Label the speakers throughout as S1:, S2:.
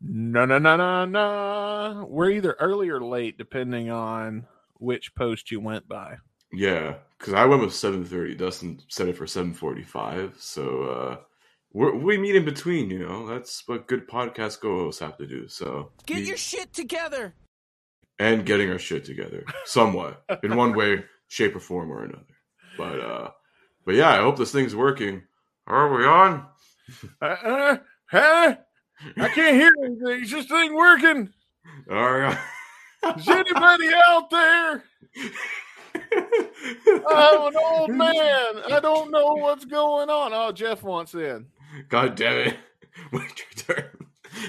S1: No, no, no, no, no. We're either early or late, depending on which post you went by.
S2: Yeah, because I went with seven thirty. Dustin set it for seven forty-five, so uh, we're, we meet in between. You know, that's what good podcast co-hosts have to do. So
S3: Get
S2: we-
S3: your shit together.
S2: and getting our shit together somewhat in one way, shape, or form or another. But uh, but yeah, I hope this thing's working. Are we on?
S1: Uh, uh, huh? I can't hear anything. Is this thing working?
S2: All right.
S1: Is anybody out there?
S3: Oh.
S1: I'm an old man. I don't know what's going on. Oh, Jeff wants in.
S2: God damn it! Wait your turn.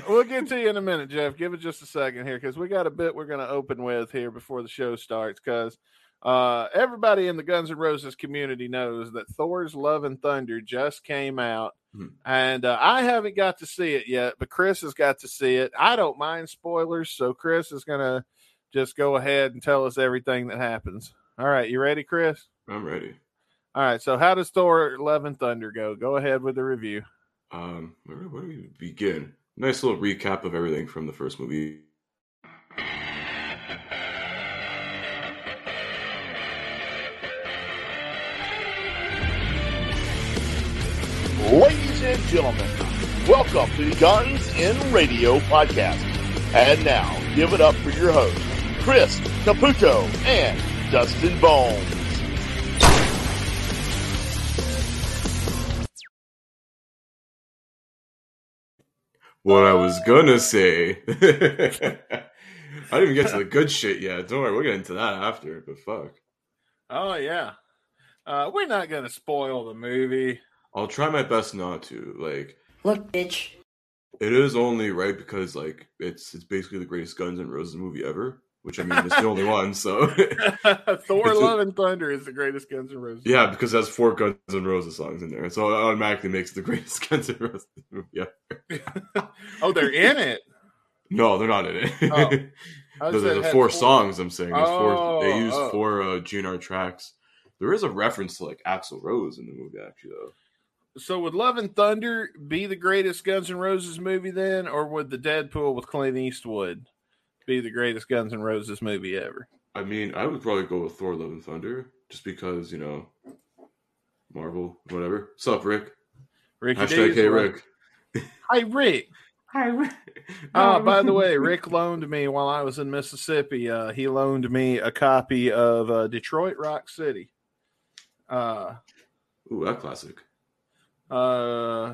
S1: We'll get to you in a minute, Jeff. Give it just a second here because we got a bit we're going to open with here before the show starts because uh, everybody in the Guns N' Roses community knows that Thor's Love and Thunder just came out.
S2: Hmm.
S1: And uh, I haven't got to see it yet, but Chris has got to see it. I don't mind spoilers, so Chris is going to just go ahead and tell us everything that happens. All right, you ready, Chris?
S2: I'm ready.
S1: All right, so how does Thor Love and Thunder go? Go ahead with the review.
S2: Um, where, where do we begin? Nice little recap of everything from the first movie.
S4: Ladies and gentlemen, welcome to the Guns in Radio podcast. And now, give it up for your hosts, Chris Caputo and Dustin Bones.
S2: What I was gonna say. I didn't even get to the good shit yet. Don't worry, we'll get into that after. But fuck,
S1: Oh yeah, uh, we're not going to spoil the movie.
S2: I'll try my best not to. Like,
S5: Look, bitch.
S2: It is only right because like it's it's basically the greatest Guns N' Roses movie ever, which I mean it's the only one. So
S1: Thor
S2: It's a-
S1: Love and Thunder is the greatest Guns N' Roses.
S2: yeah, because that's four Guns N' Roses songs in there, so it automatically makes it the greatest Guns N' Roses movie. Yeah,
S1: Oh, they're in it.
S2: no, they're not in it.
S1: Oh. I
S2: Those
S1: said
S2: are
S1: it
S2: the
S1: had
S2: four songs. I'm saying There's
S1: Oh,
S2: four, they use
S1: oh.
S2: four uh, GNR tracks. There is a reference to like Axl Rose in the movie actually though.
S1: So would Love and Thunder be the greatest Guns N' Roses movie then, or would the Deadpool with Clint Eastwood be the greatest Guns N' Roses movie ever?
S2: I mean, I would probably go with Thor: Love and Thunder just because you know Marvel, whatever. Sup, Rick?
S1: Ricky
S2: Hashtag
S1: D's
S2: Hey
S1: like,
S2: Rick.
S1: Hi Rick.
S5: Hi.
S1: Oh, by the way, Rick loaned me while I was in Mississippi. Uh, he loaned me a copy of uh, Detroit Rock City. Uh,
S2: Ooh, that classic.
S1: uh,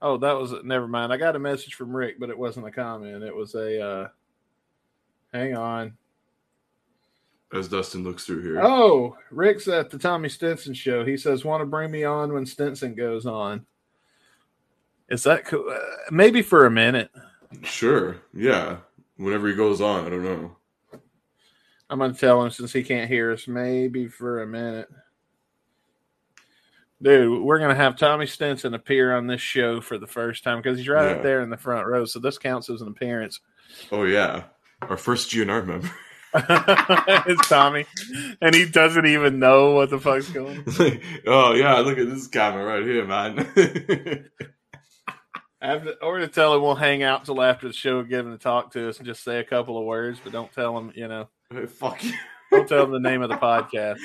S1: oh, that was never mind. I got a message from Rick, but it wasn't a comment. It was a. Uh, hang on.
S2: As Dustin looks through here.
S1: Oh, Rick's at the Tommy Stinson show. He says, "Want to bring me on when Stinson goes on." Is that cool? Uh, maybe for a minute.
S2: Sure. Yeah. Whenever he goes on, I don't know.
S1: I'm gonna tell him since he can't hear us, maybe for a minute. Dude, we're gonna have Tommy Stinson appear on this show for the first time because he's right
S2: Yeah.
S1: up there in the front row, so this counts as an appearance.
S2: Oh yeah. Our first GNR member.
S1: it's Tommy, and he doesn't even know what the fuck's going.
S2: It's like, oh yeah, look at this camera right here, man.
S1: I have to, or to tell him we'll hang out till after the show, give him a talk to us, and just say a couple of words, but don't tell him. You know,
S2: Hey, Fuck you.
S1: don't tell him the name of the podcast.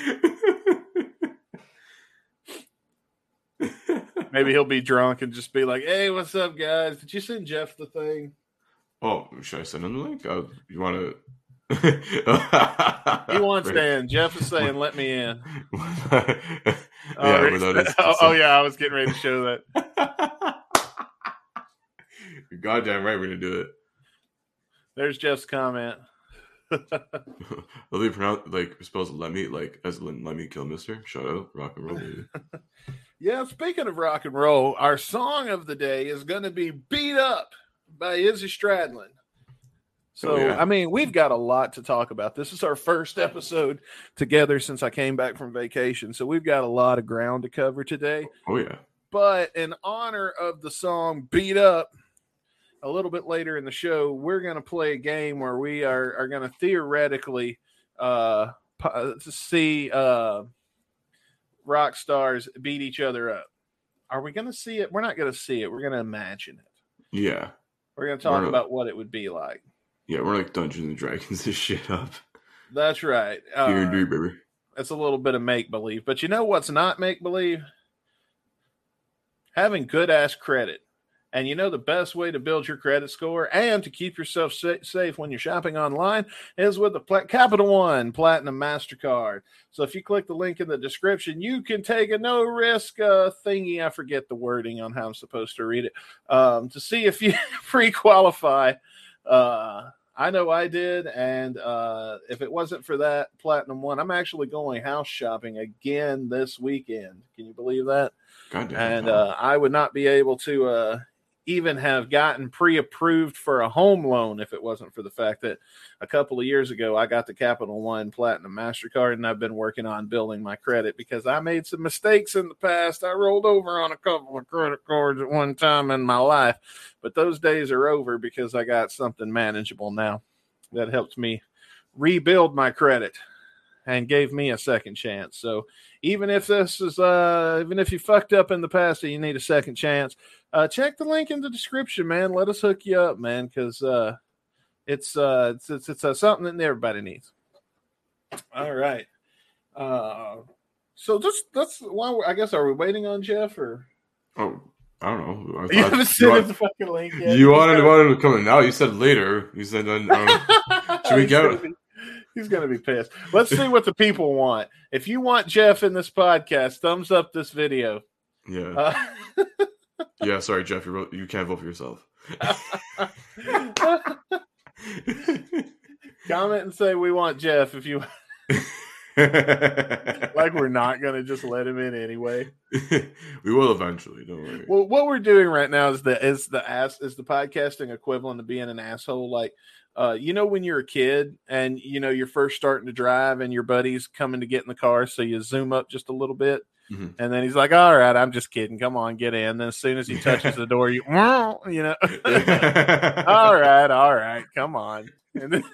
S1: Maybe he'll be drunk and just be like, "Hey, what's up, guys? Did you send Jeff the thing?"
S2: oh, should I send him the link? Uh, you want to? Ah,
S1: He wants in. Jeff is saying, "Let me in."
S2: yeah,
S1: Oh, Rick-
S2: without his
S1: oh, oh, yeah, I was getting ready to show that.
S2: You're goddamn right, we're gonna do it.
S1: There's Jeff's comment.
S2: Well, they pronounce like spells Lemmy like as Len Lemmy Kilmister. Shout out, rock and roll. Baby.
S1: Yeah, speaking of rock and roll, our song of the day is going to be "Beat Up" by Izzy Stradlin. So,
S2: Oh, yeah.
S1: I mean, we've got a lot to talk about. This is our first episode together since I came back from vacation, so we've got a lot of ground to cover today.
S2: Oh yeah.
S1: But in honor of the song Beat Up, a little bit later in the show, we're going to play a game where we are, are going to theoretically uh, po- to see uh, rock stars beat each other up. Are we going to see it? We're not going to see it. We're going to imagine it.
S2: Yeah.
S1: We're going to talk
S2: We're-
S1: about what it would be like.
S2: Yeah, we're like Dungeons and Dragons this shit up.
S1: That's right. Uh,
S2: Here and do, baby.
S1: It's a little bit of make believe. But you know what's not make believe? Having good ass credit. And you know the best way to build your credit score and to keep yourself sa- safe when you're shopping online is with the Pla- Capital One Platinum MasterCard. So if you click the link in the description, you can take a no risk uh, thingy. I forget the wording on how I'm supposed to read it um, to see if you pre qualify. Uh, I know I did, and uh, if it wasn't for that platinum one, I'm actually going house shopping again this weekend. Can you believe that?
S2: Goddamn.
S1: And uh, I would not be able to uh, even have gotten pre-approved for a home loan if it wasn't for the fact that a couple of years ago I got the Capital One Platinum Mastercard, and I've been working on building my credit because I made some mistakes in the past. I rolled over on a couple of credit cards at one time in my life, but those days are over because I got something manageable now that helped me rebuild my credit and gave me a second chance. So even if this is uh even if you fucked up in the past and you need a second chance uh check the link in the description man let us hook you up man because uh it's uh it's it's, it's uh, something that everybody needs all right uh so just that's why we- i guess are we waiting on jeff or
S2: oh, I don't know. I
S1: you
S2: thought-
S1: haven't
S2: you,
S1: sent him
S2: want-
S1: the fucking link yet
S2: you wanted, wanted him to come in now. You said later. You said then. Um, Should we
S1: He's
S2: go?
S1: gonna be- He's going to be pissed. Let's see what the people want. If you want Jeff in this podcast, thumbs up this video.
S2: yeah.
S1: Uh,
S2: Yeah. Sorry, Jeff. You wrote, you can't vote for yourself.
S1: Comment and say we want Jeff if you like. We're not going to just let him in anyway.
S2: we will eventually. Don't worry.
S1: Well, what we're doing right now is the is the ass is the podcasting equivalent of being an asshole. Like, uh, you know, when you're a kid and you know you're first starting to drive and your buddy's coming to get in the car, so you zoom up just a little bit,
S2: Mhm.
S1: and then he's like, "All right, I'm just kidding. Come on, get in." Then as soon as he touches the door, you you know, all right, all right, come on. And then,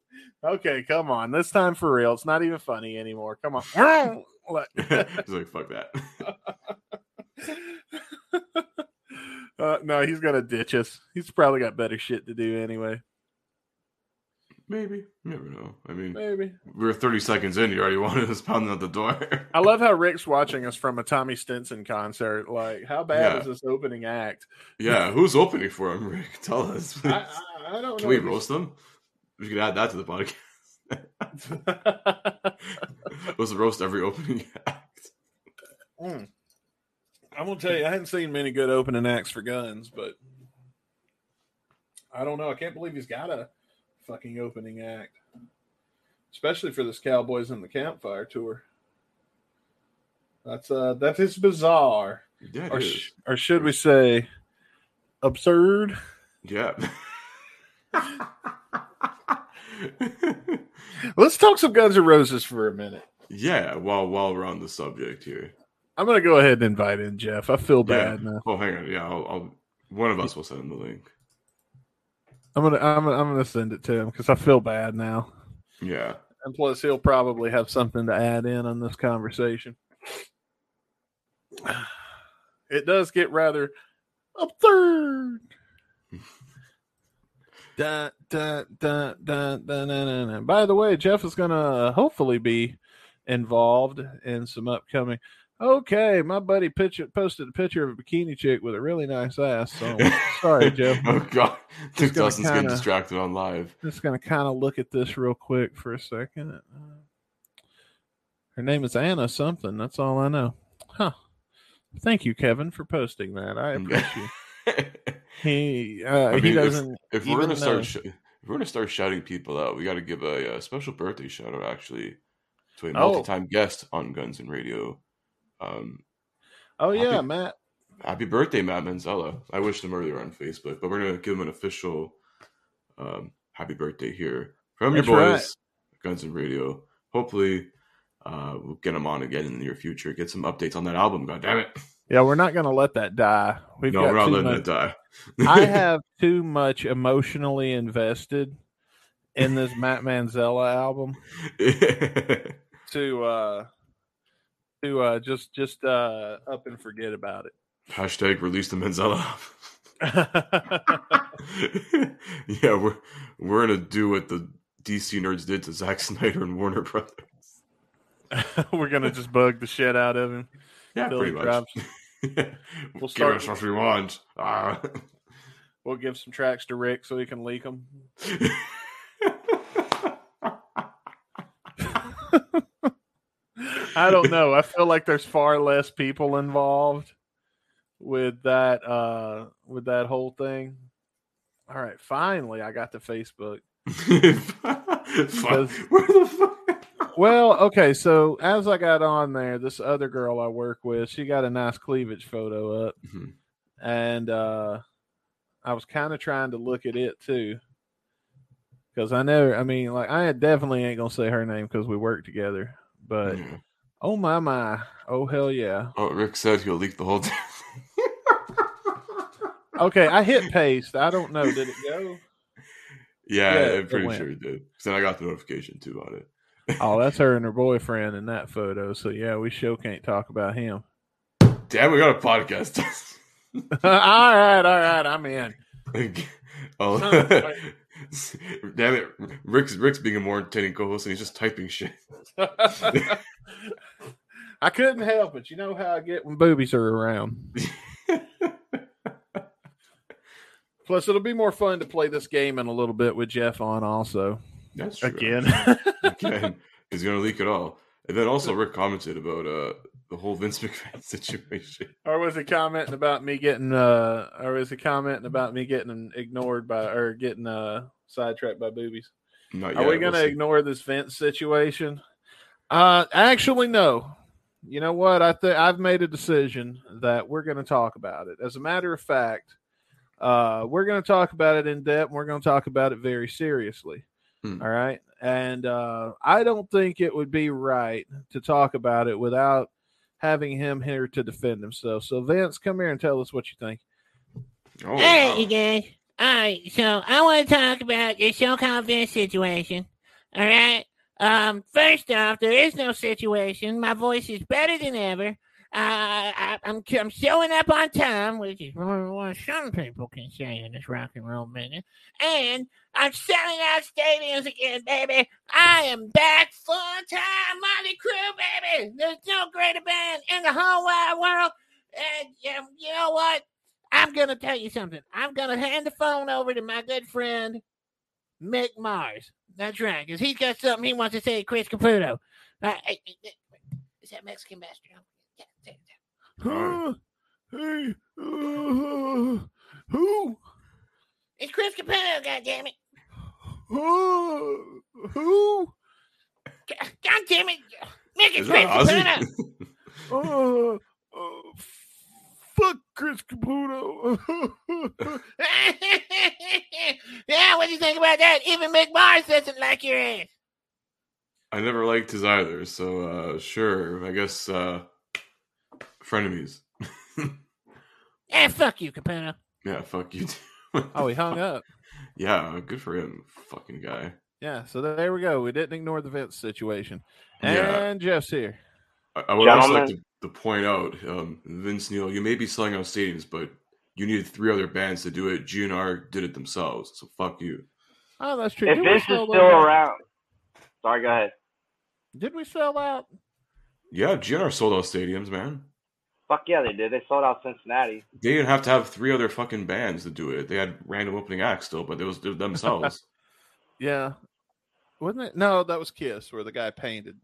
S1: okay, come on. This time for real. It's not even funny anymore. Come on. Like,
S2: He's like, fuck that.
S1: uh, no, he's gonna ditch us. He's probably got better shit to do anyway.
S2: Maybe. You never know. I mean,
S1: Maybe.
S2: we're 30 seconds in. You already wanted us pounding out the door.
S1: I love how Rick's watching us from a Tommy Stinson concert. Like, how bad
S2: Yeah.
S1: is this opening act?
S2: yeah. Who's opening for him, Rick? Tell us.
S1: I,
S2: please.
S1: I, I don't know.
S2: Can we
S1: if
S2: roast them? We could add that to the podcast.
S1: he's-
S2: Let's roast every opening act.
S1: Mm. I'm gonna tell you, I hadn't seen many good opening acts for guns, but I don't know. I can't believe he's got a fucking opening act, especially for this Cowboys in the Campfire tour. That's uh, that is bizarre,
S2: Yeah, it
S1: or
S2: is.
S1: sh- or should we say, absurd?
S2: yeah.
S1: Let's talk some Guns N' Roses for a minute.
S2: yeah. While while we're on the subject here.
S1: I'm gonna go ahead and invite in Jeff. I feel bad
S2: yeah.
S1: now.
S2: Oh, hang on. Yeah, I'll, I'll. One of us will send him the link.
S1: I'm gonna I'm gonna, I'm gonna send it to him because I feel bad now.
S2: Yeah.
S1: And plus, he'll probably have something to add in on this conversation. It does get rather absurd. dun, dun, dun, dun, dun, dun, dun, dun. By the way, Jeff is going to hopefully be involved in some upcoming. Okay, my buddy picture, posted a picture of a bikini chick with a really nice ass. So sorry, Jeff.
S2: oh God,
S1: Just gonna
S2: Dustin's getting
S1: kinda-
S2: distracted on live.
S1: just gonna kind of look at this real quick for a second. Uh, Her name is Anna something. That's all I know. Huh. Thank you, Kevin, for posting that. I appreciate.
S2: if
S1: he uh,
S2: Mm. I mean,
S1: he
S2: if-
S1: doesn't.
S2: we're
S1: Even
S2: gonna
S1: though-
S2: start, sh- if we're gonna start shouting people out, we got to give a, uh special birthday shout out actually to a
S1: Oh.
S2: multi-time guest on Guns and Radio. Um,
S1: Oh
S2: I
S1: yeah,
S2: think-
S1: Matt.
S2: happy birthday, Matt Manzella! I wished him earlier on Facebook, but we're gonna give him an official um, happy birthday here from
S1: That's
S2: your
S1: right.
S2: boys, Guns and Radio. Hopefully, uh, we'll get him on again in the near future. Get some updates on that album. God damn it!
S1: Yeah, we're not gonna let that die. We've
S2: no,
S1: got
S2: we're not
S1: too
S2: letting
S1: much-
S2: it die.
S1: I have too much emotionally invested in this Matt Manzella album. to uh to uh just just uh up and forget about
S2: Hashtag release the Manzella.
S1: it
S2: yeah, we're we're gonna do what the DC nerds did to Zack Snyder and Warner Brothers.
S1: We're gonna just bug the shit out of him.
S2: Yeah,
S1: Billy
S2: pretty much. yeah.
S1: We'll
S2: We'll
S1: start
S2: give us what we want. Ah.
S1: We'll give some tracks to Rick so he can leak them. I don't know. I feel like there's far less people involved with that uh with that whole thing. All right, finally I got to Facebook.
S2: Fuck. Where the fuck?
S1: Well, okay, so as I got on there, this other girl I work with, she got a nice cleavage photo up
S2: Mhm.
S1: and uh I was kind of trying to look at it too. Cuz I never I mean, like I definitely ain't going to say her name cuz we work together, but
S2: Yeah.
S1: oh my my. Oh hell yeah.
S2: Oh, Rick said he'll leak the whole thing.
S1: Okay, I hit paste. I don't know. Did it go?
S2: yeah,
S1: Yeah,
S2: I'm
S1: it
S2: pretty
S1: went.
S2: sure he did. 'Cause Then I got the notification too about it.
S1: Oh, that's her and her boyfriend in that photo. So yeah, we sure can't talk about him.
S2: Damn, we got a podcast.
S1: all right, all right, I'm in.
S2: oh,
S1: Sounds like-
S2: damn it! Rick's Rick's being a more entertaining co-host, and he's just typing shit.
S1: I couldn't help it. You know how I get when boobies are around. Plus, it'll be more fun to play this game in a little bit with Jeff on also.
S2: That's true.
S1: Again.
S2: Again. he's gonna leak it all. And then also Rick commented about uh the whole Vince McMahon situation.
S1: or was he commenting about me getting uh or was he commenting about me getting ignored by or getting uh sidetracked by boobies?
S2: Not
S1: Are
S2: yet,
S1: we
S2: we'll
S1: going to
S2: see.
S1: ignore this Vince situation? Uh, actually, no. You know what? I think I've made a decision that we're going to talk about it. As a matter of fact, uh, we're going to talk about it in depth. And we're going to talk about it very seriously.
S2: Hmm.
S1: All right. And uh, I don't think it would be right to talk about it without having him here to defend himself. So, Vince, come here and tell us what you think.
S2: Oh,
S3: All right,
S2: wow.
S3: you guys. All right, so I want to talk about the so-called Vince situation. All right. Um, first off, there is no situation. My voice is better than ever. Uh, I, I'm I'm showing up on time, which is really what some people can say in this rock and roll minute. And I'm selling out stadiums again, baby. I am back full time, Motley Crew, baby. There's no greater band in the whole wide world. And um, you know what? I'm gonna tell you something. I'm gonna hand the phone over to my good friend Mick Mars. That's right, because he's got something he wants to say to Chris Caputo. Uh, hey, hey, hey, is that Mexican bastard? Yeah, there, there.
S1: Huh? hey, uh, who?
S3: It's Chris Caputo, goddammit.
S1: Who? Who?
S3: God damn it. Mick
S2: Is
S3: it's Chris
S2: that
S3: Caputo.
S2: Ozzy?
S1: Uh, uh, fuck Chris Caputo.
S3: yeah, what do you think about that? Even Mick Mars doesn't like your ass.
S2: I never liked his either, so uh sure. I guess uh frenemies.
S3: Yeah, fuck you, Caputo.
S2: Yeah, fuck you too.
S1: oh, he hung up.
S2: Yeah, good for him, fucking guy.
S1: Yeah, so there we go. We didn't ignore the Vince situation. And
S2: Yeah.
S1: Jeff's here.
S2: I, I would also like to,
S5: Gentlemen.
S2: to point out, um, Vince Neil, you may be selling out stadiums, but you needed three other bands to do it. GNR did it themselves, so fuck you.
S1: Oh, that's true.
S5: If
S1: Did we
S5: Vince is
S1: sell
S5: still
S1: those out?
S5: around, sorry, go ahead.
S1: Did we sell out?
S2: Yeah, GNR sold out stadiums, man.
S5: Fuck yeah, they did. They sold out Cincinnati.
S2: They didn't have to have three other fucking bands to do it. They had random opening acts still, but it was they were themselves.
S1: Yeah. Wasn't it? No, that was Kiss where the guy painted.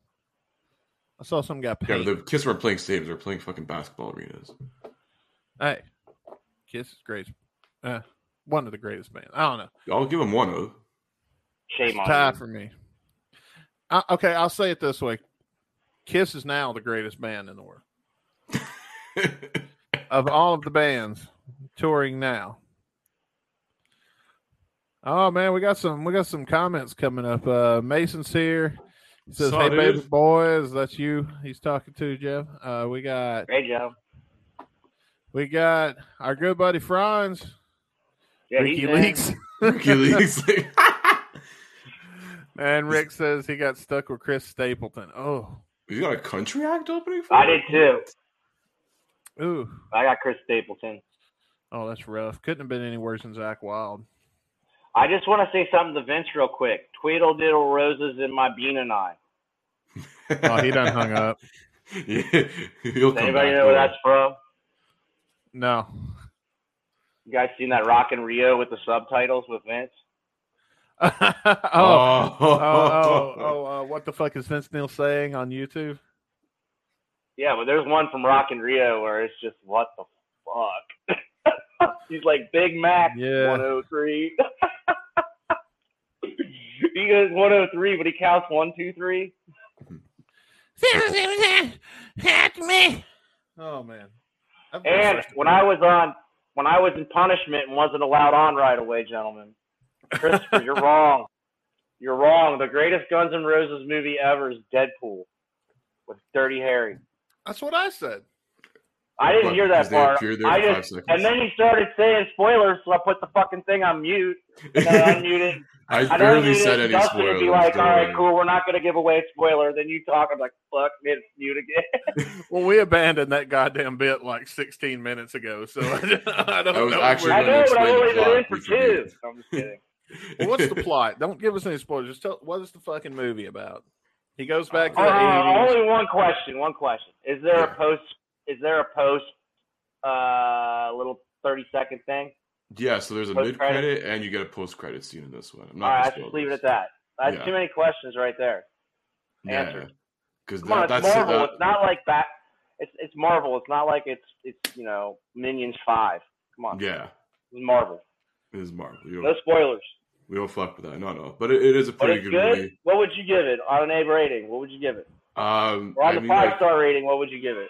S1: I saw some guy
S2: yeah,
S1: paint.
S2: but the Kiss weren't playing stadiums; they were playing fucking basketball arenas.
S1: Hey, Kiss is great. Uh, one of the greatest bands. I don't know.
S2: I'll give them one of.
S5: Shame
S1: It's
S5: on
S1: tie
S5: you.
S1: for me. I, okay, I'll say it this way: Kiss is now the greatest band in the world of all of the bands touring now. Oh man, we got some we got some comments coming up. Uh, Mason's here. He says,
S2: Saw
S1: "Hey,
S2: it
S1: baby
S2: is.
S1: boys, that's you." He's talking to Jeff. Uh, we got
S5: Great job.
S1: we got our good buddy Franz,
S5: Yeah,
S1: Ricky
S5: he's in.
S1: Leaks,
S2: Ricky Lee's like,
S1: and Rick says he got stuck with Chris Stapleton. Oh,
S2: you got a country act opening? For
S5: I
S2: it?
S5: did too.
S1: ooh,
S5: I got Chris Stapleton.
S1: Oh, that's rough. Couldn't have been any worse than Zach Wild.
S5: I just want to say something to Vince real quick. Tweedle diddle roses in my bean and I.
S1: Oh, he done hung up.
S2: Yeah, you'll
S5: Does
S2: come
S5: anybody
S2: back
S5: know
S2: to
S5: where
S2: it.
S5: that's from?
S1: No,
S5: You guys seen that Rock and Rio with the subtitles with Vince?
S1: oh, oh,
S2: oh,
S1: oh, oh, oh, uh, what the fuck is Vince Neil saying on YouTube?
S5: Yeah, but there's one from Rock and Rio where it's just what the fuck. He's like Big Mac
S1: Yeah.
S5: 103. he goes 103, but he counts one, two, three.
S3: That's me.
S1: Oh man.
S5: And when I was on, when I was in punishment and wasn't allowed on right away, gentlemen, Christopher, you're wrong. You're wrong. The greatest Guns N' Roses movie ever is Deadpool with Dirty Harry.
S1: that's what I said.
S5: I didn't
S2: What,
S5: hear
S2: because
S5: that
S2: they
S5: part.
S2: appeared there
S5: I
S2: for five
S5: just,
S2: seconds?
S5: and then he started saying spoilers, so I put the fucking thing on mute. And I unmuted.
S2: I
S5: I know
S2: barely
S5: you
S2: said
S5: didn't.
S2: any
S5: Dustin
S2: spoilers.
S5: would be like,
S2: don't
S5: "All right,
S2: worry."
S5: cool. We're not going to give away a spoiler." Then you talk. I'm like, "Fuck, man, it's mute again."
S1: Well, we abandoned that goddamn bit like 16 minutes ago, so I don't
S2: That was
S1: know.
S2: actually
S1: where-
S5: I
S2: gonna
S5: know, but I
S2: explain the
S5: only did
S2: plot.
S5: it for
S2: We forget.
S5: two. I'm just kidding.
S1: Well, what's the plot? Don't give us any spoilers. Just tell what is the fucking movie about? He goes back to the
S5: Uh,
S1: 80s.
S5: only one question. One question. Is there
S2: Yeah.
S5: a post? Is there a post? Uh, little thirty second thing.
S2: Yeah, so there's a mid
S5: Post-credit.
S2: credit and you get a post credit scene in this one. I'm not.
S5: All right,
S2: gonna
S5: I
S2: spoil
S5: just leave it
S2: this.
S5: at that. That's
S2: Yeah.
S5: too many questions right there. Answered.
S2: because
S5: Come on,
S2: that,
S5: it's
S2: that's
S5: Marvel.
S2: that,
S5: It's not like back. It's it's Marvel. It's not like it's it's you know Minions five. Come on,
S2: yeah,
S5: it's Marvel.
S2: it is Marvel. You don't,
S5: No spoilers.
S2: we don't fuck with that. No, no, but it, it is a
S5: But
S2: pretty
S5: it's
S2: good,
S5: good.
S2: movie.
S5: What would you give it on an A rating? What would you give it?
S2: Um,
S5: Or on
S2: I
S5: the
S2: mean,
S5: five
S2: like,
S5: star rating, what would you give it?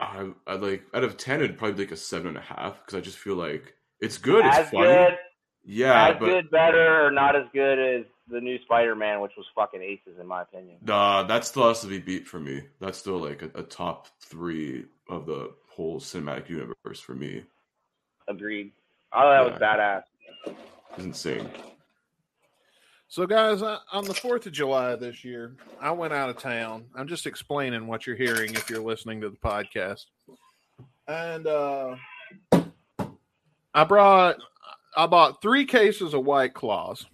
S2: I, I'd like out of ten, it'd probably be like a seven and a half because I just feel like it's good.
S5: as
S2: it's funny.
S5: good,
S2: Yeah,
S5: as
S2: but
S5: good, better, or not as good as the new Spider Man, which was fucking aces in my opinion.
S2: Nah, that still has to be beat for me. That's still like a, a top three of the whole cinematic universe for me.
S5: Agreed. Oh, that was
S2: Yeah.
S5: badass.
S2: It's insane.
S1: So, guys, I, on the 4th of July this year, I went out of town. I'm just explaining what you're hearing if you're listening to the podcast. And uh, I brought, I bought three cases of White Claws.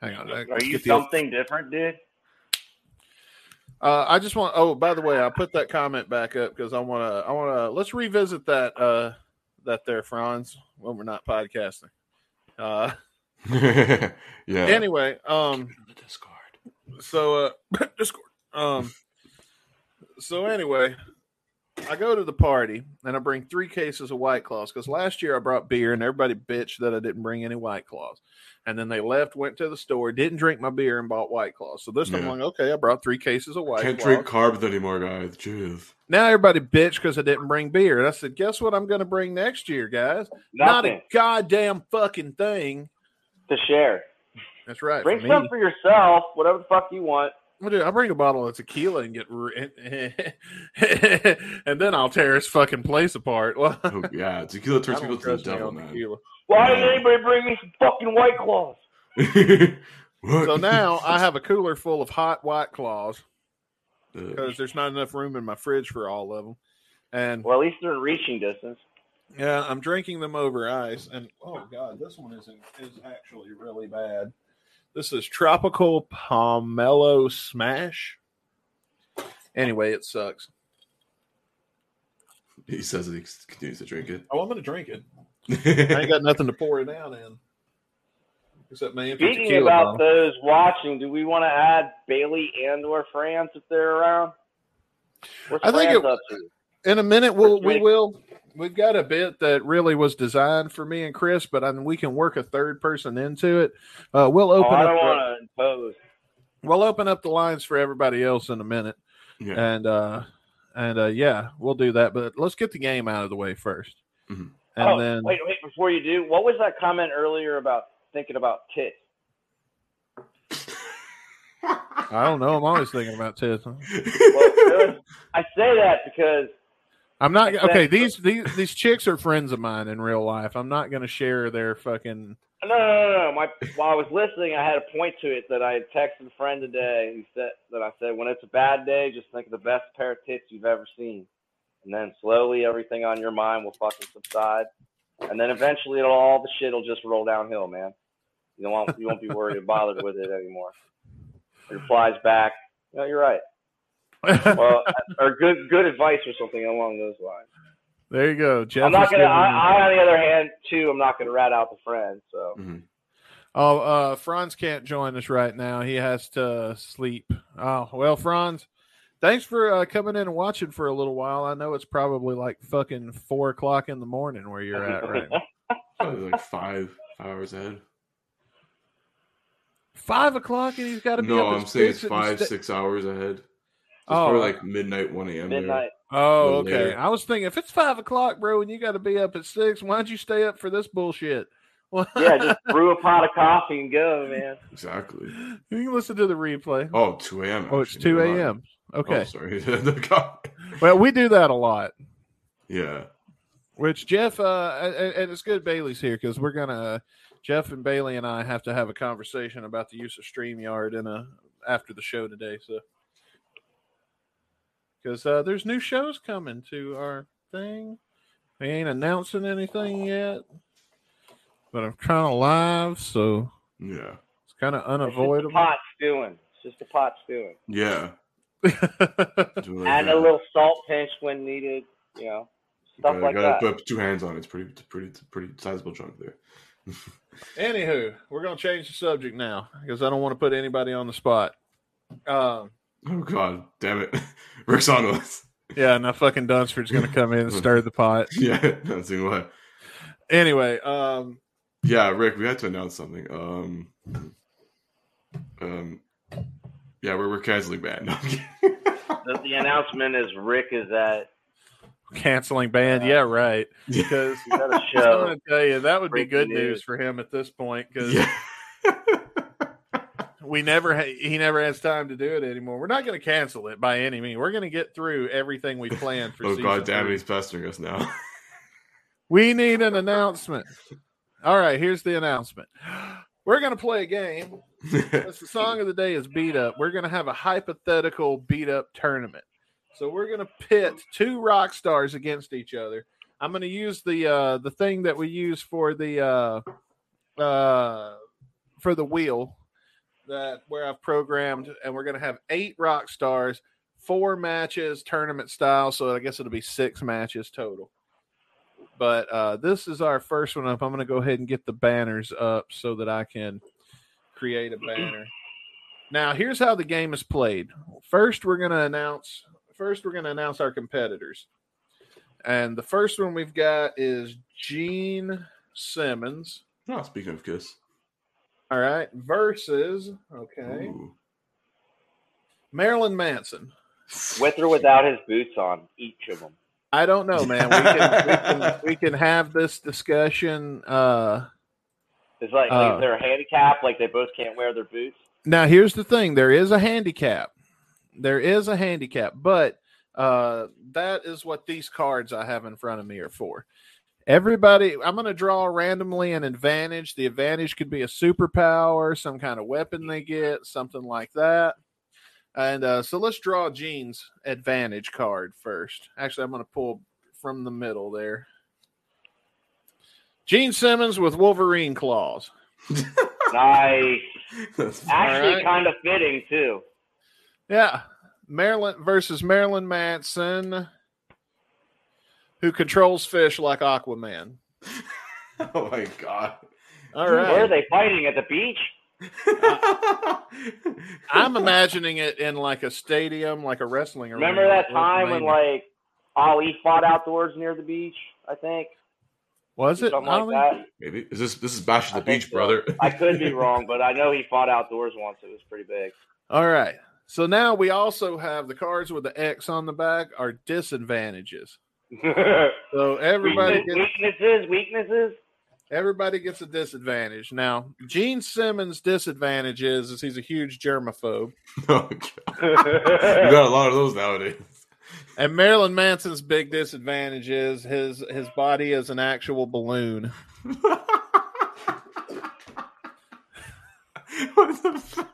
S1: Hang on. I-
S5: Are you
S1: get the-
S5: something different, dude?
S1: Uh, I just want. Oh, by the way, I put that comment back up because I want to. I want to. Let's revisit that. Uh, that there, Franz, when we're not podcasting. Uh,
S2: yeah.
S1: anyway, um,
S2: the Discord.
S1: so uh discord um so anyway i go to the party and i bring three cases of white claws because last year i brought beer and everybody bitched that i didn't bring any white claws and then they left went to the store didn't drink my beer and bought white claws so this time
S2: Yeah.
S1: i'm like okay i brought three cases of white
S2: Can't
S1: claws
S2: drink carbs anymore, guys. Jeez.
S1: now everybody bitched because i didn't bring beer and i said guess what i'm going to bring next year guys not
S5: Nothing
S1: a goddamn fucking thing
S5: to share.
S1: that's right
S5: Bring
S1: for me.
S5: some for yourself, whatever the fuck you want.
S1: Well, dude, I'll bring a bottle of tequila and get, re- and then I'll tear his fucking place apart. Well, I
S2: Oh, yeah, tequila turns people
S1: don't
S2: to the
S1: trust me
S2: devil,
S1: on
S2: man.
S1: tequila.
S5: Why
S2: Yeah.
S5: did anybody bring me some fucking white claws?
S2: What?
S1: So now I have a cooler full of hot white claws
S2: Uh,
S1: because there's not enough room in my fridge for all of them, and
S5: Well, at least they're in reaching distance.
S1: yeah, I'm drinking them over ice. And oh god, this one is is actually really bad. This is tropical pomelo smash. Anyway, it sucks.
S2: he says that he continues to drink it.
S1: Oh, I'm gonna drink it. I ain't got nothing to pour it out in. Except my empty
S5: Speaking
S1: tequila bottle.
S5: about those watching, do we want to add Bailey and or France if they're around? What's
S1: I think
S5: France
S1: it-
S5: up to?
S1: in a minute we'll
S5: First
S1: we
S5: week.
S1: will we've got a bit that really was designed for me and chris but I mean, we can work a third person into it uh, we'll
S5: Oh,
S1: open
S5: I
S1: up
S5: don't
S1: the-
S5: want to impose.
S1: we'll open up the lines for everybody else in a minute
S2: yeah.
S1: and uh and uh yeah we'll do that but let's get the game out of the way 1st
S2: Mhm.
S1: and
S5: oh,
S1: then
S5: wait, wait, before you do, what was that comment earlier about thinking about tits?
S1: i don't know i'm always thinking about tits
S5: Well, there was- I say that because
S1: i'm not
S5: Exactly.
S1: okay these these these chicks are friends of mine in real life i'm not going to share their fucking
S5: no, no, no, no. My while I was listening, I had a point to it that I had texted a friend today. He said that I said, when it's a bad day, just think of the best pair of tits you've ever seen, and then slowly everything on your mind will fucking subside, and then eventually it'll, all the shit will just roll downhill, man. You won't you won't be worried or bothered with it anymore. It flies back. No, you're right. Well, or good good advice or something along those lines.
S1: there you go, Jeff.
S5: I'm not
S1: is
S5: gonna.
S1: giving-
S5: I, I, on the other hand, too, I'm not gonna rat out the friend. So
S1: Oh, uh, Franz can't join us right now. He has to sleep. Oh, well, Franz, thanks for uh, coming in and watching for a little while. I know it's probably like fucking four o'clock in the morning where you're at right now.
S2: Probably like five hours ahead.
S1: Five o'clock, and he's got to be.
S2: No,
S1: up at
S2: I'm saying it's
S1: six and
S2: five,
S1: sta-
S2: six hours ahead. So It's
S1: Oh.
S2: probably like midnight, one a.m. there.
S5: midnight.
S1: Oh,
S2: little
S1: okay.
S2: later.
S1: I was thinking if it's five o'clock, bro, and you got to be up at six, why'd you stay up for this bullshit? Well,
S5: Yeah, just brew a pot of coffee and go, man.
S2: Exactly.
S1: you can listen to the replay. Oh,
S2: Oh, 2 a.m.
S1: it's
S2: actually,
S1: two
S2: never mind.
S1: a.m.
S2: Oh,
S1: Okay.
S2: sorry.
S1: Well, we do that a lot.
S2: yeah.
S1: Which Jeff uh, and, and it's good Bailey's here because we're gonna Jeff and Bailey and I have to have a conversation about the use of Streamyard in a after the show today. So because uh, there's new shows coming to our thing, we ain't announcing anything yet, but I'm kind of live, so
S2: Yeah.
S1: it's kind of
S5: It's just the
S1: unavoidable.
S5: pot stewing. It's just the pot stewing.
S2: Yeah. Do it like
S5: Add a
S2: that.
S5: little salt pinch when needed. You know, stuff
S2: Gotta-
S5: like
S2: gotta
S5: that.
S2: Put two hands on it. It's pretty, it's pretty, it's a pretty sizable chunk there.
S1: Anywho, we're gonna change the subject now because I don't want to put anybody on the spot. Um.
S2: Oh God, damn it, Rick's on us.
S1: Yeah, now fucking Dunsford's gonna come in and stir the pot.
S2: Yeah, not seeing why.
S1: Anyway, um,
S2: Yeah, Rick, we had to announce something. Um, um, yeah, we're we're canceling band. No, I'm kidding.
S5: The, the announcement is Rick is at,
S1: canceling band. Yeah, right.
S2: yeah.
S1: Because
S5: he's at a
S1: I'm
S5: show.
S1: gonna tell you that would be
S5: Breaking
S1: good
S5: news.
S1: news for him at this point because
S2: yeah,
S1: we never ha- he never has time to do it anymore. We're not gonna cancel it by any means. We're gonna get through everything we planned for.
S2: Oh
S1: season
S2: God, damn it,
S1: three.
S2: he's pestering us now.
S1: We need an announcement. All right, here's the announcement. We're gonna play a game. Since the song of the day is beat up, we're gonna have a hypothetical beat up tournament. So we're gonna pit two rock stars against each other. I'm gonna use the uh, the thing that we use for the uh, uh, for the wheel that where I've programmed, and we're gonna have eight rock stars, four matches, tournament style. So I guess it'll be six matches total. But uh, this is our first one up. I'm gonna go ahead and get the banners up so that I can create a banner. Now, here's how the game is played. First, we're going to announce first we're going to announce our competitors. And the first one we've got is Gene Simmons,
S2: oh, speaking of Kiss,
S1: all right, versus okay,
S2: Ooh.
S1: Marilyn Manson.
S5: With or without his boots on, each of them.
S1: I don't know, man. We can, we can, we can have this discussion uh
S5: It's like,
S1: Oh.
S5: like they're handicapped, like they both can't wear their boots.
S1: Now, here's the thing: there is a handicap. There is a handicap, but uh, that is what these cards I have in front of me are for. Everybody, I'm going to draw randomly an advantage. The advantage could be a superpower, some kind of weapon they get, something like that. And uh, so let's draw Gene's advantage card first. Actually, I'm going to pull from the middle there. Gene Simmons with Wolverine claws.
S5: Nice.
S2: That's-
S5: Actually,
S1: right.
S5: kind of fitting too.
S1: Yeah. Maryland versus Marilyn Manson, who controls fish like Aquaman. Ah.
S2: oh my God.
S1: All
S5: Where are
S1: right.
S5: they fighting at the beach?
S1: Ah. I'm imagining it in like a stadium, like a wrestling arena.
S5: Remember that
S1: like
S5: time when
S1: WrestleMania.
S5: like Ali fought outdoors near the beach? I think
S1: was it?
S5: something
S1: Ollie?
S5: like that.
S2: Maybe is this this is Bash at the
S5: I think
S2: Beach,
S5: so.
S2: brother?
S5: I could be wrong, but I know he fought outdoors once. It was pretty big.
S1: All right. So now we also have the cards with the X on the back are disadvantages. So everybody
S5: Weakness-
S1: gets
S5: weaknesses, weaknesses.
S1: everybody gets a disadvantage. Now, Gene Simmons' disadvantage is, is he's a huge germaphobe.
S2: Oh, God. You got a lot of those nowadays.
S1: And Marilyn Manson's big disadvantage is his his body is an actual balloon.
S2: what the fuck?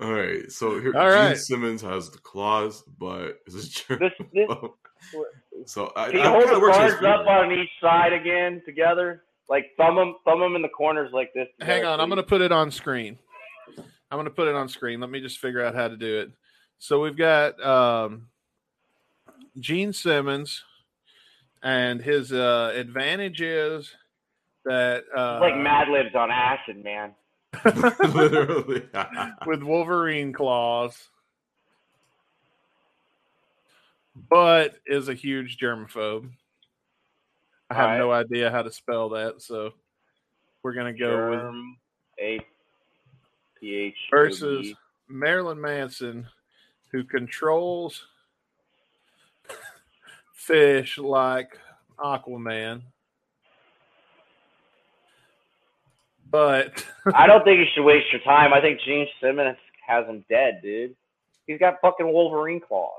S2: All right, so here
S1: All
S2: Gene
S1: right.
S2: Simmons has the claws, but is this true?
S5: this, this,
S2: Oh, So I,
S5: Can you
S2: I
S5: hold
S2: kinda
S5: the
S2: works
S5: cards
S2: with me.
S5: up on each side again together? Like thumb them, thumb them in the corners like this. together,
S1: Hang on, I'm
S5: please.
S1: going to put it on screen. I'm going to put it on screen. Let me just figure out how to do it. So we've got um, Gene Simmons, and his uh, advantage is that uh,
S5: It's like Mad Libs on acid, man.
S2: Literally.
S1: with Wolverine claws, but is a huge germaphobe. I have
S5: All right.
S1: no idea how to spell that, so we're going to go with
S5: Germ, A, P, H, O,
S1: Versus-
S5: E.
S1: Marilyn Manson, who controls fish like Aquaman, but
S5: I don't think you should waste your time. I think Gene Simmons has him dead, dude. He's got fucking Wolverine claws.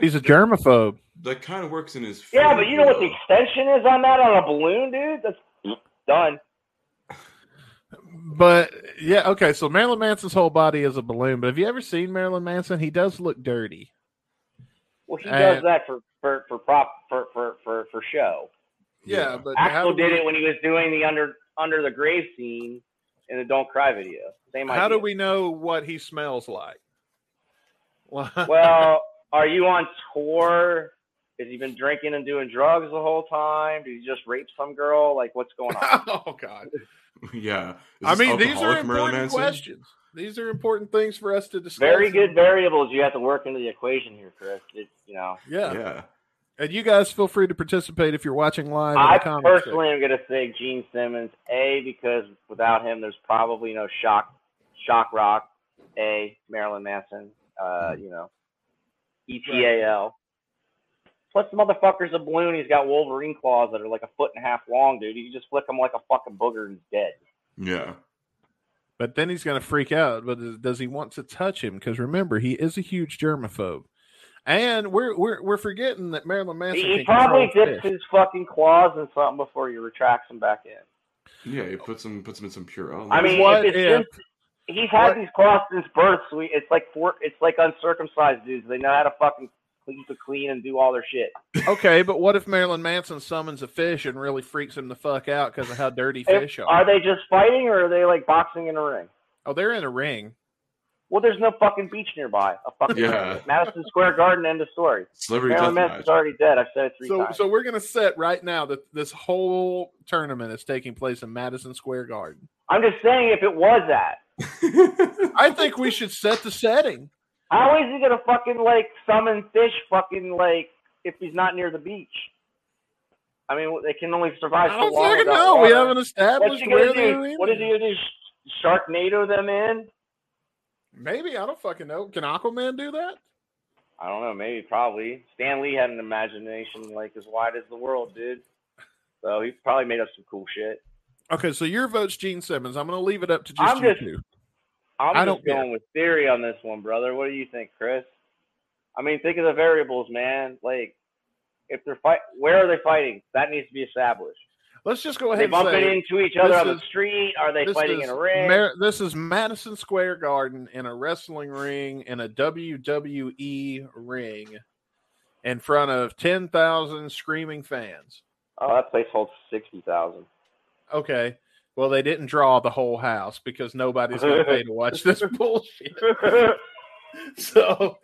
S1: he's a germaphobe.
S2: that kind of works in his.
S5: Yeah, but you know what the
S2: favor,
S5: extension is on that on a balloon, dude? That's done.
S1: But yeah, okay. So Marilyn Manson's whole body is a balloon. But have you ever seen Marilyn Manson? He does look dirty.
S5: Well, he
S1: Uh,
S5: does that for for for prop for for for, for show.
S1: Yeah, but
S5: Axel did it when he was doing the under under the grave scene in the Don't Cry video. Same idea.
S1: How do we know what he smells like?
S5: well, are you on tour? Has he been drinking and doing drugs the whole time? Did he just rape some girl? Like, what's going on?
S1: oh God.
S2: though. yeah. Is
S1: I
S2: this
S1: mean, these are
S2: alcoholic Marilyn
S1: important
S2: Manson?
S1: questions. These are important things for us to discuss.
S5: Very good variables you have to work into the equation here, Chris. It, you know,
S1: Yeah.
S2: Yeah.
S1: And you guys feel free to participate if you're watching live. in
S5: I
S1: the comments section.
S5: personally am going to say Gene Simmons. A because without him, there's probably no shock, shock rock. A Marilyn Manson. Uh, you know, E ETAL. Plus, the motherfucker's a balloon. He's got Wolverine claws that are like a foot and a half long, dude. You can just flick him like a fucking booger and he's dead.
S2: Yeah.
S1: But then he's going to freak out. But does he want to touch him? Because remember, he is a huge germaphobe. And we're we're, we're forgetting that Marilyn Manson.
S5: He, he
S1: can
S5: probably
S1: control
S5: dips
S1: fish.
S5: his fucking claws in something before he retracts them back in.
S2: Yeah. He puts him puts him in some Purell.
S5: I mean,
S1: What
S5: if
S1: if-
S5: it's since, he's had
S1: what-
S5: these claws since birth. So he, it's like four, it's like uncircumcised dudes. They know how to fucking clean to clean and do all their shit.
S1: okay, but what if Marilyn Manson summons a fish and really freaks him the fuck out because of how dirty
S5: If-
S1: fish are?
S5: are they just fighting or are they like boxing in a ring?
S1: oh, they're in a ring.
S5: Well, there's no fucking beach nearby. A fucking
S2: Yeah.
S5: Madison Square Garden. End of story.
S2: celebrity death
S5: Marilyn
S2: match.
S5: Manson's already dead. I've said it three
S1: So
S5: times.
S1: so we're going to set right now that this whole tournament is taking place in Madison Square Garden.
S5: I'm just saying, if it was that,
S1: I think we should set the setting.
S5: how is he gonna fucking like summon fish? Fucking like if he's not near the beach. I mean, they can only survive
S1: I
S5: so
S1: don't
S5: long.
S1: fucking
S5: without
S1: know. We
S5: water.
S1: haven't
S5: What's
S1: established
S5: he
S1: where
S5: gonna
S1: the
S5: do?
S1: arena.
S5: What is he gonna do? Sh- Sharknado them in?
S1: Maybe I don't fucking know. Can Aquaman do that?
S5: I don't know. Maybe, probably. Stan Lee had an imagination like as wide as the world, dude. So he probably made up some cool shit.
S1: Okay, so your vote's Gene Simmons. I'm going to leave it up to just
S5: I'm
S1: you
S5: just-
S1: two.
S5: I'm
S1: I
S5: just
S1: don't care.
S5: going with theory on this one, brother. What do you think, Chris? I mean, think of the variables, man. Like, if they're fight, where are they fighting? That needs to be established.
S1: Let's just go
S5: Are
S1: ahead
S5: they
S1: and
S5: bumping
S1: say
S5: into each other
S1: this
S5: on the
S1: is-
S5: street? Are they
S1: this,
S5: fighting
S1: is
S5: in a ring?
S1: Mar- this is Madison Square Garden in a wrestling ring in a WWE ring in front of ten thousand screaming fans.
S5: oh, that place holds sixty thousand.
S1: Okay, well they didn't draw the whole house because nobody's going to pay to watch this bullshit. So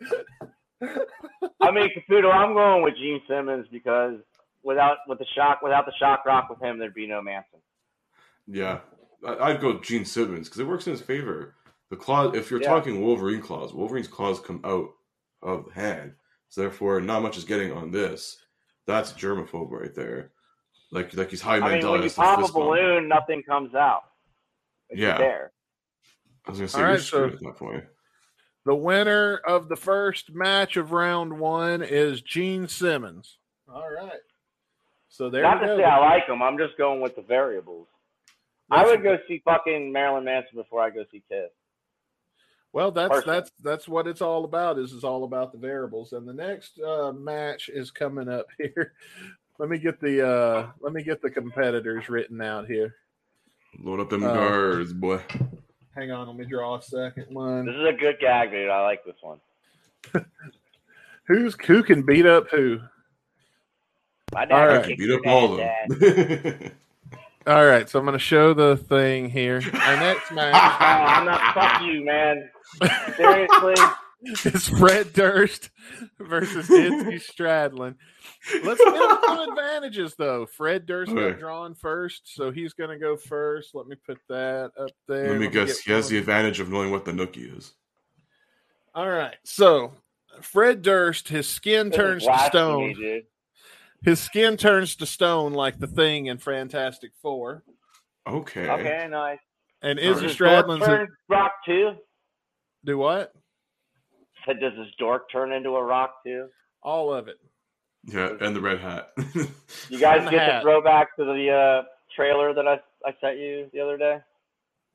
S5: I mean, Caputo, I'm going with Gene Simmons because without with the shock, without the shock rock with him, there'd be no Manson.
S2: Yeah, I, I'd go Gene Simmons because it works in his favor. The claws, if you're
S5: Yeah.
S2: talking Wolverine claws, Wolverine's claws come out of the hand, so therefore not much is getting on this. That's germaphobe right there. Like like he's high
S5: I mean, when
S2: Mandela.
S5: you
S2: it's the
S5: pop a
S2: fist bump.
S5: balloon, nothing comes out. It's
S2: Yeah.
S5: there.
S2: I was gonna say
S1: All
S2: you're
S1: right,
S2: screwed
S1: so-
S2: at that point.
S1: the winner of the first match of round one is Gene Simmons. All right. So there
S5: Not
S1: you
S5: to
S1: go.
S5: say I like him. I'm just going with the variables. I would go see fucking Marilyn Manson before I go see Kiss.
S1: Well, that's
S5: Personally.
S1: that's that's what it's all about. Is is all about the variables. And the next uh, match is coming up here. let me get the uh, let me get the competitors written out here.
S2: Load up them
S1: Uh,
S2: guards, boy.
S1: Hang on, let me draw a second
S5: This
S1: one.
S5: is a good gag, dude. I like this one.
S1: Who's who can beat up who?
S5: My
S1: All
S5: dad
S1: right.
S5: kicked
S2: Beat up
S5: his
S2: all of
S5: ass, Dad. Oh,
S2: them.
S1: All right, so I'm going to show the thing here. Our next match
S5: Oh, I'm not. Fuck you, man. Seriously,
S1: is Fred Durst versus Itzy Stradlin. Let's give him some advantages, though. Fred Durst
S2: Okay.
S1: got drawn first, so he's going to go first. Let me put that up there.
S2: Let me guess.
S1: get
S2: He has
S1: one.
S2: the advantage of knowing what the nookie is.
S1: All right, so Fred Durst, his skin
S5: This is
S1: turns to stone.
S5: blasphemy, dude.
S1: His skin turns to stone like the thing in Fantastic Four.
S2: Okay.
S5: Okay, nice.
S1: And
S2: Is
S1: Izzy
S5: Does
S2: Alright.
S1: Stradlin's
S5: dork
S1: a,
S5: turn rock too?
S1: do what?
S5: Said, does this dork turn into a rock too?
S1: All of it.
S2: Yeah, and the red hat.
S5: You guys
S1: And the
S5: get
S1: hat.
S5: the throwback to the uh, trailer that I I sent you the other day.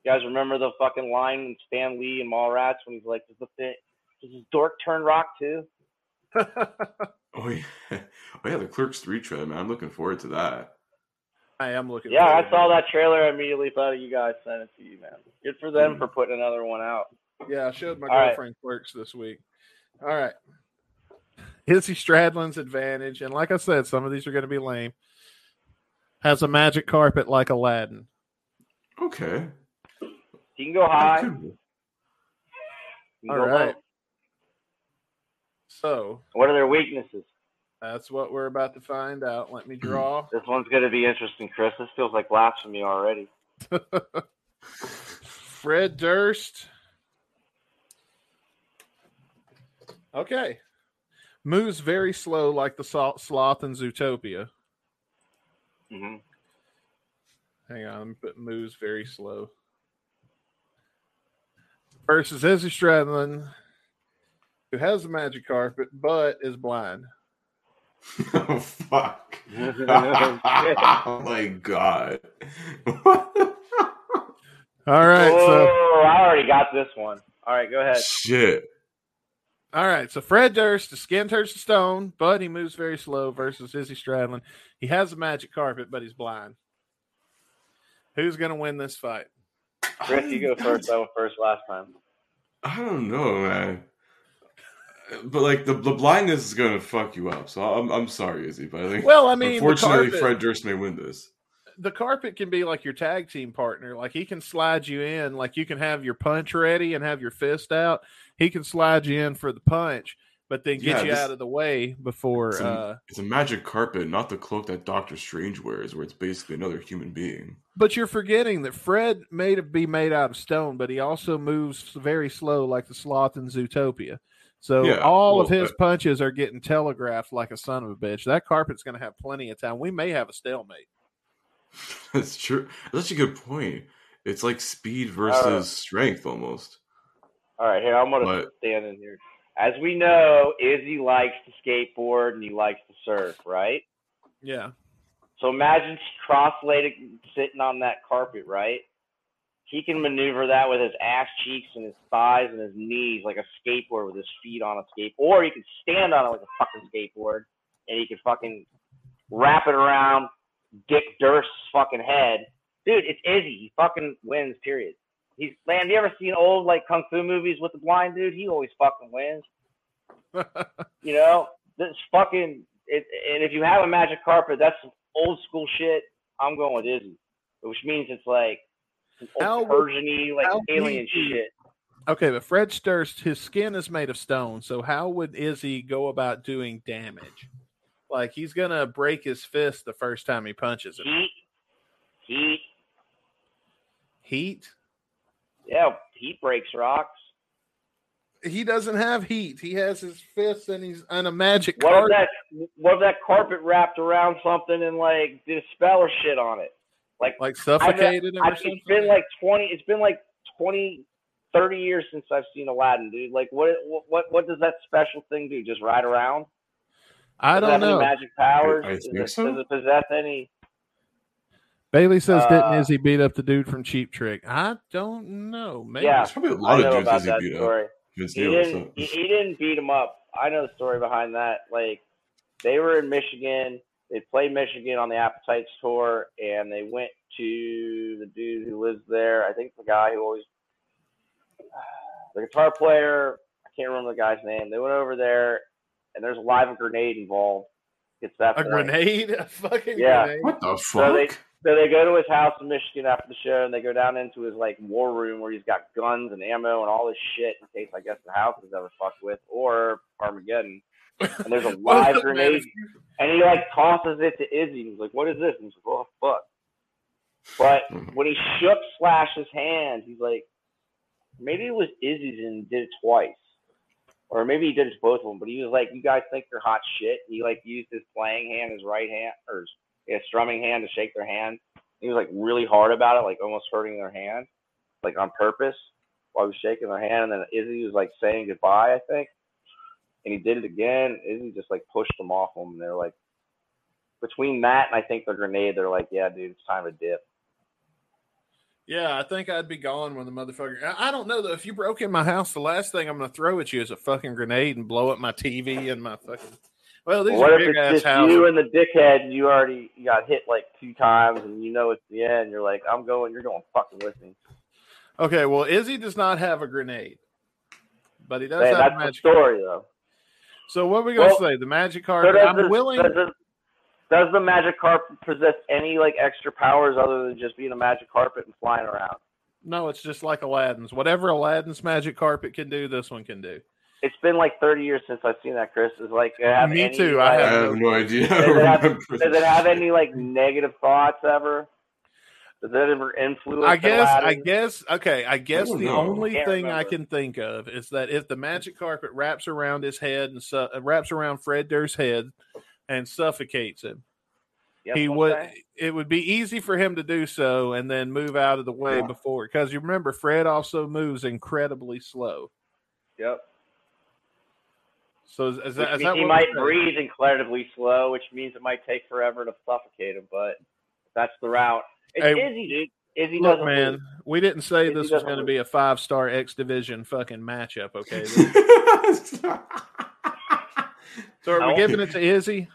S5: You guys remember the fucking line in Stan Lee and Mallrats when he's like, "Does the fit? Does this dork turn rock too?"
S2: oh yeah. Oh yeah. The Clerks Three trailer, man. I'm looking forward to that.
S1: I am looking.
S5: Yeah,
S1: forward
S5: I
S1: to
S5: saw
S1: it.
S5: that trailer. I immediately thought of you guys sent it to you, man. Good for
S1: Hmm.
S5: them for putting another one out.
S1: Yeah, I showed my
S5: All right.
S1: girlfriend quirks this week. All right. Izzy Stradlin's advantage, and like I said, some of these are going to be lame. Has a magic carpet like Aladdin.
S2: Okay.
S5: You can go high. You can
S1: All
S5: go
S1: right.
S5: low.
S1: So
S5: What are their weaknesses?
S1: that's what we're about to find out. Let me draw.
S5: This one's going to be interesting, Chris. This feels like blasphemy already.
S1: Fred Durst. Okay. Moves very slow like the salt sloth in Zootopia.
S5: hmm
S1: Hang on, but moves very slow. Versus Izzy Stradlin, who has the magic carpet but is blind.
S2: oh fuck. oh
S5: Yeah.
S2: my god.
S1: All right, so
S5: oh, I already got this one. All right, go ahead.
S2: Shit.
S1: all right, so Fred Durst, the skin turns to stone, but he moves very slow. Versus Izzy Stradlin, he has the magic carpet but he's blind. Who's gonna win this fight?
S5: Chris, you go first. I went first last time.
S2: I don't know, man. But like the, the blindness is gonna fuck you up. So I'm I'm sorry, Izzy, but I think
S1: Well, I mean, the
S2: unfortunately
S1: carpet,
S2: Fred Durst may win this.
S1: the carpet can be like your tag team partner. Like he can slide you in. Like you can have your punch ready and have your fist out. He can slide you in for the punch, but then get
S2: Yeah,
S1: you
S2: this-
S1: out of the way before.
S2: Some-
S1: Uh,
S2: It's a magic carpet, not the cloak that Doctor Strange wears, where it's basically another human being.
S1: but you're forgetting that Fred may be made out of stone, but he also moves very slow, like the sloth in Zootopia. So
S2: Yeah,
S1: all of
S2: well,
S1: his punches are getting telegraphed like a son of a bitch. That carpet's going to have plenty of time. We may have a stalemate.
S2: That's true. That's such a good point. It's like
S5: Uh,
S2: speed versus strength almost.
S5: All right, here, I'm going to
S2: But
S5: stand in here. As we know, Izzy likes to skateboard and he likes to surf, right?
S1: Yeah,
S5: So imagine cross-legged sitting on that carpet, right? He can maneuver that with his ass cheeks and his thighs and his knees like a skateboard with his feet on a skateboard. Or he can stand on it like a fucking skateboard and he can fucking wrap it around Dick Durst's fucking head. Dude, it's Izzy. He fucking wins, period. He's man, have you ever seen old like kung fu movies with the blind dude? He always fucking wins. You know, this fucking. It, and if you have a magic carpet, that's some old school shit. I'm going with Izzy, which means it's like some
S1: How
S5: old
S1: would-
S5: Persian-y, like
S1: how would
S5: alien
S1: he-
S5: shit.
S1: Okay, but Fred Durst, his skin is made of stone. So how would Izzy go about doing damage? Like he's gonna break his fist the first time he punches it.
S5: Heat, heat,
S1: Heat?
S5: yeah, heat breaks rocks.
S1: He doesn't have heat. He has his fists and he's on a magic
S5: What if
S1: card.
S5: that? What if that carpet wrapped around something and like did a spell or shit on it? Like
S1: Like suffocated him
S5: I,
S1: or something.
S5: it's been like 20 it's been like 20 30 years since i've seen aladdin dude like what what what, what does that special thing do just ride around
S1: I
S5: does it
S1: don't
S5: have
S1: know.
S5: any magic powers
S2: I- I
S5: does,
S2: think
S5: it,
S2: so.
S5: does it possess any
S1: Bailey says
S5: Uh,
S1: didn't Izzy beat up the dude from Cheap Trick? I don't know. Maybe
S5: Yeah.
S2: there's probably a
S5: i
S2: lot
S5: know
S2: of dudes
S5: about
S2: as he
S5: that
S2: beat up.
S5: story
S2: Vince
S5: he
S2: Neil, what's
S5: didn't
S2: up?
S5: he, he didn't beat him up i know the story behind that like they were in michigan they played michigan on the appetites tour and they went to the dude who lives there i think the guy who always the guitar player i can't remember the guy's name they went over there and there's a live grenade involved gets that
S1: A
S5: point.
S1: grenade? A fucking
S5: Yeah.
S1: grenade?
S2: What the fuck?
S5: they- So they go to his house in Michigan after the show, and they go down into his like war room where he's got guns and ammo and all this shit in case I guess the house is ever fucked with or Armageddon. And there's a
S1: Well,
S5: live
S1: Oh, man,
S5: grenade,
S1: if you-
S5: and he like tosses it to Izzy. and He's like, "What is this?" And he's like, "Oh fuck!" But when he shook Slash's hand, he's like, maybe it was Izzy's and did it twice. Or maybe he did it to both of them, but he was like, you guys think you're hot shit. And he like used his playing hand, his right hand, or his, his strumming hand to shake their hand. He was like really hard about it, like almost hurting their hand, like on purpose while he was shaking their hand. And then Izzy was like saying goodbye, I think. And he did it again. Izzy just like pushed them off him. And they're like, between that and I think the grenade, they're like, yeah, dude, it's time to dip.
S1: Yeah, I think I'd be gone when the motherfucker. I I don't know though. If you broke in my house, the last thing I'm going to throw at you is a fucking grenade and blow up my TV and my fucking. Well, these
S5: what
S1: are
S5: if
S1: big
S5: it's
S1: ass
S5: just you
S1: houses.
S5: and the dickhead and you already you got hit like two times and you know it's the end you're like i'm going you're going fucking with me
S1: Okay, well, Izzy does not have a grenade, but he does
S5: Man,
S1: have a
S5: that's the
S1: magic.
S5: story though
S1: So what are we going to
S5: Well,
S1: say? The magic
S5: so
S1: carpet.
S5: does,
S1: I'm
S5: this-
S1: willing.
S5: does, this- does the magic carpet possess any like extra powers other than just being a magic carpet and flying around
S1: No, it's just like Aladdin's. Whatever Aladdin's magic carpet can do, this one can do.
S5: it's been like 30 years since i've seen that chris is like have
S1: Me
S5: any,
S1: too,
S2: I
S1: I
S5: like,
S1: have
S2: have no idea.
S5: Does it have-
S2: Remember
S5: does
S2: this
S5: it have
S2: shit.
S5: any like negative thoughts ever does that ever influence
S1: I guess. I
S5: Aladdin?
S1: guess. Okay. I guess
S2: don't
S1: the
S2: know.
S1: only
S5: Can't
S1: thing I
S5: remember.
S1: can think of is that if the magic carpet wraps around his head and su- uh, wraps around Fred Durr's head and suffocates him,
S5: Yes,
S1: he
S5: okay.
S1: would. It would be easy for him to do so and then move out of the way
S2: Yeah.
S1: before. Because you remember, Fred also moves incredibly slow.
S5: yep
S1: So is, is
S5: Which
S1: that, is
S5: means
S1: that
S5: he
S1: what
S5: might
S1: we're saying?
S5: breathe incredibly slow, which means it might take forever to suffocate him, but that's the route. It's
S1: Hey,
S5: Izzy, dude. Izzy
S1: Look,
S5: doesn't
S1: man,
S5: lose.
S1: we didn't say
S5: If he
S1: this was
S5: doesn't
S1: going to
S5: lose.
S1: be a five star X division fucking matchup. Okay, so are we
S5: No.
S1: giving it to Izzy?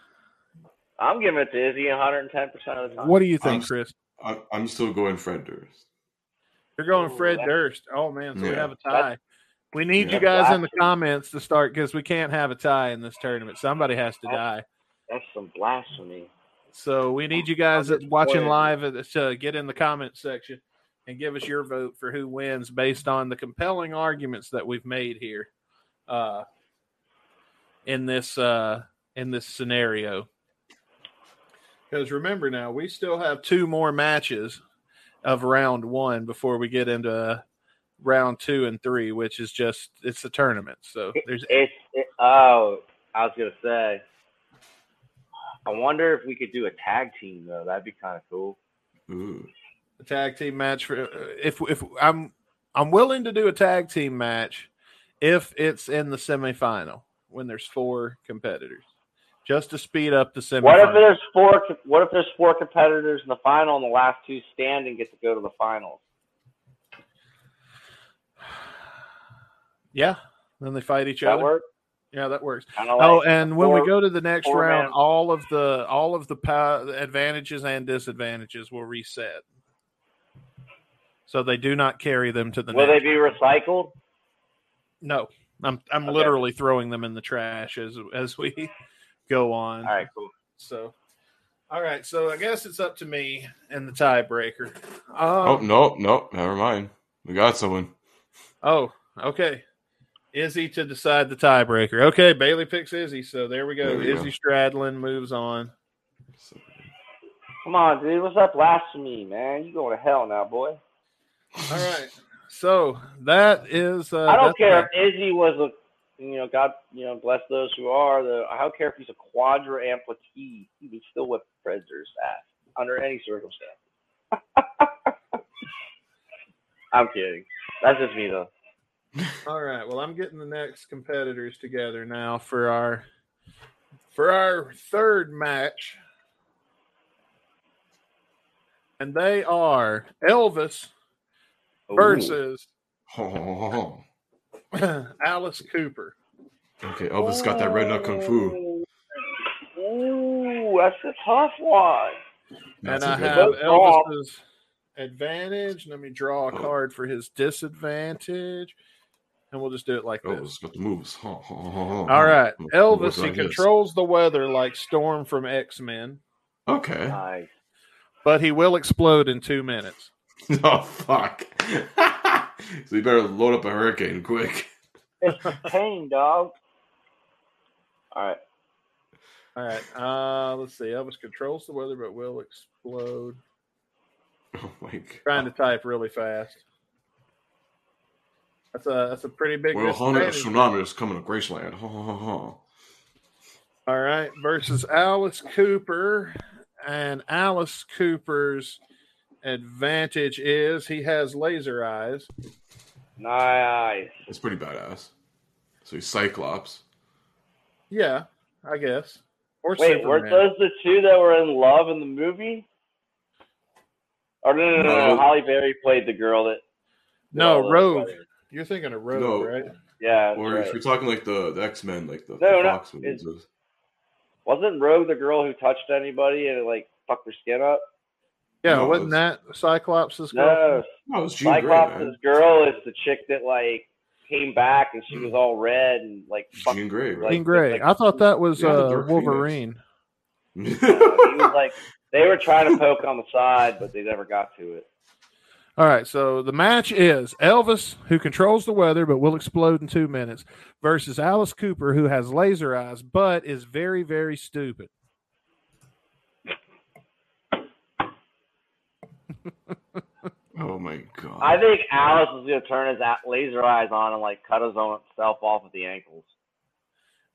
S5: I'm giving it to Izzy 110 percent of the time.
S1: What do you
S2: I'm
S1: think,
S2: s-
S1: Chris?
S2: I- I'm still going Fred Durst.
S1: You're going
S5: Ooh,
S1: Fred
S5: that-
S1: Durst. Oh man, so we
S2: Yeah.
S1: have a tie. We need you
S5: Yeah.
S1: guys in the comments to start because we can't have a tie in this tournament. Somebody has to
S2: Oh.
S5: That's-
S1: die.
S5: That's some blasphemy.
S1: So we need you guys
S5: I'm
S1: that's watching
S5: disappointed.
S1: live to get in the comments section and give us your vote for who wins based on the compelling arguments that we've made here uh, in this uh, in this scenario. Because remember now, we still have two more matches of round one before we get into uh, round two and three, which is just it's a tournament. So there's
S5: It's it, oh, I was gonna say. I wonder if we could do a tag team though. That'd be kind of cool.
S2: Ooh.
S1: a tag team match for if if I'm I'm willing to do a tag team match if it's in the semifinal when there's four competitors just to speed up the semifinal.
S5: What if there's four? What if there's four competitors in the final, and the last two standing get to go to the finals?
S1: yeah, then they fight each
S5: That
S1: other.
S5: work?
S1: Yeah, that works.
S5: Kinda like
S1: Oh, and when we
S5: four-
S1: go to the next
S5: four
S1: round,
S5: man-
S1: all of the all of the pa- advantages and disadvantages will reset. So they do not carry them to the
S5: will
S1: next.
S5: they be recycled?
S1: No, I'm I'm
S5: Okay.
S1: literally throwing them in the trash as as we go on.
S5: All right, cool.
S1: So, all right. So I guess it's up to me and the tiebreaker. Um, oh,
S2: Oh no, no, never mind. We got someone.
S1: oh, okay. Izzy to decide the tiebreaker. Okay, Bailey picks Izzy. So there we go.
S2: There we
S1: Izzy
S2: go.
S1: Stradlin moves on.
S5: Come on, dude. What's up, blasphemy, man? You going to hell now, boy?
S1: All right. So that is. Uh,
S5: I don't
S1: that's
S5: care if Izzy was a, you know, God, you know, bless those who are. The I don't care if he's a quadra amputee. He would still whip Fred Durst's ass under any circumstance. I'm kidding. That's just me though.
S1: All right. Well, I'm getting the next competitors together now for our for our third match. And they are Elvis versus
S2: Oh,
S1: Alice Cooper.
S2: okay, Elvis got Oh, that redneck kung fu.
S5: Ooh, that's a tough one.
S2: That's
S1: and I
S2: a good
S1: have
S2: one. Oh.
S5: Good call.
S1: Elvis's advantage. Let me draw a card for his disadvantage. and we'll just do it like
S2: Oh,
S1: this.
S2: it's got the moves. All
S1: All right, Elvis. He
S2: like this.
S1: controls the weather like Storm from X Men,
S2: Okay.
S5: Nice.
S1: but he will explode in two minutes.
S2: Oh fuck. so you better load up a hurricane quick.
S5: It's pain, dog. All right.
S1: All right, uh, let's see. Elvis controls the weather, but will explode.
S2: Oh my god.
S1: Trying to type really fast. That's a that's a pretty big
S2: Well, Honda
S1: disadvantage.
S2: tsunami is coming to Graceland. Ho, ho, ho, ho.
S1: All right, versus Alice Cooper, and Alice Cooper's advantage is he has laser eyes.
S5: Nice.
S2: It's pretty badass. So he's Cyclops.
S1: Yeah, I guess. Or
S5: Wait, weren't
S1: Superman.
S5: those the two that were in love in the movie? Oh no, no, no, no.
S2: No.
S5: Holly Berry played the girl that.
S1: No,
S5: that-
S1: Rogue. You're thinking of Rogue,
S2: No.
S1: right?
S5: Yeah. that's
S2: Or if
S5: right.
S2: you're talking like the, the X Men, like the,
S5: No,
S2: the
S5: no,
S2: Fox movies.
S5: Wasn't Rogue the girl who touched anybody and it, like fucked her skin up?
S1: Yeah,
S2: No,
S1: wasn't that Cyclops'
S5: No,
S1: girlfriend?
S2: No, Oh, it's Jean Grey, man.
S5: Cyclops' girl is the chick that like came back and she was all red and like fucked.
S2: Jean Grey,
S5: like,
S2: right?
S1: Jean Grey. I thought that was
S2: Yeah, the
S1: uh,
S2: Dark Phoenix.
S1: Wolverine.
S5: he was like they were trying to poke on the side, but they never got to it.
S1: All right, so the match is Elvis, who controls the weather but will explode in two minutes, versus Alice Cooper, who has laser eyes but is very, very stupid.
S2: oh my god.
S5: I think Alice is gonna turn his a- laser eyes on and like cut his own self off at the ankles,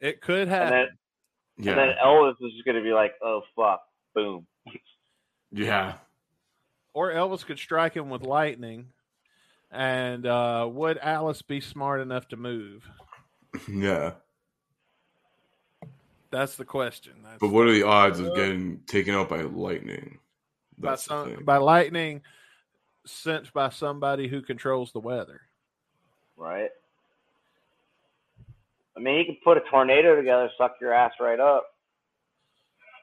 S1: It could
S5: and
S1: happen.
S5: then
S2: yeah.
S5: and then Elvis is just gonna be like, "Oh fuck, boom."
S2: yeah.
S1: or Elvis could strike him with lightning. And uh, would Alice be smart enough to move?
S2: Yeah.
S1: That's the question. That's
S2: But what are the odds
S5: Uh,
S2: of getting taken out by lightning?
S1: by,
S2: That's the
S1: some,
S2: thing.
S1: by lightning sent by somebody who controls the weather.
S5: Right? I mean, he could put a tornado together, suck your ass right up.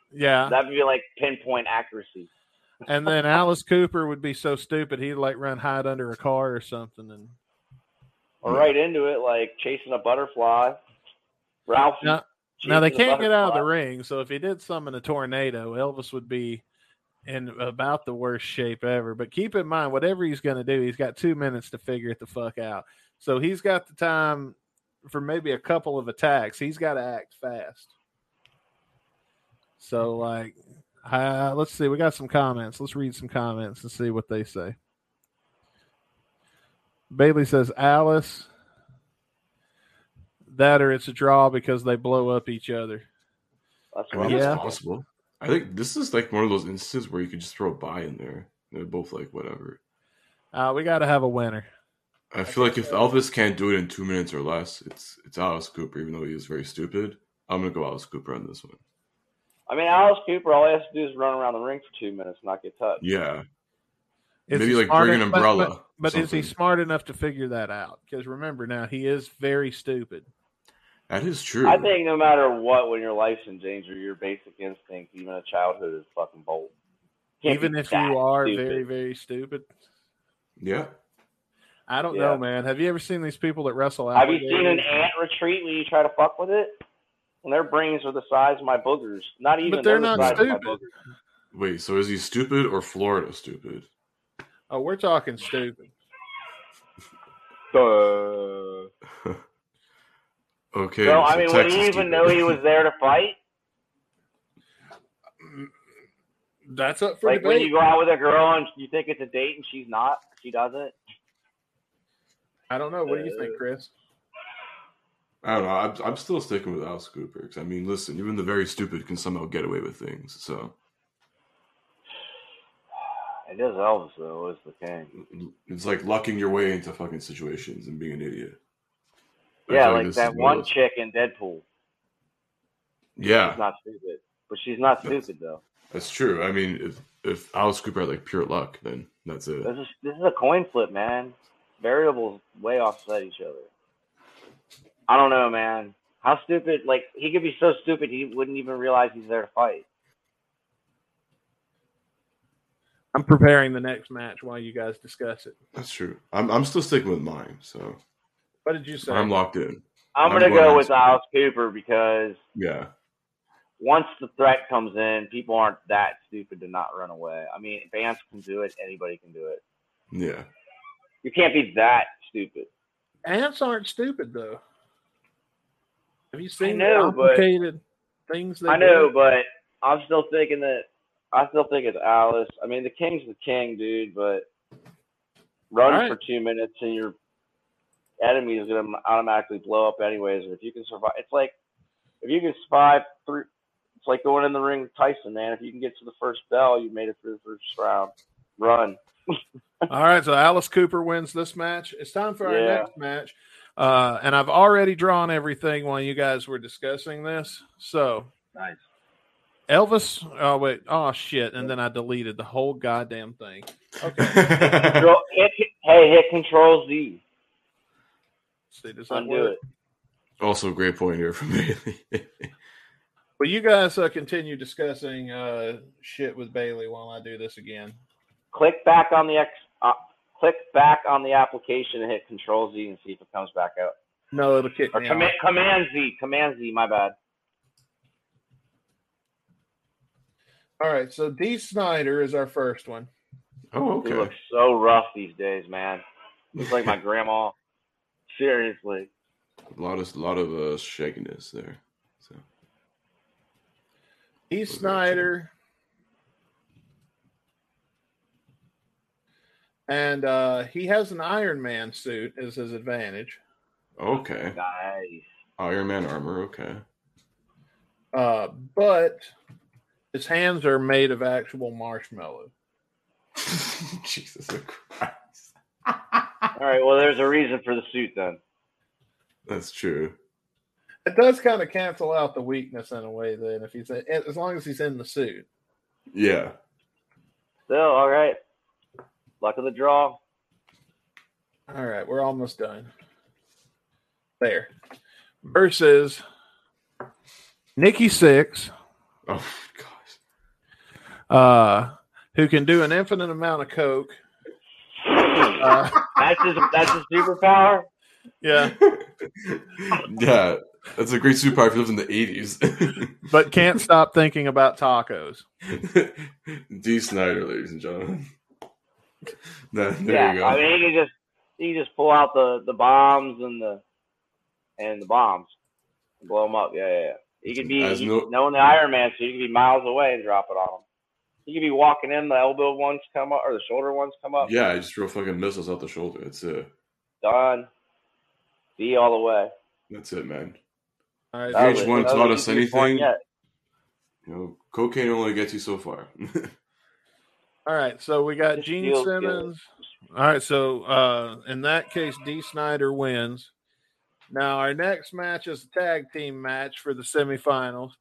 S1: Yeah.
S5: That'd be like pinpoint accuracy.
S1: and then Alice Cooper would be so stupid he'd like run hide under a car or something and
S5: or right into it, like chasing a butterfly. Ralph.
S1: Now- now they can't get out of the ring, so if he did summon a tornado, Elvis would be in about the worst shape ever. But keep in mind, whatever he's going to do, he's got two minutes to figure it the fuck out. So he's got the time for maybe a couple of attacks. He's got to act fast. So, like, uh, let's see. We got some comments. Let's read some comments and see what they say. Bailey says, Alice, that or it's a draw because they blow up each other.
S5: That's
S2: I
S5: what
S2: mean,
S5: I'm
S1: Yeah.
S2: it's possible. I think this is like one of those instances where you could just throw a buy in there. They're both like whatever.
S1: Uh, we got to have a winner.
S2: I feel like if Elvis can't do it in two minutes or less, it's it's Alice Cooper, even though he is very stupid. I'm gonna go Alice Cooper on this one.
S5: I mean, Alice Cooper, all he has to do is run around the ring for two minutes and not get touched.
S2: Yeah,
S1: Is
S2: maybe
S1: he
S2: like
S1: smart
S2: bring an
S1: en- but-
S2: umbrella.
S1: But,
S2: or
S1: but is he
S2: something.
S1: smart enough to figure that out? Because remember now, he is very stupid.
S2: That is true.
S5: I think no matter what, when your life's in danger, your basic instinct, even a childhood, is fucking bold. Can't
S1: Even
S5: be
S1: if
S5: that
S1: you are
S5: stupid.
S1: very, very stupid.
S2: Yeah.
S1: I don't
S5: Yeah.
S1: know, man. Have you ever seen these people that wrestle
S5: Have you
S1: alligators?
S5: seen an ant retreat when you try to fuck with it? And their brains are the size of my boogers. Not even
S1: they're
S5: the
S1: not
S5: size of
S1: stupid.
S5: my boogers.
S2: Wait. So is he stupid or Florida stupid?
S1: Oh, we're talking stupid.
S2: okay.
S5: no, I
S2: so
S5: mean, would
S2: Texas
S5: he even
S2: stupid.
S5: know he was there to fight?
S1: That's up for
S5: Like when
S1: debate.
S5: you go out with a girl and you think it's a date and she's not, she doesn't.
S1: I don't know. What do you
S5: Uh,
S1: think, Chris?
S2: I don't know. I'm, I'm still sticking with Alice Cooper 'cause, I mean, listen, even the very stupid can somehow get away with things. So
S5: It is Elvis though, is the king.
S2: it's like lucking your way into fucking situations and being an idiot. I
S5: Yeah,
S2: feel
S5: like
S2: this
S5: that
S2: is one
S5: one
S2: of those-
S5: chick in Deadpool. She's
S2: Yeah,
S5: not stupid, but she's not
S2: That's-
S5: stupid though.
S2: that's true. I mean, if if Alice Cooper had like pure luck, then that's it.
S5: This is this is a coin flip, man. Variables way offset each other. I don't know, man. How stupid? Like he could be so stupid he wouldn't even realize he's there to fight.
S1: I'm preparing the next match while you guys discuss it.
S2: That's true. I'm I'm still sticking with mine. So
S1: What did you say?
S2: I'm locked in. I'm
S5: I'm, gonna
S2: going
S5: go with
S2: Ice Cube.
S5: Alice Cooper because
S2: Yeah.
S5: once the threat comes in, people aren't that stupid to not run away. I mean, bands can do it. Anybody can do it.
S2: Yeah.
S5: You can't be that stupid.
S1: Ants aren't stupid though. Have you seen the
S5: know, but-
S1: complicated things? They
S5: I know,
S1: do?
S5: but I'm still thinking that I still think it's Alice. I mean, the king's the king, dude. But run
S1: Alright.
S5: for two minutes and your enemy is gonna automatically blow up anyways. And if you can survive, it's like if you can survive through. It's like going in the ring with Tyson, man. If you can get to the first bell, you made it through the first round. Run.
S1: All right, so Alice Cooper wins this match. It's time for our
S5: Yeah.
S1: next match. Uh, and I've already drawn everything while you guys were discussing this. So
S5: Nice.
S1: Elvis, oh wait, oh shit, and then I deleted the whole goddamn thing.
S5: Control, hit, hit- hey, hit Control Z.
S1: See, does that
S5: Undo
S1: work?
S5: it.
S2: also, a great point here from Bailey.
S1: But you guys uh, continue discussing uh, shit with Bailey while I do this again.
S5: Click back on the X. Uh, click back on the application and hit Control Z and see if it comes back out.
S1: No, it'll kick
S5: Or
S1: me
S5: command,
S1: off.
S5: command Z. Command Z. My bad.
S1: All right, so D. Snyder is our first one.
S2: oh,
S5: He
S2: okay.
S5: looks so rough these days, man. Looks like my grandma. Seriously.
S2: a lot of lot of uh, shakiness there. So
S1: D.
S2: that
S1: Snyder. And uh, he has an Iron Man suit as his advantage.
S2: okay,
S5: Nice.
S2: Iron Man armor. Okay,
S1: Uh, but his hands are made of actual marshmallow.
S2: Jesus Christ,
S5: All right. Well, there's a reason for the suit then.
S2: that's true.
S1: It does kind of cancel out the weakness in a way, then, if he's as long as he's in the suit.
S2: Yeah,
S5: Still, all right. Luck of the draw.
S1: All right, we're almost done. There. Versus Nikki Six,
S2: Oh gosh,
S1: uh, who can do an infinite amount of coke. Uh,
S5: That's his. That's his superpower.
S1: yeah,
S2: yeah, that's a great superpower if you live in the eighties.
S1: but can't stop thinking about tacos.
S2: D. Snyder, ladies and gentlemen. There, there
S5: yeah,
S2: you go.
S5: I mean, he can just he can just pull out the the bombs and the and the bombs, and blow them up. Yeah, yeah. yeah. He could be
S2: As
S5: he-
S2: no-
S5: knowing the Iron Man, so he could be miles away and drop it on him. He could be walking in, the elbow ones come up or the shoulder ones come up.
S2: yeah, I just throw fucking missiles out the shoulder. That's it.
S5: Done. D all the way.
S2: That's it, man.
S1: All right,
S5: That
S1: so-
S2: VH1
S5: was-
S2: taught
S5: that was
S2: us
S5: the easiest one
S2: anything.
S5: yet.
S2: You know, cocaine only gets you so far.
S1: all right, so we got
S5: Just
S1: Gene
S5: feels good.
S1: Simmons. All right, so uh, in that case, D. Snyder wins. Now, our next match is a tag team match for the semifinals.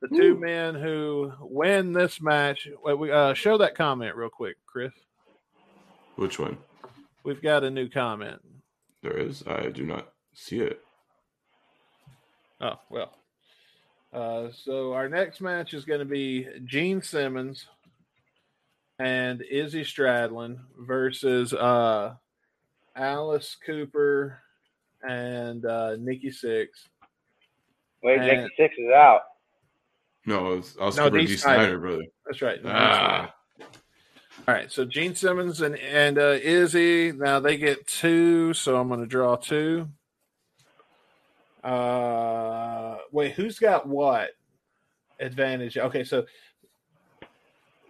S1: The two
S2: Ooh.
S1: men who win this match. Wait, we uh, show that comment real quick, Chris.
S2: Which one?
S1: We've got a new comment.
S2: There is. I do not see it.
S1: Oh well. Uh, so our next match is going to be Gene Simmons and Izzy Stradlin versus uh, Alice Cooper and uh, Nikki Six.
S5: Wait,
S1: And-
S5: Jake Six is out.
S2: No, it's I was
S1: No,
S2: no, D.
S1: D.
S2: Snyder, brother.
S1: That's right.
S2: Ah,
S1: All right. So Gene Simmons and and uh, Izzy now they get two. So I'm going to draw two. Uh, wait, who's got what advantage? Okay, so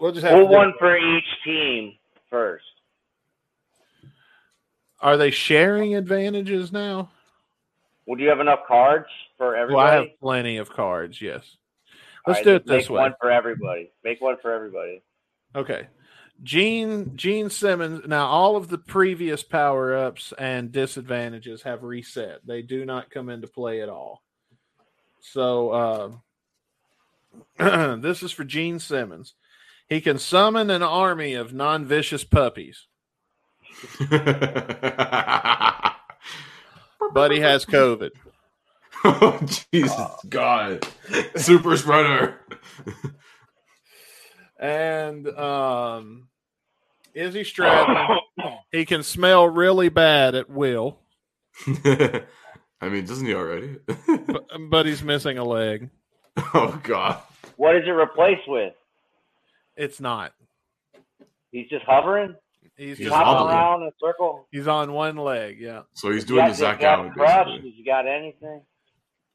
S1: we'll just have
S5: Well,
S1: to do-
S5: one for each team first.
S1: Are they sharing advantages now?
S5: Well, do you have enough cards for
S1: Well,
S5: everybody?
S1: I have plenty of cards. Yes.
S5: All
S1: Let's
S5: right,
S1: do it
S5: just make
S1: this way.
S5: One for everybody. Make one for everybody.
S1: Okay. Gene Gene Simmons. Now all of the previous power ups and disadvantages have reset. They do not come into play at all. So uh, this is for Gene Simmons. He can summon an army of non vicious puppies, but he has COVID.
S2: oh Jesus God! Super spreader.
S1: And um, Izzy Stradlin, he can smell really bad at will.
S2: I mean, doesn't he already?
S1: but, but he's missing a leg.
S2: oh God.
S5: What is it replaced with?
S1: It's not.
S5: He's just hovering,
S1: He's
S2: He's
S1: just
S5: hopping
S2: hobbling.
S5: around in a circle.
S1: he's on one leg. Yeah.
S2: So he's
S5: If
S2: doing
S5: you
S2: the
S5: got-
S2: Zach
S5: if you got
S2: Allen.
S5: crushed,
S2: Basically.
S5: if you got anything?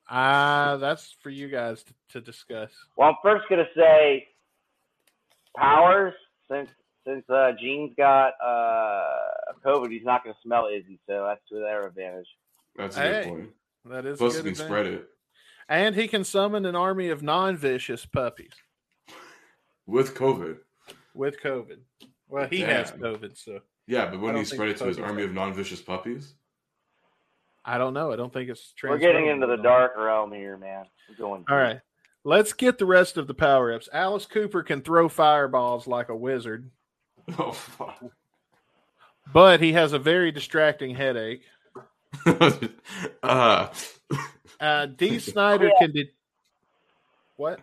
S1: Ah, that's for you guys to, to discuss.
S5: Well, I'm first gonna say Powers, since since uh, Gene's got uh, COVID, he's not gonna smell Izzy, so that's to their advantage.
S2: That's a good
S1: Hey,
S2: point.
S1: That is a
S2: Plus, he
S1: good
S2: can
S1: advantage.
S2: spread it
S1: and he can summon an army of non-vicious puppies
S2: with COVID.
S1: with COVID. Well, he has
S2: Damn.
S1: COVID, so
S2: Yeah, but
S1: I
S2: wouldn't
S1: don't
S2: he
S1: think
S2: spread it to his
S1: puppies
S2: army
S1: are-
S2: of non-vicious puppies?
S1: I don't know. I don't think it's.
S5: We're getting into the
S1: transferable.
S5: dark realm here, man. We're going.
S1: All right. Let's get the rest of the power ups. Alice Cooper can throw fireballs like a wizard,
S2: Oh fuck!
S1: but he has a very distracting headache.
S2: uh,
S1: Uh, D. Snyder can. De- what?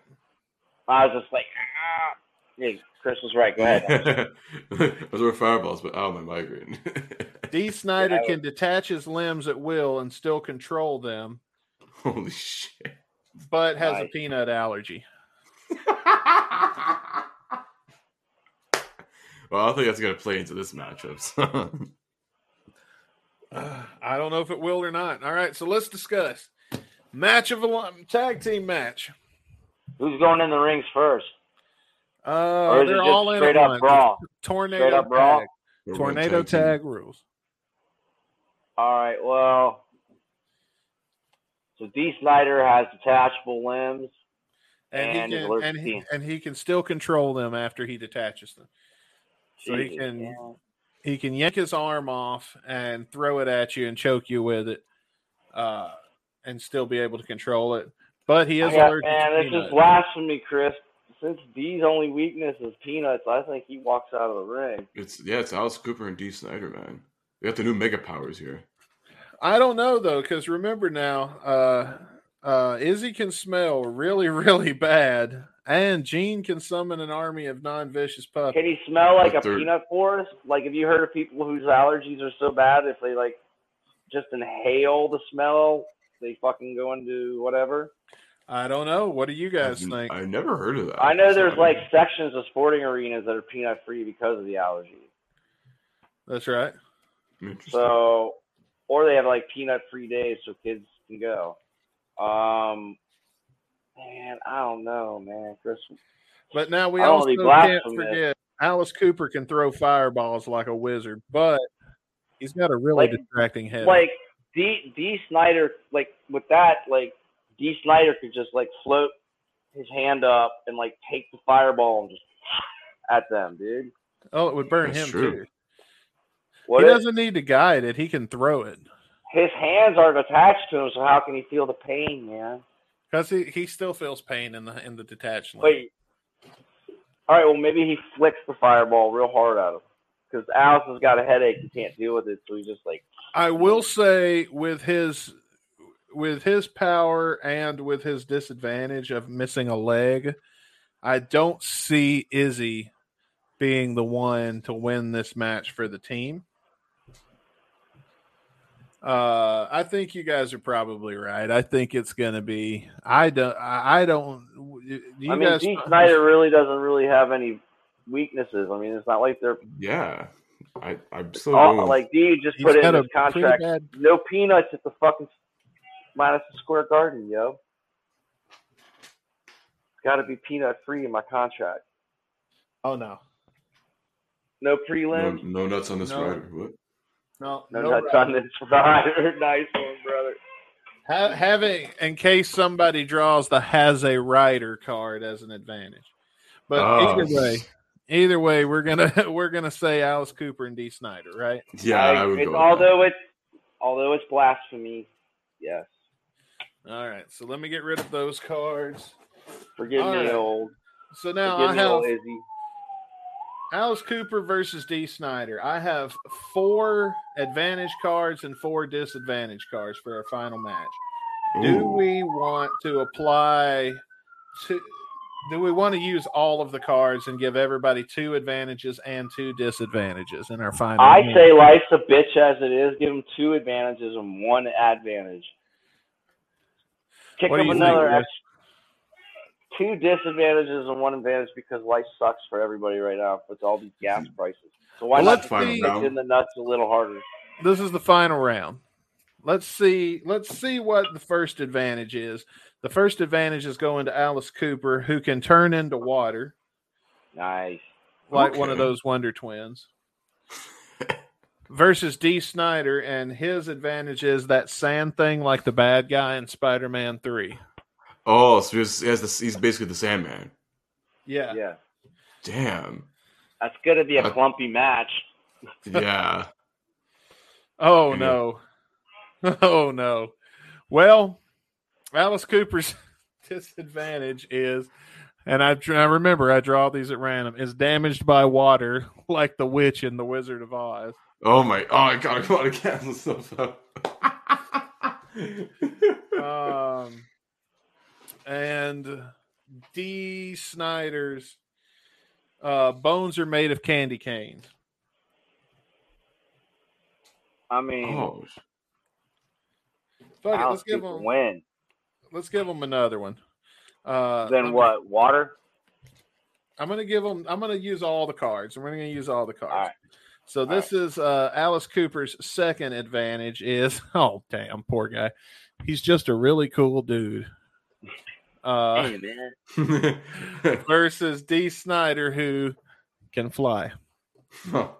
S5: I was just like, ah. yeah, Chris was right. Go ahead.
S2: those were fireballs, but oh my migraine.
S1: D. Snyder
S5: Yeah, I-
S1: can detach his limbs at will and still control them,
S2: Holy shit!
S1: but has a
S5: Nice.
S1: peanut allergy.
S2: Well, I think that's gonna play into this matchup. so.
S1: Uh, I don't know if it will or not. All right, so let's discuss match of a tag team match.
S5: Who's going in the rings first?
S1: Uh,
S5: Or is it
S1: they're
S5: just
S1: all in
S5: straight
S1: a
S5: up
S1: one.
S5: brawl? Straight
S1: Tornado
S5: up brawl?
S1: tag.
S2: We're gonna
S1: Tornado
S2: team.
S1: tag rules.
S5: All right. Well, so D. Snyder has detachable limbs.
S1: and,
S5: and
S1: he
S5: he's
S1: can
S5: allergic
S1: and
S5: to
S1: he,
S5: peanuts.
S1: and he can still control them after he detaches them. So he
S5: Jesus,
S1: can-
S5: man.
S1: He can yank his arm off and throw it at you and choke you with it, uh, and still be able to control it. But he is
S5: Yeah,
S1: allergic
S5: man,
S1: to
S5: this is
S1: peanuts.
S5: blasphemy, Chris. Since D's only weakness is peanuts, I think he walks out of the ring.
S2: It's yeah, it's Alice Cooper and D. Snyder, man. We got the new mega powers here.
S1: I don't know though, because remember now, uh, uh, Izzy can smell really, really bad, and Gene can summon an army of non-vicious puppies.
S5: Can he smell like a
S2: But they're-
S5: peanut forest? Like, have you heard of people whose allergies are so bad if they like just inhale the smell, they fucking go into whatever?
S1: I don't know. What do you guys
S2: I've-
S1: think?
S2: Mm-hmm. I never heard of that.
S5: I know
S2: So
S5: there's
S2: don't-
S5: like sections of sporting arenas that are peanut free because of the allergies.
S1: That's right.
S2: Interesting.
S5: So, or they have like peanut free days so kids can go. Um, man, I don't know, man, Chris.
S1: But now we
S5: I don't
S1: also
S5: wanna be
S1: can't
S5: blasphemous.
S1: forget Alice Cooper can throw fireballs like a wizard, but he's got a really
S5: Like-
S1: distracting head.
S5: Like D D Snyder, like with that, like D Snyder could just like float his hand up and like take the fireball and just at them, dude.
S1: oh, it would burn
S2: That's
S1: him
S2: true.
S1: too.
S5: What
S1: he
S5: if
S1: doesn't need to guide it; he can throw it
S5: his hands aren't attached to him, so how can he feel the pain, man?
S1: because he, he still feels pain in the in the detached limb.
S5: Wait. All right, well maybe he flicks the fireball real hard at him because Alice has got a headache and can't deal with it, so he's just like.
S1: I will say with his with his power and with his disadvantage of missing a leg, I don't see Izzy being the one to win this match for the team. Uh, I think you guys are probably right. I think it's going to be. I don't. I I don't. Do you
S5: I mean,
S1: guys?
S5: D. Snyder really doesn't really have any weaknesses. I mean, it's not like they're
S2: yeah, I I'm still
S5: all
S2: going-
S5: like D just
S1: he's
S5: put in
S1: got a
S5: his
S1: pretty
S5: contract.
S1: bad-
S5: No peanuts at the fucking Madison Square Garden, yo. It's got to be peanut free in my contract.
S1: oh no,
S5: No
S2: no,
S5: prelims,
S2: no nuts on this
S1: No.
S2: rider. What?
S1: no,
S5: no,
S1: no
S5: nuts
S1: right.
S5: on this rider. nice one, brother.
S1: Ha- having in case somebody draws the has a rider card as an advantage. But
S2: Oh.
S1: either way, either way, we're gonna we're gonna say Alice Cooper and D. Snyder, right?
S2: Yeah,
S5: Like,
S2: I would
S5: it's-
S2: go. with that.
S5: although it's although it's blasphemy, yes.
S1: All right. So let me get rid of those cards.
S5: Forgive
S1: All
S5: me,
S1: right.
S5: old.
S1: So
S5: Forgive
S1: now I
S5: me,
S1: have
S5: old Izzy.
S1: Alice Cooper versus D. Snyder. I have four advantage cards and four disadvantage cards for our final match. Do
S2: Ooh.
S1: we want to apply to do we want to use all of the cards and give everybody two advantages and two disadvantages in our final?
S5: I
S1: hand?
S5: say life's a bitch as it is. Give them two advantages and one advantage. Kick
S1: What do
S5: them
S1: you think,
S5: another
S1: Chris?
S5: extra. Two disadvantages and one advantage because life sucks for everybody right now with all these gas prices. So why
S1: Well,
S5: not
S1: let's
S5: just
S2: Final
S1: see.
S5: kick
S2: round.
S5: in the nuts a little harder?
S1: this is the final round. Let's see. Let's see what the first advantage is. The first advantage is going to Alice Cooper, who can turn into water
S5: Nice.
S1: like one of
S2: Okay.
S1: those Wonder Twins, versus D. Snyder, and his advantage is that sand thing, like the bad guy in Spider-Man Three.
S2: Oh, so he's, he has the, he's basically the Sandman.
S1: Yeah,
S5: Yeah.
S2: Damn.
S5: That's going to be a
S2: Uh,
S5: clumpy match.
S2: Yeah.
S1: Oh
S2: Yeah.
S1: no. Oh no. Well, Alice Cooper's disadvantage is and I, dr- I remember I draw these at random is damaged by water like the witch in the Wizard of Oz.
S2: Oh my. Oh, I gotta go to cancel stuff out.
S1: Um and D Snyder's uh, bones are made of candy canes.
S5: I mean,
S2: oh,
S1: Fuck it,
S5: Alice
S1: let's give
S5: Cooper
S1: them
S5: win.
S1: let's give them another one. Uh,
S5: then what? Water?
S1: I'm gonna give them. I'm gonna use all the cards. I'm gonna use all the cards.
S5: All right.
S1: So
S5: All
S1: this is uh, Alice Cooper's second advantage is oh damn poor guy, he's just a really cool dude. Uh,
S5: Hey, man.
S2: Oh,
S1: versus D. Snyder who can fly
S2: so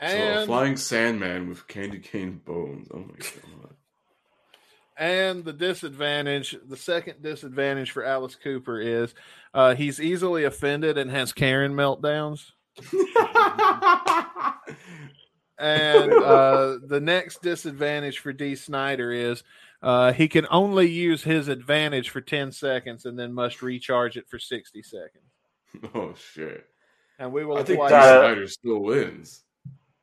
S2: a
S1: and
S2: flying Sandman with candy cane bones. Oh my god.
S1: and the disadvantage. The second disadvantage for Alice Cooper is uh, he's easily offended and has Karen meltdowns. And uh, the next disadvantage for D. Snyder is uh, he can only use his advantage for 10 seconds and then must recharge it for 60 seconds.
S2: oh shit.
S1: And we will
S2: I think
S1: apply.
S2: D.
S5: that-
S2: Snyder still wins.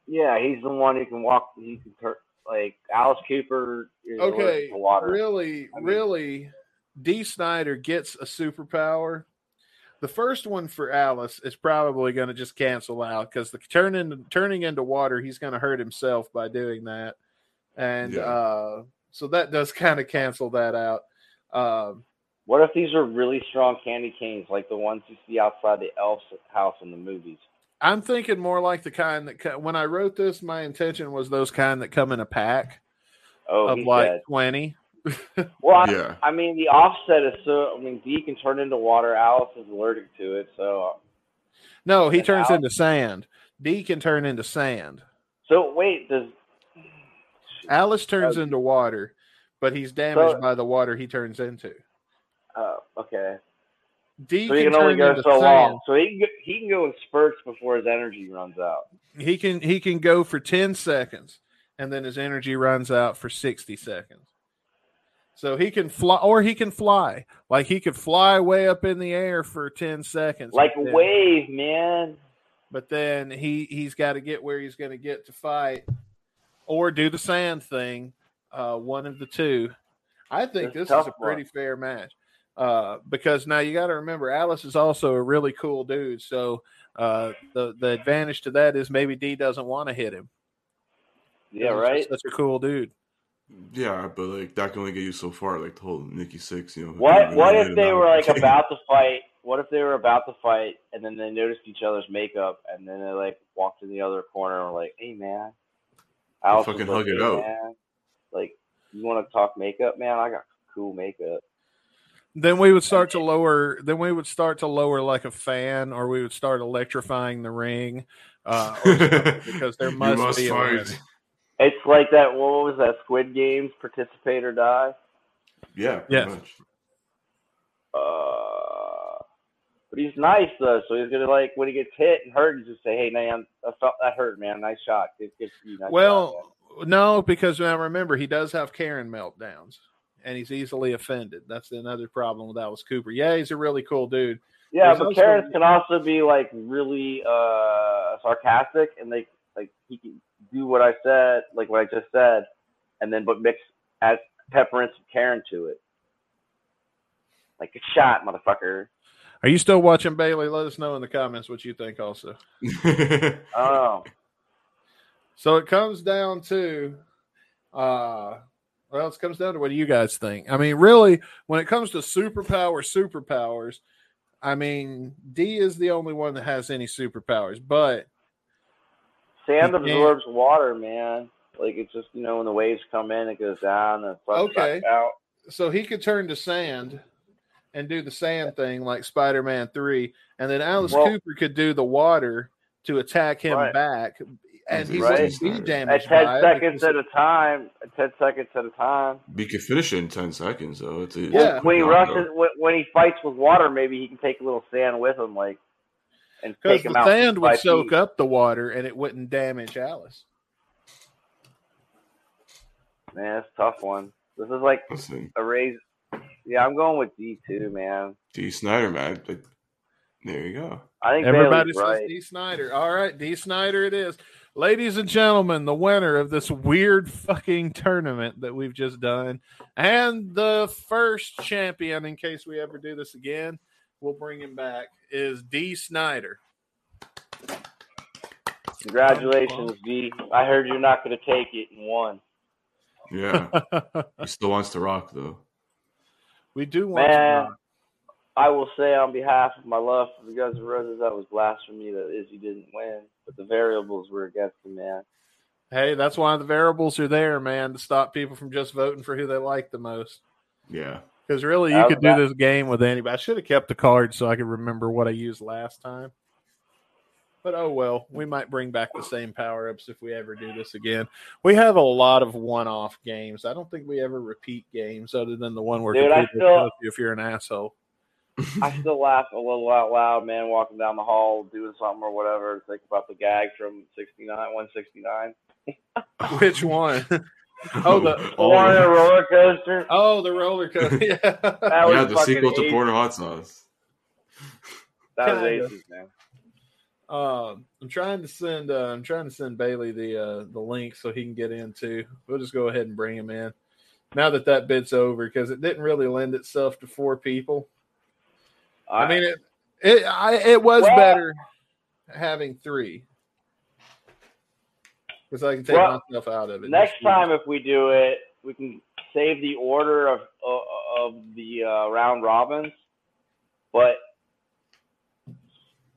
S5: Yeah, he's the one who can walk. He can turn like Alice Cooper. Is allergic
S1: okay,
S5: to water.
S1: really,
S5: I mean-
S1: really, D. Snyder gets a superpower. The first one for Alice is probably going to just cancel out because the turn into, turning into water, he's going to hurt himself by doing that, and
S2: Yeah.
S1: uh, so that does kind of cancel that out. Um,
S5: What if these are really strong candy canes, like the ones you see outside the elf's house in the movies?
S1: I'm thinking more like the kind that co- when I wrote this, my intention was those kind that come in a pack
S5: Oh,
S1: of
S5: he
S1: like
S5: said.
S1: 20.
S5: Well, I,
S2: Yeah.
S5: I mean, the offset is so. I mean, D can turn into water. Alice is allergic to it, so.
S1: No, he
S5: An
S1: turns
S5: owl?
S1: into sand. D can turn into sand.
S5: So wait, does
S1: Alice turns
S5: Okay.
S1: into water, but he's damaged
S5: Oh, So-
S1: by the water he turns into.
S5: uh, okay?
S1: D
S5: So he
S1: can,
S5: can only
S1: turn
S5: go
S1: into
S5: so
S1: sand.
S5: long. So he can go, he can go in spurts before his energy runs out.
S1: He can he can go for 10 seconds and then his energy runs out for 60 seconds. So he can fly or he can fly. Like he could fly way up in the air for 10 seconds.
S5: Like a
S1: but then-
S5: wave, man.
S1: but then he he's got to get where he's going to get to fight or do the sand thing uh one of the two i think
S5: That's
S1: this is
S5: tough
S1: a pretty fair match uh because now you got to remember alice is also a really cool dude so uh the the advantage to that is maybe d doesn't want to hit him
S5: Yeah,
S1: He's just
S5: right.
S1: such a cool dude
S2: Yeah, but like that can only get you so far. Like the whole Nikki Six, you know.
S5: What
S2: you
S5: what
S2: know,
S5: if they
S2: and
S5: were like
S2: I'm-
S5: about to fight? What if they were about to fight and then they noticed each other's makeup and then they like walked in the other corner and were like, "Hey man, Alice was
S2: fucking hug
S5: like,
S2: it
S5: "Hey,
S2: out."
S5: Man, like, you want to talk makeup, man? I got cool makeup.
S1: then we would start to lower then we would start to lower like a fan or we would start electrifying the ring uh or something, because there
S2: You
S1: must, be a
S2: find-
S1: win.
S5: It's like that. What was that? Squid Games, participate or die.
S2: Yeah. pretty
S1: Yes.
S2: much.
S5: Uh, but he's nice though, so he's gonna like when he gets hit and hurt, he's just say, "Hey man, I felt that hurt, man. Nice shot. Good, good for you. Nice shot, man."
S1: Well, no, because now remember he does have Karen meltdowns, and he's easily offended. That's another problem with Alice Cooper. Yeah, he's a really cool dude.
S5: Yeah,
S1: There's
S5: but
S1: also-
S5: Karens can also be like really uh, sarcastic, and they like he can do what I said, like what I just said, and then but mix add pepper and some Karen to it. Like good shot, motherfucker.
S1: Are you still watching Bailey? Let us know in the comments what you think. Also,
S5: Oh,
S1: so it comes down to, uh, well, it comes down to what do you guys think? I mean, really, when it comes to superpower superpowers, I mean, D is the only one that has any superpowers, but
S5: sand
S1: You can't-
S5: absorbs water, man. Like it's just you know when the waves come in, it goes down and it flushes
S1: Okay.
S5: back out.
S1: so he could turn to sand and do the sand thing like Spider-Man 3 and then Alice
S5: Well-
S1: Cooper could do the water to attack him
S5: Right.
S1: back and he
S5: Right.
S1: wouldn't be
S5: At
S1: damaged by
S5: ten
S1: it
S5: seconds
S1: because-
S5: at a time. At ten seconds at a time.
S2: you could finish it in ten seconds, though. It's, it's
S1: Yeah.
S5: When he
S2: not,
S5: rushes,
S2: though.
S5: when- when he fights with water, maybe he can take a little sand with him, like and
S1: because
S5: take him
S1: the
S5: out.
S1: sand would
S5: five
S1: soak
S5: feet.
S1: up the water and it wouldn't damage Alice.
S5: Man, it's a tough one. This is like
S2: Listen,
S5: a raise. Yeah, I'm going with D two, man.
S2: D. Snyder, man. Like, there you go.
S5: I think
S1: Everybody
S5: Bailey's
S1: says
S5: right.
S1: D. Snyder. All right, D. Snyder it is. Ladies and gentlemen, the winner of this weird fucking tournament that we've just done, and the first champion, in case we ever do this again, we'll bring him back, is D. Snyder.
S5: Congratulations, D. I heard you're not going to take it and won.
S2: Yeah, he still wants to rock though.
S1: we do want
S5: Man.
S1: to
S5: I will say on behalf of my love for the Guns N' Roses, that was blasphemy that Izzy didn't win, but the variables were against him, man.
S1: Hey, that's why the variables are there, man, to stop people from just voting for who they like the most.
S2: Yeah,
S1: Because really, you
S5: How's
S1: could do
S5: that?
S1: this game with anybody. I should have kept the card so I could remember what I used last time. But oh well, we might bring back the same power ups if we ever do this again. We have a lot of one off games. I don't think we ever repeat games other than the one where
S5: Dude, I
S1: computer
S5: still-
S1: tells you if you're an asshole.
S5: I still laugh a little out loud, man, walking down the hall, doing something or whatever. Think about the gag from 69, 169.
S1: Which one? Oh, the-
S2: All
S5: on
S2: of
S5: a
S2: them.
S5: roller coaster.
S1: Oh, the roller coaster. Yeah.
S5: That
S2: Uh, yeah,
S5: was
S2: the
S5: fucking
S2: sequel to
S5: ace.
S2: Porter Hot Sauce.
S5: That was
S1: Kinda.
S5: aces, man.
S1: Um, I'm trying to send uh, I'm trying to send Bailey the uh, the link so he can get in too. We'll just go ahead and bring him in now that that bit's over because it didn't really lend itself to four people. I mean, it it I, it was
S5: Well-
S1: better having three because I can take
S5: Well,
S1: myself out of it.
S5: Next time, if we do it, we can save the order of uh, of the uh, round robins, but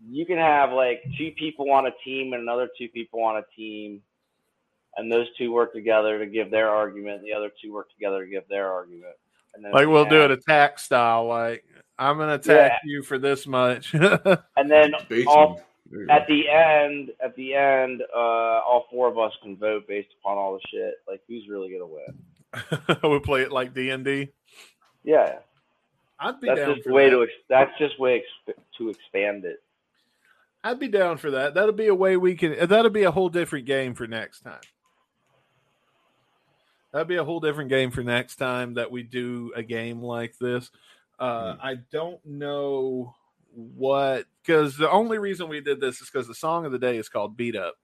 S5: you can have like two people on a team and another two people on a team, and those two work together to give their argument, and the other two work together to give their argument. And then
S1: like we'll do
S5: yeah.
S1: it attack style. Like I'm gonna attack you for this much. All
S5: And then
S2: Bates
S5: all-
S2: him. There you
S5: at
S2: go.
S5: the end, at the end, uh, all four of us can vote based upon all the shit. Like who's really gonna win?
S1: we'll play it like D and D.
S5: Yeah.
S1: I'd be
S5: that's
S1: down
S5: just
S1: for
S5: way
S1: that.
S5: to ex- that's just way exp- to expand it.
S1: I'd be down for that. That'll be a way we can. That'll be a whole different game for next time. That'd be a whole different game for next time that we do a game like this. Uh,
S5: Hmm.
S1: I don't know what because the only reason we did this is because the song of the day is called "Beat Up,"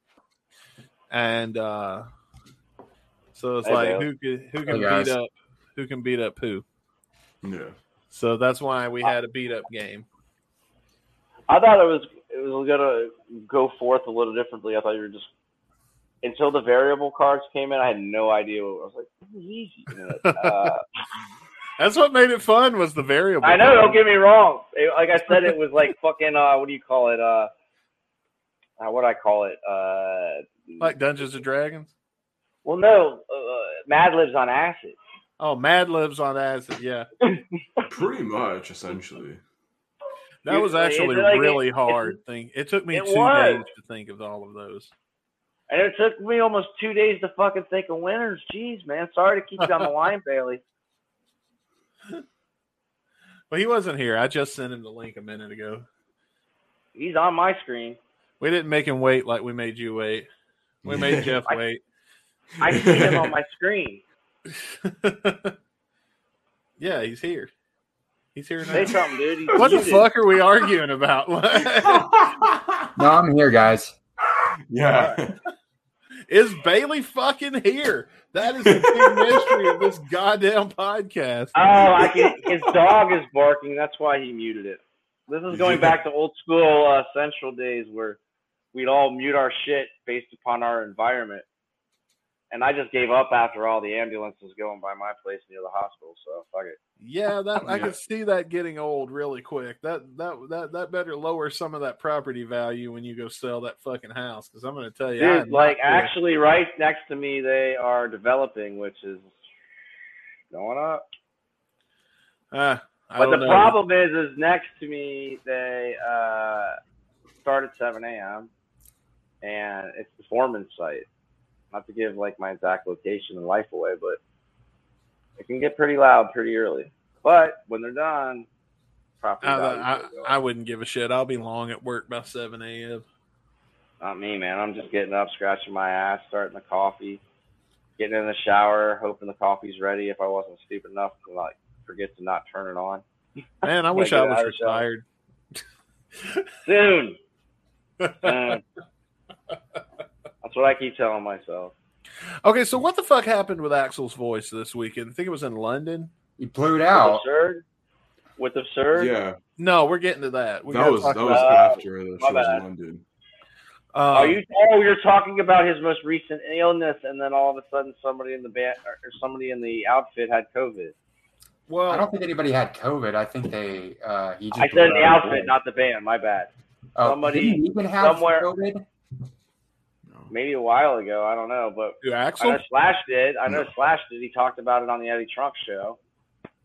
S1: and uh, so it's
S5: Hey,
S1: like
S5: Bill.
S1: who can who
S6: Hey,
S1: can
S6: guys.
S1: beat up who can beat up who.
S2: yeah.
S1: So that's why we had a beat up game.
S5: I thought it was it was gonna go forth a little differently. I thought you were just until the variable cards came in. I had no idea. What, I was like, this is easy. And it, Uh,
S1: That's what made it fun was the variable.
S5: I know.
S1: game.
S5: Don't get me wrong. It- like I said, it was like fucking. Uh, what do you call it? Uh, uh, what do I call it? Uh,
S1: like Dungeons and Dragons.
S5: well, no, uh, Mad Libs on acid.
S1: Oh, Mad Libs on acid. Yeah,
S2: Pretty much, essentially.
S1: that was
S5: Usually,
S1: actually
S5: it's like it-
S1: really
S5: it-
S1: hard thing. It took me
S5: it
S1: two
S5: was.
S1: days to think of all of those.
S5: And it took me almost two days to fucking think of winners. Jeez, man. Sorry to keep you on the line, Bailey.
S1: But he wasn't here. I just sent him the link a minute ago.
S5: He's on my screen.
S1: We didn't make him wait like we made you wait. We made Jeff
S5: I-
S1: wait.
S5: I see him on my screen.
S1: yeah, he's here. He's here
S5: Say
S1: now.
S5: something, dude. He's
S1: What the
S5: muted.
S1: fuck are we arguing about?
S6: No, I'm here, guys.
S2: yeah.
S1: is Bailey fucking here? That is the big mystery of this goddamn podcast.
S5: Oh, I can, his dog is barking. That's why he muted it. This is going back to old school uh, Central days where we'd all mute our shit based upon our environment. And I just gave up after all the ambulances going by my place near the hospital. So fuck it.
S1: Yeah, that I
S2: Yeah.
S1: could see that getting old really quick. That that that that better lower some of that property value when you go sell that fucking house. Because I'm going to tell you, I am
S5: Dude,
S1: not
S5: like
S1: cool.
S5: actually, right next to me, they are developing, which is going up.
S1: Ah, I
S5: But
S1: don't
S5: the
S1: know.
S5: problem is, is next to me they uh, start at 7 a.m. and it's the foreman's site. Not to give like my exact location and life away, but it can get pretty loud pretty early. But when they're done, property
S1: I,
S5: values
S1: Uh, I,
S5: will go up.
S1: I wouldn't give a shit. I'll be long at work by seven a.m.
S5: Not me, man. I'm just getting up, scratching my ass, starting the coffee, getting in the shower, hoping the coffee's ready. If I wasn't stupid enough to like forget to not turn it on
S1: Man, I wish
S5: get
S1: I
S5: out
S1: was
S5: of the shower.
S1: retired.
S5: soon. Soon. That's what I keep telling myself.
S1: Okay, so what the fuck happened with Axel's voice this weekend? I think it was in London.
S6: He blew it
S5: With
S6: out.
S5: absurd. With absurd.
S2: Yeah,
S1: No, we're getting to that. We
S2: that
S1: gotta
S2: was
S1: talk
S2: that was
S5: about-
S2: after the
S5: My
S2: show was
S5: bad.
S2: in London.
S1: about-
S5: Are
S1: um,
S5: you? Oh, you're talking about his most recent illness, and then all of a sudden, somebody in the band or somebody in the outfit had COVID.
S1: Well,
S6: I don't think anybody had COVID. I think they. Uh, he just
S5: I said in the
S6: blew out.
S5: outfit, not the band. My bad.
S6: Oh,
S5: somebody
S6: didn't he even have
S5: somewhere-
S6: COVID.
S2: No.
S5: Maybe a while ago. I don't know, but
S1: dude,
S5: I
S1: Axel?
S5: know Slash did. I know
S2: No.
S5: Slash did. He talked about it on the Eddie Trunk show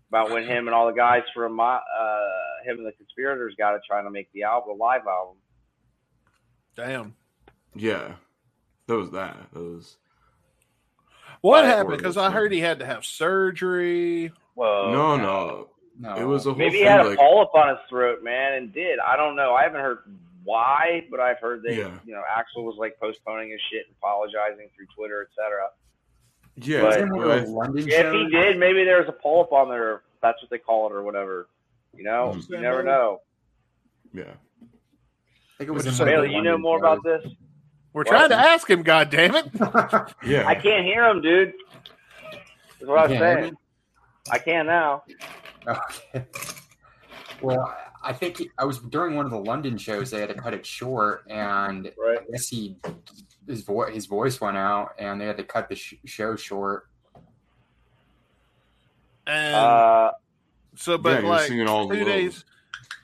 S5: about when him and all the guys from my, uh, him and the conspirators got it trying to make the album, the live album.
S1: Damn.
S2: Yeah, that was that. That was
S1: What
S2: That
S1: happened?
S2: horrible
S1: Because I
S2: thing.
S1: heard he had to have surgery.
S5: Whoa.
S2: no, no.
S6: No,
S2: It was a whole
S5: Oh, Maybe he
S2: thing.
S5: had a
S2: like,
S5: polyp on his throat, man, and did. I don't know. I haven't heard why, but I've heard that
S2: Yeah.
S5: you know Axel was like postponing his shit, and apologizing through Twitter, etc.
S2: yeah,
S5: But-
S6: Wasn't
S2: but
S6: it
S2: I-
S6: a London
S5: If
S6: show?
S5: he did, maybe there was a polyp on there. That's what they call it, or whatever. You know,
S2: Mm-hmm.
S1: Mhm.
S5: you never know.
S2: yeah.
S6: I think it was
S1: What'd
S6: in
S1: you say?
S6: one of the
S5: Bailey, you know
S6: London
S5: more about this?
S1: We're
S5: What?
S1: trying to ask him, God damn it!
S6: shows.
S2: Yeah,
S5: I can't hear him, dude. That's what I was
S6: You can't hear
S5: saying. I can now.
S6: Okay. Well, I think he- I was during one of the London shows. They had to cut it short, and
S5: Right.
S6: I guess he his voice his voice went out, and they had to cut the sh- show short.
S1: And
S5: Uh,
S1: so,
S2: Yeah,
S1: but
S2: he was
S1: like
S2: singing all
S1: two
S2: low.
S1: days,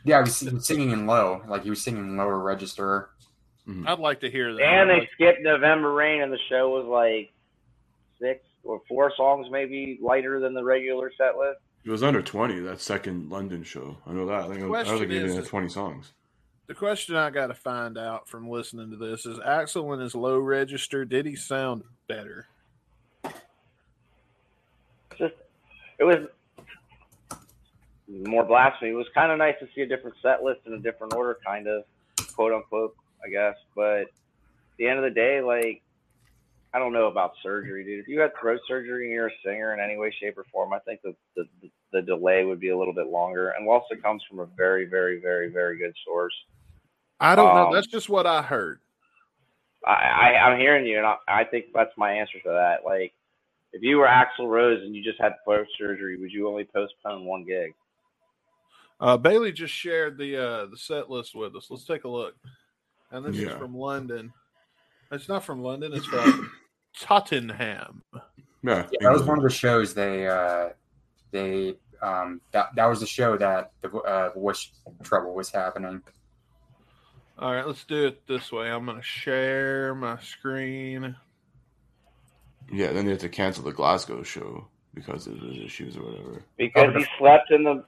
S6: Yeah, he was, he was singing in low, like he was singing in lower register.
S1: I'd like to hear that.
S5: and
S1: I'd
S5: they
S1: like-
S5: skipped November Rain, and the show was like six or four songs, maybe lighter than the regular set list.
S2: it was under twenty. That second London show, I know that. I think it was, I
S1: Question
S2: was like even
S1: is-
S2: had twenty songs.
S1: the question I got to find out from listening to this is Axel in his low register. Did he sound better?
S5: It was more blasphemy. It was kind of nice to see a different set list in a different order, kind of quote unquote, I guess. But at the end of the day, like. I don't know about surgery, dude. If you had throat surgery and you're a singer in any way, shape, or form, I think the, the the delay would be a little bit longer. And whilst it comes from a very, very, very, very good source,
S1: I don't know.
S5: Um,
S1: That's just what I heard.
S5: I, I I'm hearing you, and I, I think that's my answer to that. Like, if you were Axl Rose and you just had throat surgery, would you only postpone one gig?
S1: Uh, Bailey just shared the uh, the set list with us. Let's take a look. And this is
S2: Yeah.
S1: from London. It's not from London. It's from Tottenham.
S2: Yeah,
S6: Yeah, that was
S5: Mm-hmm.
S6: one of the shows they uh, they um, that that was the show that the vo- uh, voice trouble was happening.
S1: All right, let's do it this way. I'm going to share my screen.
S2: yeah. Then they had to cancel the Glasgow show because of his issues or whatever.
S5: Because he slept in the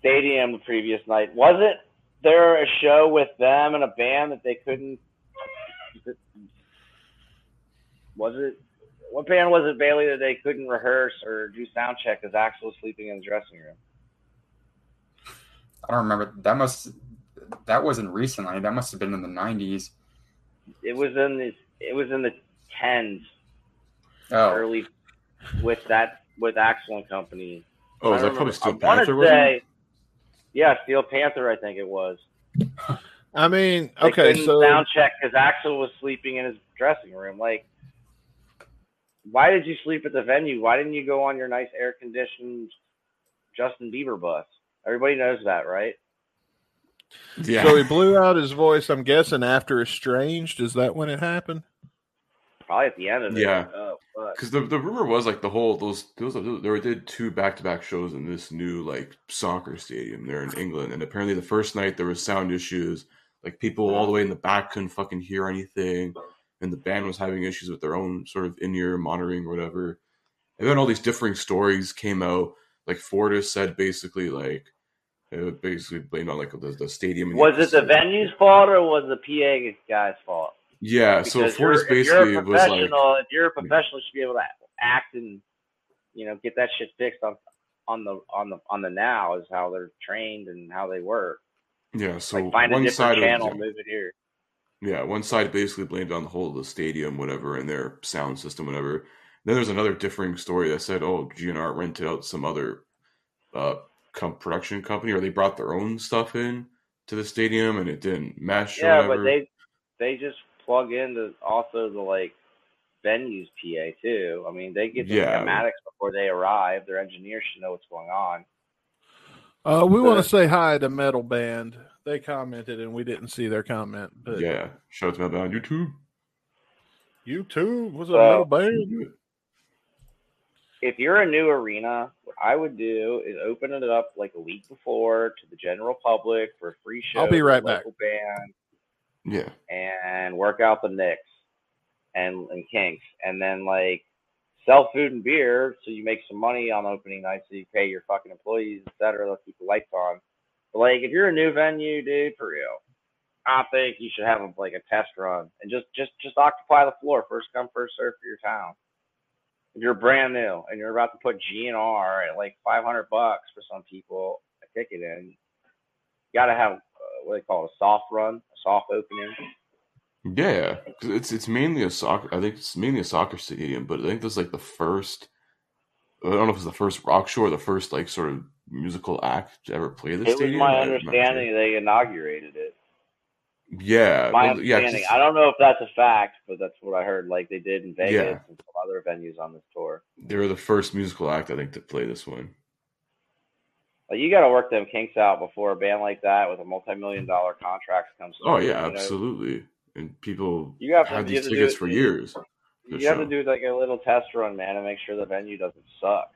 S5: stadium the previous night. Wasn't there a show with them and a band that they couldn't? Was it? What band was it, Bailey, that they couldn't rehearse or do sound check because Axl was sleeping in his dressing room?
S6: I don't remember. That must that wasn't recently. That must have been in the nineties.
S5: It was in the it was in the tens,
S6: Oh,
S5: early with that with Axel and Company.
S2: Oh,
S5: I
S2: is that
S5: remember-
S2: probably still
S5: I wanna
S2: Panther? Was it?
S5: say- yeah, Steel Panther, I think it was.
S1: I mean,
S5: They
S1: okay,
S5: couldn't
S1: so
S5: sound check because Axel was sleeping in his dressing room. Like, why did you sleep at the venue? Why didn't you go on your nice air conditioned Justin Bieber bus? Everybody knows that, right?
S2: Yeah.
S1: So he blew out his voice. I'm guessing after Estranged. Is that when it happened?
S5: Probably at the end of it.
S2: Yeah.
S5: Oh, fuck.
S2: Because the, the rumor was like the whole those those there were- did two back to back shows in this new like soccer stadium there in England, and apparently the first night there was sound issues, like people all the way in the back couldn't fucking hear anything, and the band was having issues with their own sort of in ear monitoring or whatever, and then all these differing stories came out. Like Fortis said, basically like it was basically blamed on like the, the stadium. and
S5: Was it the venue's fault or was the PA guy's fault?
S2: Yeah, Uh, so
S5: Because
S2: Fortis
S5: you're, if you're
S2: basically
S5: a
S2: was like.
S5: professional, if you're a professional, you should be able to act and you know get that shit fixed on on the on the on the now is how they're trained and how they work.
S2: Yeah, so
S5: like find a
S2: one side of
S5: different channel,
S2: yeah.
S5: move it here.
S2: Yeah, one side basically blamed on the whole of the stadium, whatever, and their sound system, whatever. Then there's another differing story that said, "Oh, GNR rented out some other uh, com- production company, or they brought their own stuff in to the stadium, and it didn't mesh." or
S5: yeah,
S2: whatever.
S5: but they they just plug into also the like venues PA too. I mean, they get the
S2: Yeah.
S5: schematics before they arrive. Their engineers should know what's going on.
S1: Uh, we want
S5: Uh,
S1: to say hi to Metal Band. They commented and we didn't see their comment. But
S2: yeah, shout out to Melbourne on YouTube.
S1: you too was a
S5: Well,
S1: Metal Band.
S5: Mm-hmm. if you're a new arena, what I would do is open it up like a week before to the general public for a free show.
S1: I'll be right
S5: with a local Band
S2: Yeah,
S5: and work out the Knicks and and Kinks, and then like sell food and beer so you make some money on opening night, so you pay your fucking employees, et cetera. They'll keep the lights on. But like, if you're a new venue, dude, for real, I think you should have like a test run and just just just occupy the floor first come first serve for your town. If you're brand new and you're about to put GNR at like 500 bucks for some people a ticket in, you gotta have uh, what they call it, a soft run, a soft opening.
S2: yeah, 'cause it's it's mainly a soccer. I think it's mainly a soccer stadium, but I think this is like the first. I don't know if it's the first rock show or the first like sort of musical act to ever play the
S5: It was
S2: stadium.
S5: my
S2: I'm not sure.
S5: understanding they inaugurated it.
S2: Yeah,
S5: My
S2: Uh, well, yeah, 'cause
S5: understanding.
S2: it's-
S5: I don't know if that's a fact, but that's what I heard. Like they did in Vegas
S2: Yeah.
S5: and some other venues on this tour.
S2: they were the first musical act I think to play this one.
S5: Like you got to work them kinks out before a band like that with a multi-million dollar contract comes.
S2: Oh
S5: through,
S2: yeah,
S5: you know?
S2: absolutely. And people
S5: You have to-
S2: had
S5: you
S2: these
S5: have to do
S2: tickets
S5: it-
S2: for years.
S5: You
S2: the
S5: have to
S2: show.
S5: do like a little test run, man, and make sure the venue doesn't suck.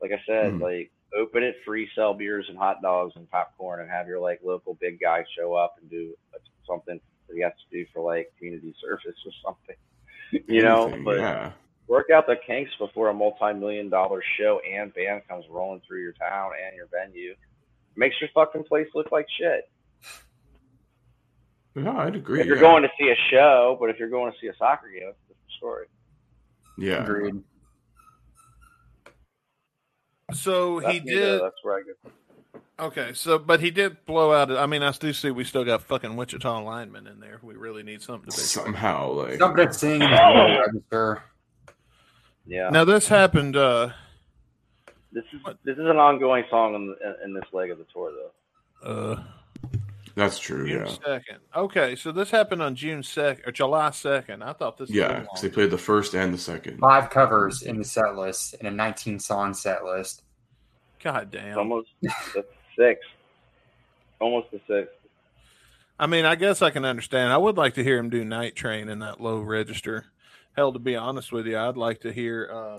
S5: Like I said,
S2: Mhm.
S5: like open it free, sell beers and hot dogs and popcorn, and have your like local big guy show up and do something that he has to do for like community service or something. You know,
S2: Anything,
S5: but
S2: yeah,
S5: work out the kinks before a multi-million dollar show and band comes rolling through your town and your venue. Makes your fucking place look like shit.
S2: no, I'd agree.
S5: if you're
S2: yeah.
S5: going to see a show, but if you're going to see a soccer game, it's a different story.
S2: yeah,
S6: Agreed.
S1: So he
S5: That's me, though.
S1: did.
S5: That's where I go.
S1: Okay, so but he did blow out. I mean, I do see we still got fucking Wichita linemen in there. We really need something to be.
S2: somehow like
S6: Something singing is going register.
S5: Yeah.
S1: Now this happened. uh
S5: This is this is an ongoing song in, the, in this leg of the tour, though.
S1: uh
S2: that's true.
S1: June
S2: Yeah,
S1: second. Okay, so this happened on June second or July second. I thought this.
S2: yeah,
S1: was
S2: because they played the first and the second.
S6: Five covers in the set list and a 19 song set list.
S1: God
S5: It's
S1: damn.
S5: almost the sixth, almost the sixth.
S1: I mean, I guess I can understand. I would like to hear him do Night Train in that low register. Hell, to be honest with you, I'd like to hear uh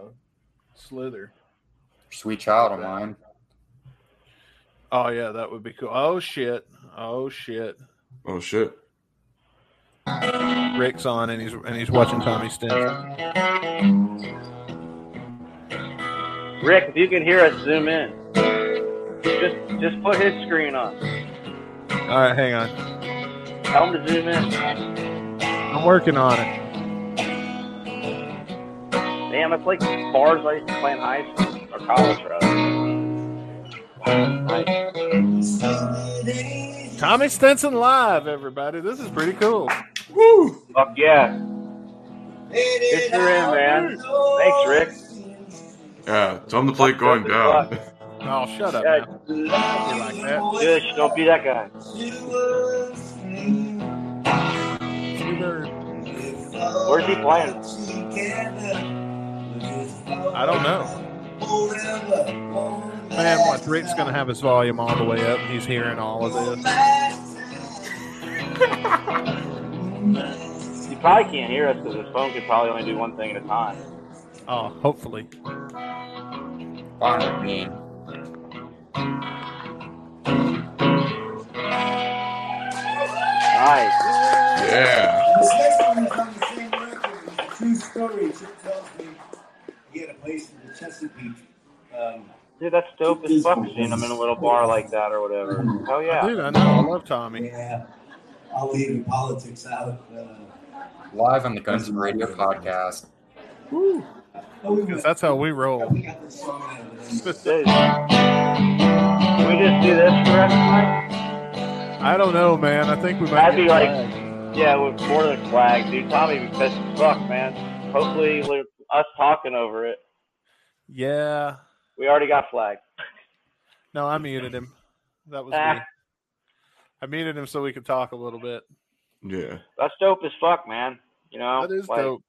S1: Slither.
S6: Sweet child of mine.
S1: Oh yeah, that would be cool. Oh shit. Oh shit.
S2: Oh shit!
S1: Rick's on and he's and he's watching Tommy Stinson.
S5: Rick, if you can hear us, zoom in. Just just put his screen on.
S1: All right, hang on.
S5: Tell him to zoom in.
S1: I'm working on it.
S5: Damn, it's like bars I used to play in high school or college, rather. Nice.
S1: Tommy Stinson live, everybody. This is pretty cool.
S2: Woo!
S5: Fuck yeah. It's your in, man. Thanks, Rick.
S2: Yeah, tell them to play going down.
S1: Oh, shut up.
S5: Yeah,
S1: man. Don't be like that.
S5: good. Don't be that guy.
S1: Sweetheart.
S5: Where's he playing?
S1: I don't know. Man, what Rick's gonna have his volume all the way up. He's hearing all of this.
S5: You probably can't hear us because his phone can probably only do one thing at a time.
S1: Oh, hopefully.
S6: Fine with me.
S5: Nice.
S2: Yeah.
S7: This next one is on the same record. It's a true story. It tells me he had a place in the Chesapeake. Um,
S5: Dude, that's dope as fuck seeing him in a little bar like that or whatever. Hell yeah.
S1: Dude, I know. I love Tommy.
S7: yeah, I'll leave the politics out. Uh,
S6: Live on the Guns and Radio podcast.
S1: Woo.
S7: oh, we,
S1: 'Cause
S7: went,
S1: that's how we roll.
S7: we got this song out of it.
S5: Dude. Can we just do this for the rest of the night?
S1: I don't know, man. I think we might.
S5: That'd
S1: get
S5: be like-
S1: flagged.
S5: Yeah, with more than flag, dude. Tommy be pissed as fuck, man. Hopefully, we're- us talking over it.
S1: Yeah.
S5: We already got flagged.
S1: No, I muted him. That was
S5: Ah.
S1: me. I muted him so we could talk a little bit.
S2: Yeah.
S5: That's dope as fuck, man. You know,
S1: That is
S5: like,
S1: dope.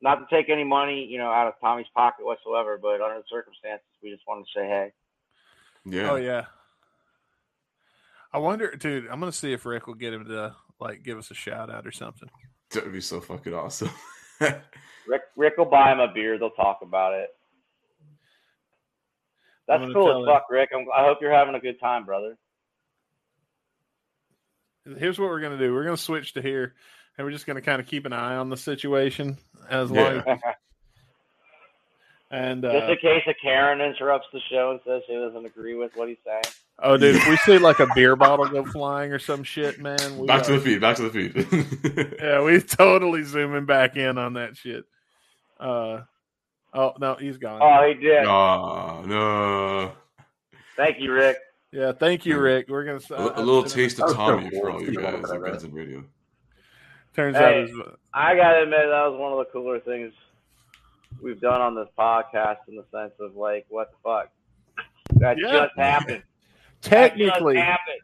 S5: not to take any money, you know, out of Tommy's pocket whatsoever, but under the circumstances, we just wanted to say, hey,
S2: Yeah.
S1: Oh yeah. I wonder, dude. I'm gonna see if Rick will get him to like give us a shout out or something.
S2: That would be so fucking awesome.
S5: Rick, Rick will buy him a beer. They'll talk about it.
S1: I'm
S5: That's
S1: gonna
S5: cool
S1: tell
S5: as
S1: him.
S5: fuck, Rick. I'm, I hope you're having a good time, brother.
S1: Here's what we're gonna do. We're gonna switch to here, and we're just gonna kind of keep an eye on the situation as long.
S2: Yeah.
S1: as- and
S5: Just
S1: uh,
S5: in case a Karen interrupts the show and says she doesn't agree with what he's saying.
S1: oh, dude, if we see like a beer bottle go flying or some shit, man. We
S2: back to
S1: are-
S2: the feed. Back to the feed.
S1: Yeah, we totally zooming back in on that shit. Uh, oh no, he's gone.
S5: Oh, he did.
S2: Aw, no.
S5: Thank you, Rick.
S1: yeah, thank you, Rick. We're gonna uh,
S2: A, a little taste
S6: That
S2: of
S6: was so
S2: Tommy
S6: cool.
S2: for all you
S6: Speak of
S2: guys
S6: that,
S2: at
S6: right?
S2: Guns and Radio.
S1: Turns out,
S5: Hey.
S1: it's,
S5: I gotta admit that was one of the cooler things we've done on this podcast in the sense of like, what the fuck? That
S1: Yeah.
S5: just happened. That just
S1: technically,
S5: happened.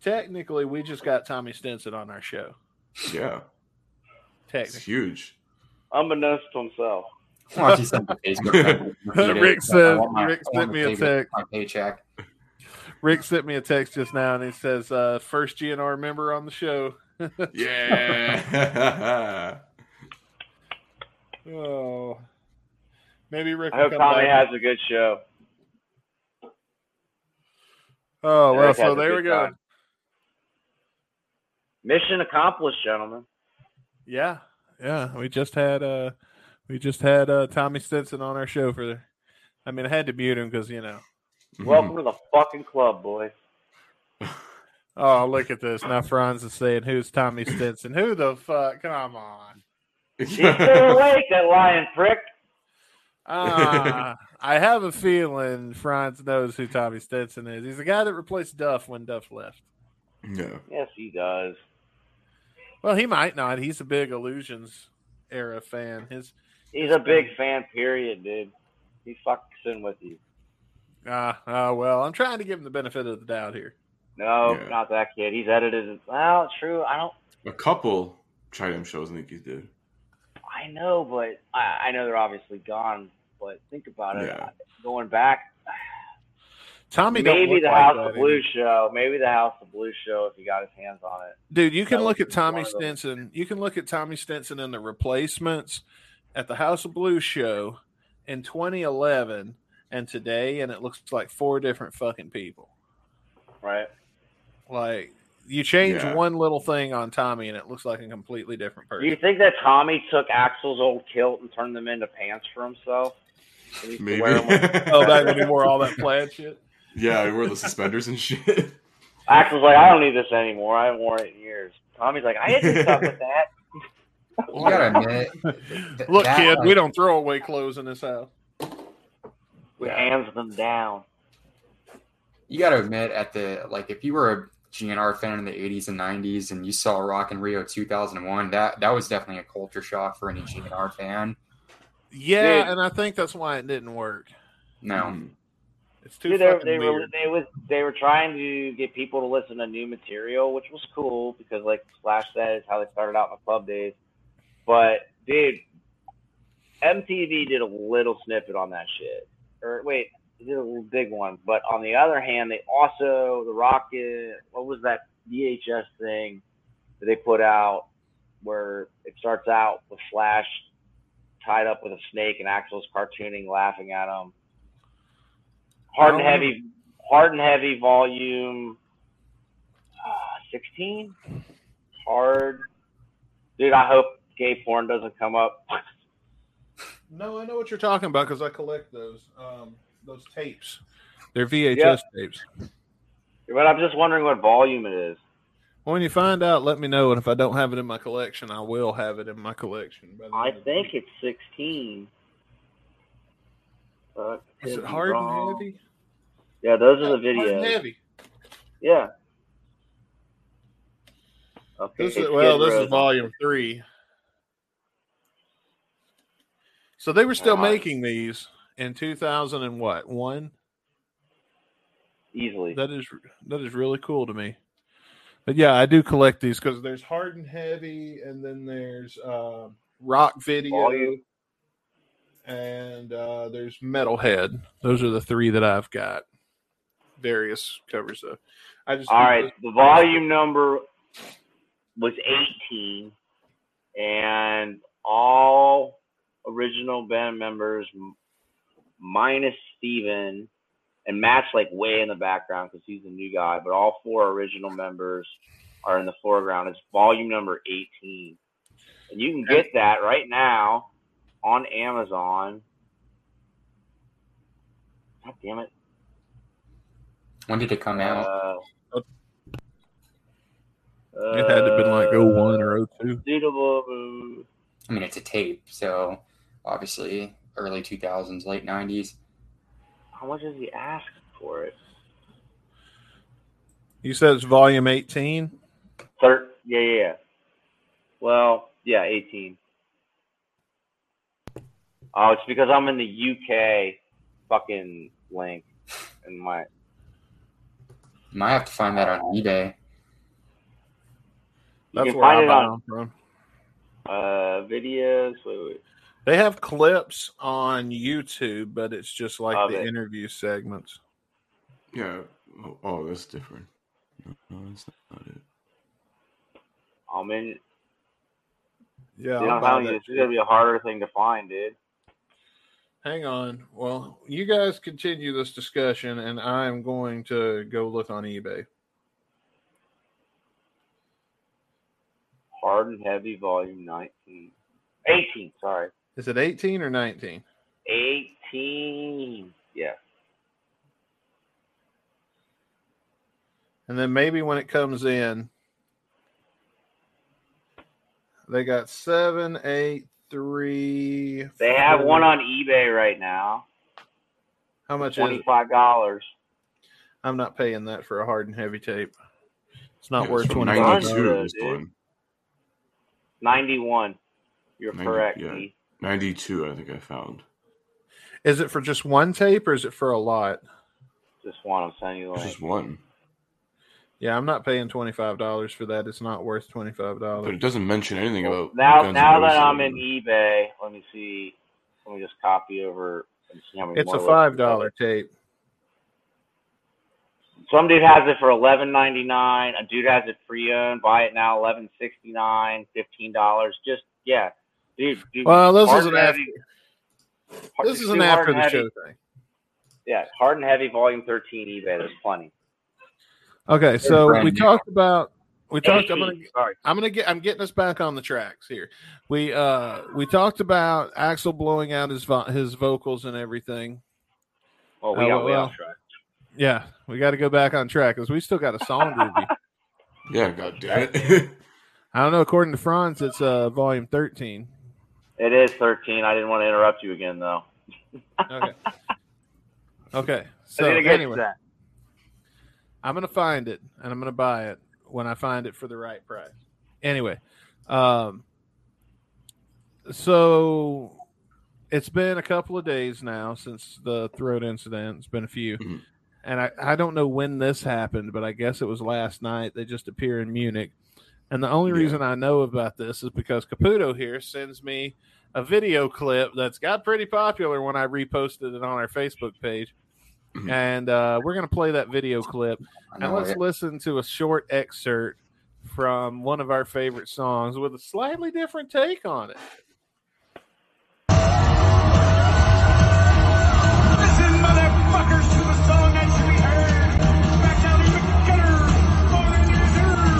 S1: technically, we just got Tommy Stinson on our show.
S2: Yeah. It's
S1: Technically,
S2: huge.
S5: unbeknownst to himself.
S6: Why don't you send the Facebook?
S1: Rick
S6: said.
S1: said- Rick sent me a text.
S6: My paycheck.
S1: Rick sent me a text just now, and he says, uh, first GNR member on the show."
S2: Yeah.
S1: Oh, maybe Rick.
S5: I
S1: Will
S5: hope
S1: come
S5: Tommy
S1: back.
S5: has a good show.
S1: Oh well,
S5: Rick has
S1: so
S5: a
S1: there we
S5: good
S1: go.
S5: time. Mission accomplished, gentlemen.
S1: Yeah, yeah. We just had uh, we just had uh, Tommy Stinson on our show for. The, I mean, I had to mute him because you know.
S5: Welcome to the fucking club, boys.
S1: Oh, look at this! Now Franz is saying, "Who's Tommy Stinson? Who the fuck? Come on!"
S2: Mm-hmm.
S5: He's still awake, that lying prick.
S1: Ah, I have a feeling Franz knows who Tommy Stinson is. He's the guy that replaced Duff when Duff left.
S2: no.
S5: Yes, he does.
S1: Well, he might not. He's a big Illusions era fan. His
S5: He's a big fan, period, dude. He fucking with you.
S1: ah, ah, well, I'm trying to give him the benefit of the doubt here.
S5: No,
S2: Yeah.
S5: not that kid. He's edited. Well, true. I don't.
S2: A couple Chidam shows, I think he did.
S5: I know, but I, I know they're obviously gone. But think about it.
S2: Yeah.
S5: Going back,
S1: Tommy, don't
S5: maybe
S1: look
S5: the
S1: like
S5: House
S1: that
S5: of
S1: anymore.
S5: Blues show. Maybe the House of Blues show. If he got his hands on it.
S1: Dude, you can
S5: That
S1: look
S5: was
S1: at Tommy
S5: one of them.
S1: Stinson. You can look at Tommy Stinson in the replacements at the House of Blues show in 2011 and today, and it looks like four different fucking people.
S5: Right.
S1: Like you change
S2: Yeah.
S1: one little thing on Tommy, and it looks like a completely different
S5: Do you
S1: person.
S5: think that Tommy took Axel's old kilt and turned them into pants for himself? And he used to
S2: Maybe.
S5: wear 'em-
S1: Oh, back when he wore all that plaid shit.
S2: yeah, we wore the suspenders and shit.
S5: Axel's like, I don't need this anymore. I haven't worn it in years. Tommy's like, I didn't do stuff with that.
S6: You gotta admit. th-
S1: Look,
S6: that,
S1: kid,
S6: like,
S1: we don't throw away clothes in this house.
S5: We hands them down.
S6: You gotta admit at the like if you were a GNR fan in the 80s and 90s and you saw Rock in Rio 2001, that that was definitely a culture shock for any GNR fan.
S1: Yeah,
S5: Dude.
S1: and I think that's why it didn't work. Mm-hmm.
S6: No,
S2: Mm.
S1: It's too
S5: Dude, they,
S1: fucking
S5: they were
S1: weird.
S5: they was they were trying to get people to listen to new material, which was cool because like Slash said, is how they started out in the club days. But dude, MTV did a little snippet on that shit. Or wait, they did a little big one. But on the other hand, they also the Rocket. What was that VHS thing that they put out where it starts out with Flash tied up with a snake and Axel's cartooning, laughing at him. Hard and
S1: I don't
S5: heavy, hard and heavy volume uh, sixteen. hard, dude. I hope gay porn doesn't come up.
S1: No, I know what you're talking about because I collect those um, those tapes. They're VHS tapes.
S5: but I'm just wondering what volume it is.
S1: When you find out, let me know. And if I don't have it in my collection, I will have it in my collection. by the
S5: I
S1: end of the
S5: think
S1: week.
S5: it's sixteen. But
S1: Is
S5: could
S1: it
S5: be
S1: hard
S5: wrong.
S1: and heavy?
S5: Yeah, those are the
S1: Yeah, Hard and
S5: videos.
S1: heavy.
S5: Yeah. Okay.
S1: This
S5: it's
S1: is, well,
S5: Skid
S1: this
S5: Row.
S1: is volume three. So they were still
S5: Wow.
S1: making these in 2000 and what one?
S5: easily.
S1: That is that is really cool to me. But yeah, I do collect these because there's hard and heavy, and then there's uh, rock video,
S5: Volume.
S1: and uh, there's metalhead. Those are the three that I've got. Various covers of. I just
S5: All right, the volume number was 18, and all original band members m- minus Steven, and Matt's like way in the background because he's a new guy, but all four original members are in the foreground. It's volume number 18. And you can get that right now on Amazon. God damn it.
S6: When did it come out?
S5: Uh,
S1: It had to have been like
S5: oh
S1: 01 or 02.
S5: Suitable. uh,
S6: I mean, it's a tape, so obviously early 2000s, late 90s.
S5: How much is he asking for it?
S1: You said it's volume 18.
S5: Thir- yeah, yeah, yeah. Well, yeah, 18. Oh, it's because I'm in the UK fucking link. And my.
S6: Might have to find that on eBay.
S5: You
S1: That's
S5: can
S1: where I
S5: find it
S1: buy
S5: on
S1: them from.
S5: uh, videos. Wait, wait.
S1: They have clips on YouTube, but it's just like
S5: Love
S1: the
S5: it.
S1: interview segments.
S2: Yeah. Oh, oh, that's different. No, no, that's not it.
S5: I'm in.
S1: Yeah,
S5: They
S1: I'll
S5: don't
S1: buy
S5: have
S1: that
S5: you. It's
S1: shit.
S5: going to be a harder thing to find, dude.
S1: Hang on. Well, you guys continue this discussion, and I am going to go look on eBay.
S5: Hard and heavy, volume 19. 18, sorry.
S1: Is it 18 or 19?
S5: 18. Yeah.
S1: And then maybe when it comes in, they got seven, eight, three.
S5: They have
S1: four.
S5: one on eBay right now.
S1: How much is it?
S5: $25.
S1: I'm not paying that for a hard and heavy tape. It's not
S2: Yeah,
S1: worth
S2: it's from
S1: 20
S5: $90.
S1: bucks.
S2: 92, this
S5: dude.
S2: one.
S5: 91. You're
S2: 90,
S5: correct.
S2: yeah.
S5: Keith.
S2: 92, I think I found.
S1: Is it for just one tape or is it for a lot?
S5: Just one. I'm sending you the
S2: It's
S5: link.
S2: just one.
S1: Yeah, I'm not paying $25 for that. It's not worth $25.
S2: But it doesn't mention anything about.
S5: Now,
S2: Guns N'
S5: now that
S2: Roses.
S5: I'm in E- eBay, let me see. Let me just copy over and see how many
S1: It's
S5: more
S1: a
S5: listings
S1: five dollar tape.
S5: I get. Some dude has it for eleven ninety nine. A dude has it pre owned. Buy it now, eleven sixty nine, fifteen dollars. Just yeah, dude. dude
S1: Well, this
S5: hard
S1: is an
S5: and
S1: after,
S5: heavy- hard-
S1: this is
S5: do
S1: an
S5: hard
S1: after
S5: and
S1: the
S5: heavy.
S1: show thing.
S5: Yeah, hard and heavy, volume thirteen, eBay. There's plenty.
S1: Okay, so
S6: brand
S1: we
S6: new.
S1: talked about we talked. I'm
S5: 18,
S1: gonna
S5: sorry.
S1: I'm gonna get I'm getting us back on the tracks here. We uh we talked about Axel blowing out his vo- his vocals and everything.
S5: Well, we
S1: Oh,
S5: got way
S1: well.
S5: off track.
S1: Yeah, we got to go back on track because we still got a song review.
S2: Yeah, god damn it.
S1: I don't know. According to Franz, it's uh volume thirteen.
S5: It is 13. I didn't want to interrupt you again, though.
S1: Okay. okay.
S5: I
S1: So
S5: didn't get to
S1: anyway,
S5: that.
S1: I'm gonna find it and I'm gonna buy it when I find it for the right price. Anyway, um, so it's been a couple of days now since the throat incident. It's been a few,
S2: Mhm.
S1: and I I don't know when this happened, but I guess it was last night. They just appear in Munich, and the only
S2: Yeah.
S1: reason I know about this is because Caputo here sends me a video clip that's got pretty popular when I reposted it on our Facebook page
S2: Mhm.
S1: and uh, we're gonna play that video clip.
S6: I
S1: And
S6: know
S1: let's
S6: it.
S1: listen to a short excerpt from one of our favorite songs with a slightly different take on it.
S8: Listen, motherfuckers, to a song that should be heard. Back down in the gutter, more than you deserve.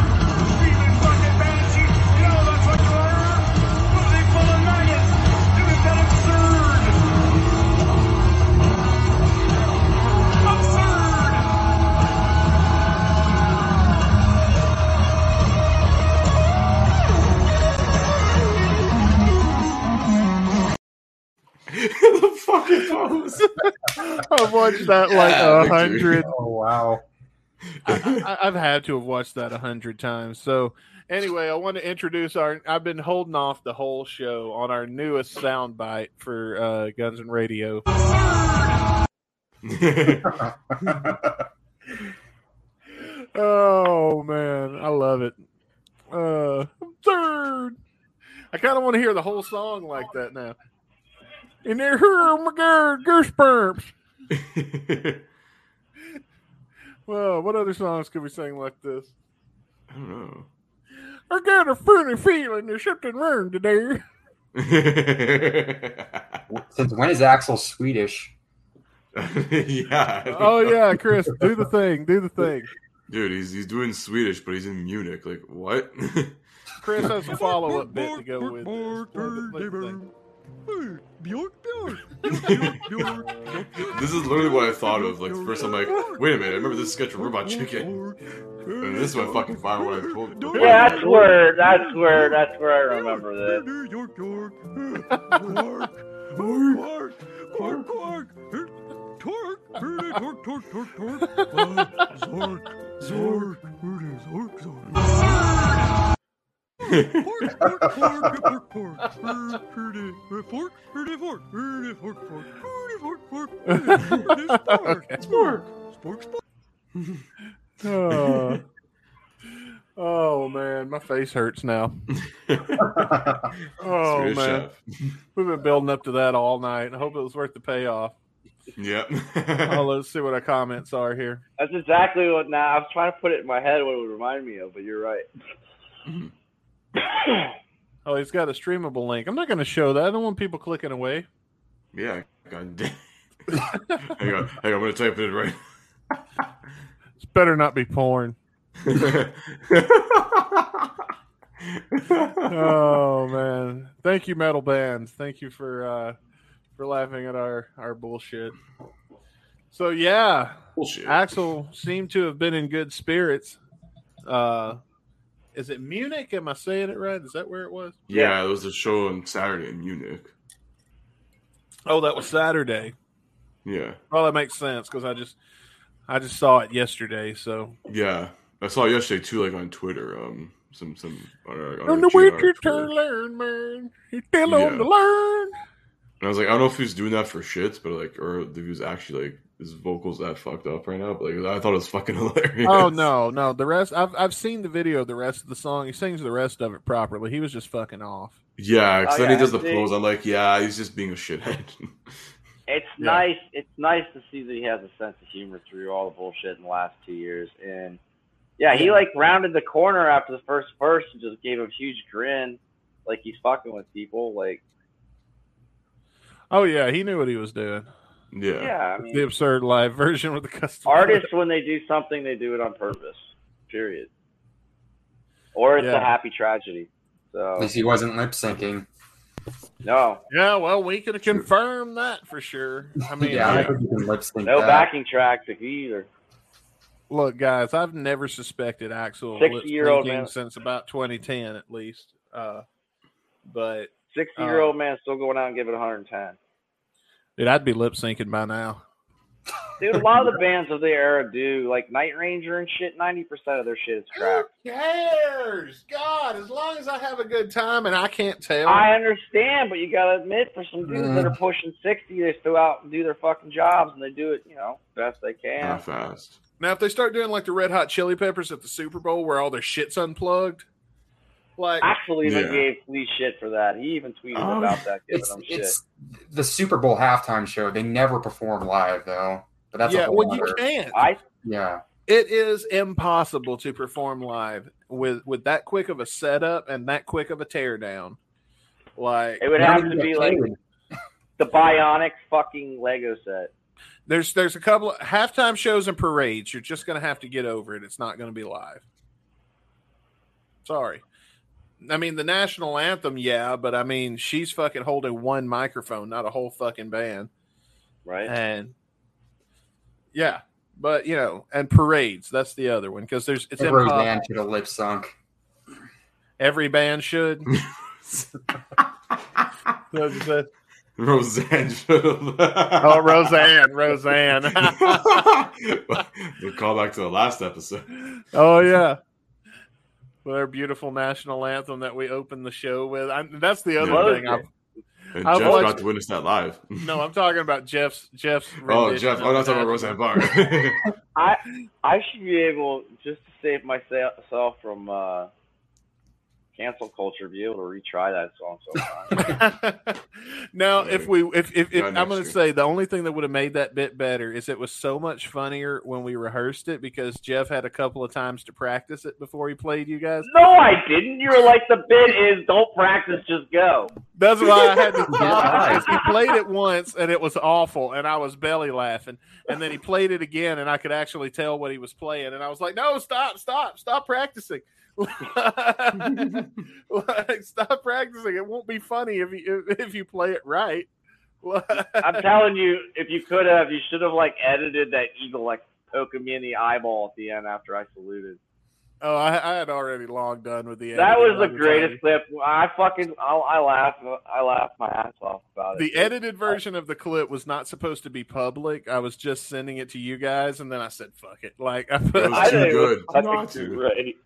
S8: Screaming fucking banshee, you know that's what you are. Pussy full of maggots, doing that absurd. Absurd.
S2: the fucking pose.
S1: I've watched that like a
S2: Yeah, Victor.
S1: hundred.
S6: Oh wow!
S1: I, I- I've had to have watched that a hundred times. So anyway, I want to introduce our. I've been holding off the whole show on our newest soundbite for uh, Guns and Radio. Oh man, I love it. Uh, third, I kind of want to hear the whole song like that now. And they're oh my god, goosebumps.
S2: I
S1: Well, what other songs could we sing like this?
S2: don't know.
S1: I got a funny feeling there's something wrong today.
S6: Since when is Axel Swedish?
S2: yeah. I don't
S1: Oh
S2: know.
S1: yeah, Chris, do the thing, do the thing.
S2: Dude, he's he's doing Swedish, but he's in Munich. Like what?
S1: Chris has a follow up bit to go with. This. Look at the thing.
S2: this is literally what I thought of. Like the first time, like, wait a minute, I remember this sketch of Robot Chicken. And this is my fucking fire when I pulled.
S5: Yeah, that's where that's where that's where I remember this.
S1: Oh. oh man, my face hurts now. Oh
S2: Swedish
S1: man,
S2: chef.
S1: we've been building up to that all night. I hope it was worth the payoff. Oh,
S2: Yep.
S1: let's see what our comments are here.
S5: That's exactly what now I was trying to put it in my head what it would remind me of, but you're right.
S1: Oh, he's got a streamable link. I'm not going to show that. I don't want people clicking away.
S2: yeah. God damn. hang on, hang on, I'm gonna type it in right.
S1: It's better not be porn. oh man, thank you, metal bands. Thank you for uh, for laughing at our our bullshit. So yeah,
S2: Bullshit.
S1: Axel seemed to have been in good spirits. Uh, is it Munich? Am I saying it right? Is that where it was?
S2: yeah, there was a show on Saturday in Munich.
S1: Oh, that was Saturday.
S2: Yeah.
S1: Well, that makes sense because I just I just saw it yesterday. So
S2: Yeah, I saw it yesterday too, like on Twitter. Um, some some on, our,
S1: on
S2: on our
S1: the
S2: GNR
S1: winter
S2: Twitter.
S1: to learn, man. You still
S2: Yeah.
S1: on the learn.
S2: And I was like, I don't know if he was doing that for shits, but like, or if he was actually like his vocals that fucked up right now. But like, I thought it was fucking hilarious.
S1: Oh no, no. The rest I've I've seen the video of the rest of the song. He sings the rest of it properly. He was just fucking off.
S2: Yeah, because
S5: Oh,
S2: then
S5: yeah,
S2: he does the
S5: see?
S2: pose. I'm like, yeah, he's just being a shithead.
S5: It's
S1: Yeah.
S5: nice. It's nice to see that he has a sense of humor through all the bullshit in the last two years. And yeah, he like rounded the corner after the first verse and just gave a huge grin, like he's fucking with people. Like
S1: Oh yeah, he knew what he was doing.
S2: yeah.
S5: yeah, I
S1: The
S5: mean,
S1: absurd live version with the custom
S5: artists when they do something, they do it on purpose. Period. Or it's
S1: Yeah.
S5: a happy tragedy.
S6: At
S5: So
S6: least he wasn't lip syncing.
S5: no,
S1: Yeah, well, we could confirm that for sure. I mean,
S6: yeah, I
S1: like,
S6: don't think you can lip sync.
S5: no
S6: that.
S5: backing tracks either.
S1: look, guys, I've never suspected Axel of
S5: 60-year-old
S1: lip-syncing
S5: man.
S1: since about 2010, at least. Uh, but
S5: Sixty year old man still going out and giving 110.
S1: dude, I'd be lip syncing by now.
S5: Dude, a lot of the bands of the era do like Night Ranger and shit. Ninety percent of their shit is crap.
S1: Who cares? God, as long as I have a good time and I can't tell.
S5: I understand, but you gotta admit, for some dudes that are pushing sixty, they still out and do their fucking jobs, and they do it, you know, best they can.
S2: Not fast.
S1: Now, if they start doing like the Red Hot Chili Peppers at the Super Bowl, where all their shit's unplugged, like
S5: Actually, they
S2: Yeah.
S5: gave Flea shit for that. He even tweeted
S2: Um,
S5: about that, giving
S6: It's
S5: them shit.
S6: it's the Super Bowl halftime show. They never perform live though. But that's a
S1: yeah,
S6: whole
S1: well, you
S6: other-
S1: can't.
S5: I
S6: yeah.
S1: It is impossible to perform live with with that quick of a setup and that quick of a teardown. Like
S5: it would
S6: You don't
S5: have
S6: even
S5: to
S6: get
S5: be like
S6: paid.
S5: the bionic fucking Lego set.
S1: there's there's a couple of halftime shows and parades. You're just gonna have to get over it. It's not gonna be live. Sorry. I mean the national anthem, yeah, but I mean she's fucking holding one microphone, not a whole fucking band.
S5: Right.
S1: And yeah, but you know, and parades. That's the other one because there's it's
S6: And
S1: impossible.
S6: Roseanne should have lip sunk.
S1: Every band should. That's what I said.
S2: Roseanne.
S1: oh,
S2: oh,
S1: Roseanne, Roseanne.
S2: the callback to the last episode.
S1: oh yeah, with our beautiful national anthem that we opened the show with. I, that's the other
S5: Yeah.
S1: thing. I'm,
S2: And
S1: I've
S2: Jeff
S1: watched-
S2: got to witness that live.
S1: no, I'm talking about Jeff's Jeff's.
S2: Oh,
S1: rendition
S2: Jeff.
S1: of
S2: Oh, not
S1: the
S2: talking about
S1: anthem.
S2: Roseanne Barr.
S5: I I should be able just to save myself from uh, cancel culture, be able to retry that song sometime.
S1: now, if we, if, if, if
S2: Not
S1: I'm going to
S2: next
S1: say the only thing that would have made that bit better is it was so much funnier when we rehearsed it because Jeff had a couple of times to practice it before he played you guys.
S5: no, I didn't. You were like the bit is don't practice, just go.
S1: That's why I had to
S6: Yeah.
S1: because he played it once and it was awful, and I was belly laughing. And then he played it again, and I could actually tell what he was playing. And I was like, "No, stop, stop, stop practicing! like, stop practicing. It won't be funny if you if, if you play it right." Oh,
S5: I'm telling you, if you could have, you should have like edited that eagle like poking me in the eyeball at the end after I saluted.
S1: oh, I, I had already long done with the.
S5: that
S1: editing,
S5: was
S1: let
S5: the
S1: me tell you.
S5: greatest clip. I fucking I, I laugh I laugh my ass off about it.
S1: The edited version of the clip was not supposed to be public. I was just sending it to you guys, and then I said, "Fuck it!" Like I put,
S2: It was
S5: I
S2: too
S5: didn't-
S2: good.
S5: I think
S2: Not
S5: it's
S2: to.
S5: great.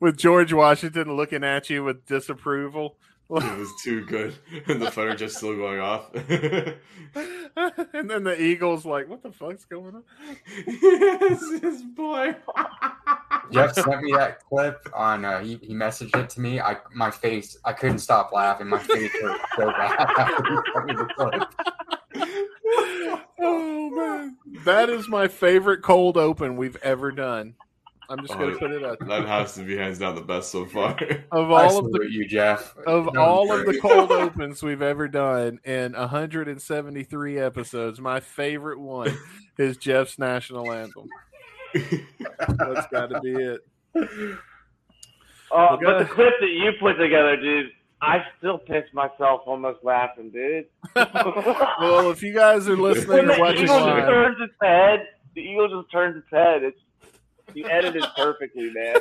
S1: with George Washington looking at you with disapproval.
S2: It was too good. And the fire just still going off.
S1: and then the Eagles like, what the fuck's going on?
S2: yes, his boy.
S6: Jeff sent me that clip on. Uh, he, he messaged it to me. I my face. I couldn't stop laughing. My face hurt so bad. after he sent me the clip.
S1: Oh man, that is my favorite cold open we've ever done. I'm just gonna
S2: Oh,
S1: put it out there.
S2: That has to be hands down the best so far.
S1: of
S6: I
S1: all of the
S6: salute you, Jeff.
S1: of
S6: No,
S1: all of
S6: you're
S1: the
S6: great.
S1: cold opens we've ever done in 173 episodes, my favorite one is Jeff's national anthem. That's got to be it.
S5: Uh,
S1: Well, go
S5: Oh, but the
S1: ahead.
S5: clip that you put together, dude, I still pissed myself almost laughing, dude.
S1: Well, if you guys are listening
S5: when
S1: or
S5: the
S1: watching
S5: eagle just
S1: live,
S5: turns its head, the eagle just turns its head. It's you edited perfectly, man.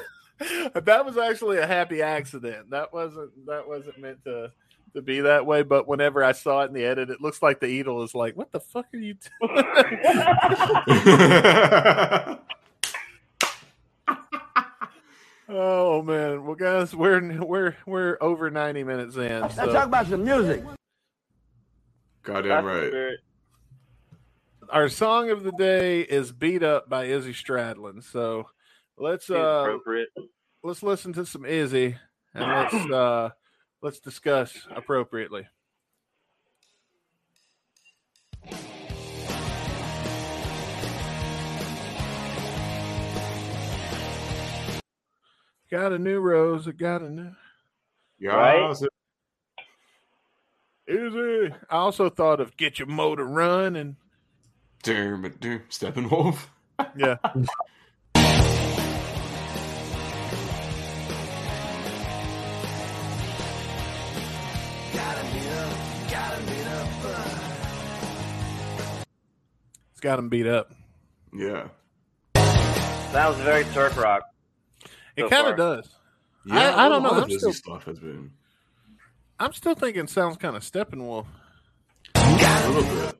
S1: that was actually a happy accident. That wasn't that wasn't meant to to be that way. But whenever I saw it in the edit, it looks like the Edel is like, "What the fuck are you doing?" oh man! Well, guys, we're we're we're over ninety minutes in. So
S8: about some music.
S2: Goddamn
S5: That's
S2: right.
S5: spirit.
S1: our song of the day is "Beat Up" by Izzy Stradlin. So let's
S5: Seems
S1: uh
S5: appropriate.
S1: let's listen to some Izzy and let's uh let's discuss appropriately. Got a new rose. I got a new
S2: Yeah,
S5: Right?
S2: so-
S1: Izzy. I also thought of get your motor running.
S2: Damn it, damn. Steppenwolf.
S1: Yeah. It's got him beat up.
S2: Yeah.
S5: Sounds very surf rock.
S1: It
S5: So
S1: kind
S5: far.
S1: of does.
S2: Yeah,
S1: I- I don't
S2: a lot
S1: know,
S2: of
S1: I'm still-
S2: Disney stuff has been
S1: I'm still thinking sounds kind of Steppenwolf.
S2: a little bit.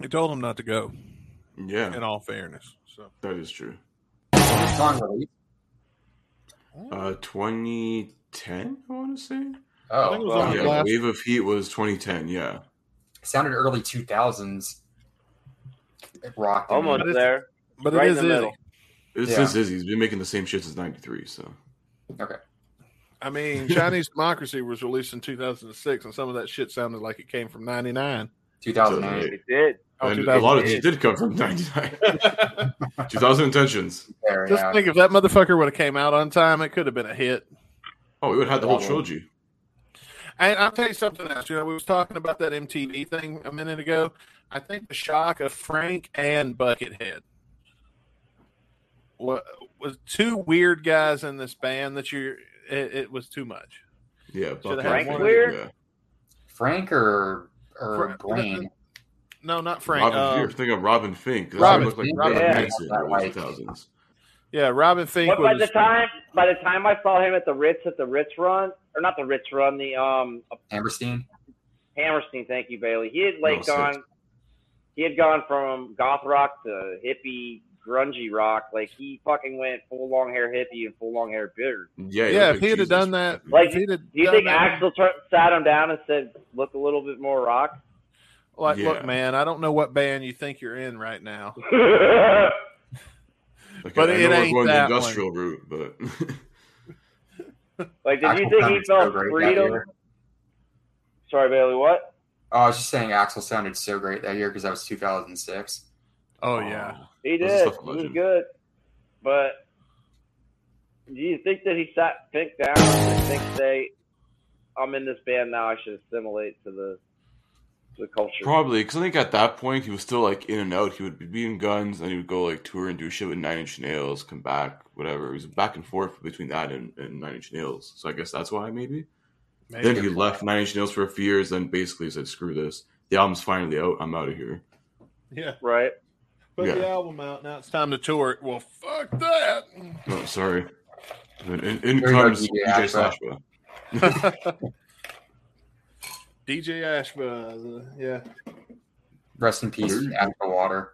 S1: I told him not to go.
S2: Yeah,
S1: In all fairness, so
S2: that is true.
S6: Song release.
S2: Uh, 2010, I want to say.
S1: I think it
S6: Oh,
S1: was
S6: well,
S1: on the
S2: yeah,
S1: last-
S2: Wave of Heat was 2010. Yeah,
S6: it sounded early two thousands. rocked. him.
S5: Almost there.
S1: But
S5: Right
S1: it
S5: in
S1: is
S5: the
S1: Izzy.
S5: middle.
S2: It's
S6: Yeah.
S2: just Izzy. He's been making the same shit since '93. So
S1: I mean, Chinese Democracy was released in 2006, and some of that shit sounded like it came from 99.
S6: 2008.
S5: It did.
S1: Oh,
S2: and a lot of
S1: 2008.
S2: it did come from '99. 2000 intentions.
S6: There,
S1: Just
S6: yeah.
S1: think if that motherfucker would have came out on time, it could have been a hit.
S2: Oh, we would have had the whole
S6: Probably.
S2: trilogy.
S1: And I'll tell you something else. You know, we was talking about that MTV thing a minute ago. I think the shock of Frank and Buckethead wa- was two weird guys in this band that you it, it was too much.
S2: Yeah,
S1: Should have
S2: Buckethead,
S1: had
S2: yeah.
S5: Weir.
S6: Frank or or
S1: Fra-
S6: Blaine.
S1: No, not Frank.
S2: Robin, you're
S1: Um,
S2: thinking of Robin Fink. That's
S1: Robin
S2: what it
S6: Fink,
S2: looked like
S5: yeah.
S2: Robin Nixon
S6: Yeah.
S2: in the 2000s.
S1: yeah, Robin Fink
S5: But by the
S1: was.
S5: time by the time I saw him at the Ritz at the Ritz run or not the Ritz run the um
S6: Hammerstein.
S5: Hammerstein, thank you Bailey. He had like
S2: No, sir.
S5: gone he had gone from goth rock to hippie grungy rock. Like he fucking went full long hair hippie and full long hair beard.
S2: Yeah,
S1: Yeah,
S2: looked
S1: if he had have
S2: Jesus.
S1: done that,
S5: Like,
S1: if he'd have
S5: Do you
S1: done
S5: think
S1: that-
S5: Axel tur sat him down and said, "Look a little bit more rock"?
S1: Like,
S2: Yeah.
S1: look, man, I don't know what band you think you're in right now.
S2: Like,
S1: but
S2: I
S1: it
S2: know
S1: ain't
S2: we're going
S1: that
S2: the industrial route, but
S5: like, did you
S6: Axel
S5: think he
S6: sounded so
S5: felt
S6: great that
S5: freedom?
S6: year.
S5: Sorry, Bailey. What?
S6: Oh, I was just saying Axel sounded so great that year because that was 2006.
S1: Oh yeah,
S5: He
S2: Those are
S5: did.
S2: stuff
S5: He was
S2: legend.
S5: good, but do you think that he sat Fink down and think they, "I'm in this band now. I should assimilate to the to the culture"?
S2: probably because I think at that point he was still like in and out. He would be in Guns, and he would go like tour and do shit with Nine Inch Nails, come back, whatever. He was back and forth between that and, and Nine Inch Nails. So I guess that's why maybe.
S1: maybe.
S2: Then he left Nine Inch Nails for a few years, then basically said, "Screw this. The album's finally out. I'm out of here."
S1: yeah.
S5: right.
S1: Put
S2: Yeah.
S1: the album out now. It's time to tour it. Well, fuck that.
S2: Oh, sorry. In, in, in
S6: There you go,
S2: comes
S6: DJ
S2: DJ
S6: Ashba.
S2: Slashba.
S1: DJ Ashba, uh, yeah.
S6: Rest in peace,
S2: Dude.
S6: Axel Water.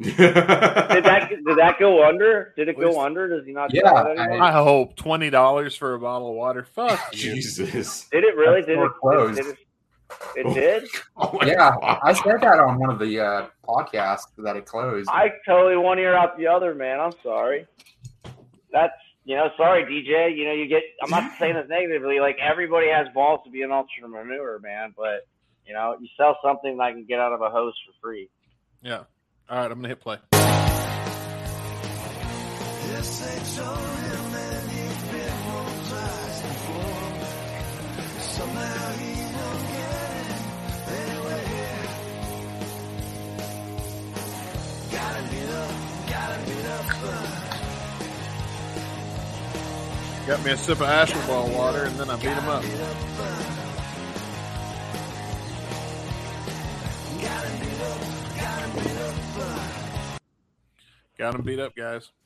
S5: Did that did that go under? Did it go
S1: Least-
S5: under? Does he not?
S6: Yeah,
S5: do that anymore?
S1: I hope twenty dollars for a bottle of water. Fuck you.
S2: Jesus.
S5: Did it really? Did
S6: Store
S5: it?
S6: closed.
S5: Did it, it did.
S2: Oh my
S6: yeah,
S2: God.
S6: I said that on one of the uh, podcasts that it closed.
S5: I totally one ear out the other, man. I'm sorry. That's you know, sorry, DJ. You know, you get. I'm not saying this negatively. Like everybody has balls to be an entrepreneur, man. But you know, you sell something that I can get out of a hose for free.
S1: Yeah. All right, I'm gonna hit play. Got me a sip of Astro Ball water, and then I beat him up. Got him beat up, guys.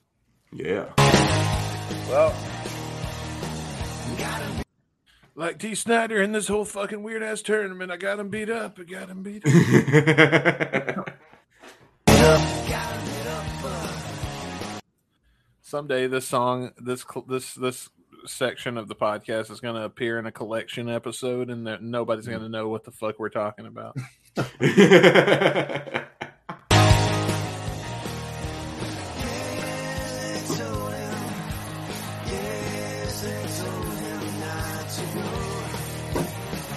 S2: Yeah.
S5: Well,
S1: Like T. Snyder in this whole fucking weird ass tournament. I got him beat up. I got him beat up. Someday this song, this cl- this this section of the podcast is going to appear in a collection episode, and that nobody's going to know what the fuck we're talking about.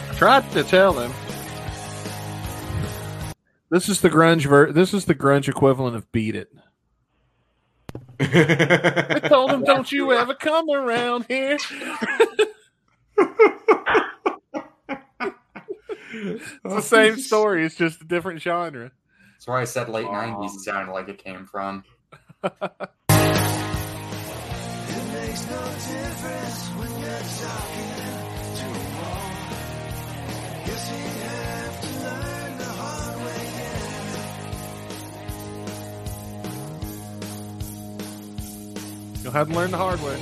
S1: I tried to tell him. This is the grunge ver- This is the grunge equivalent of "Beat It." I told him, "Don't you ever come around here." It's the same story. It's just a different genre.
S6: That's why I said late 90s sounded like it came from.
S1: You'll have to learn the hard way.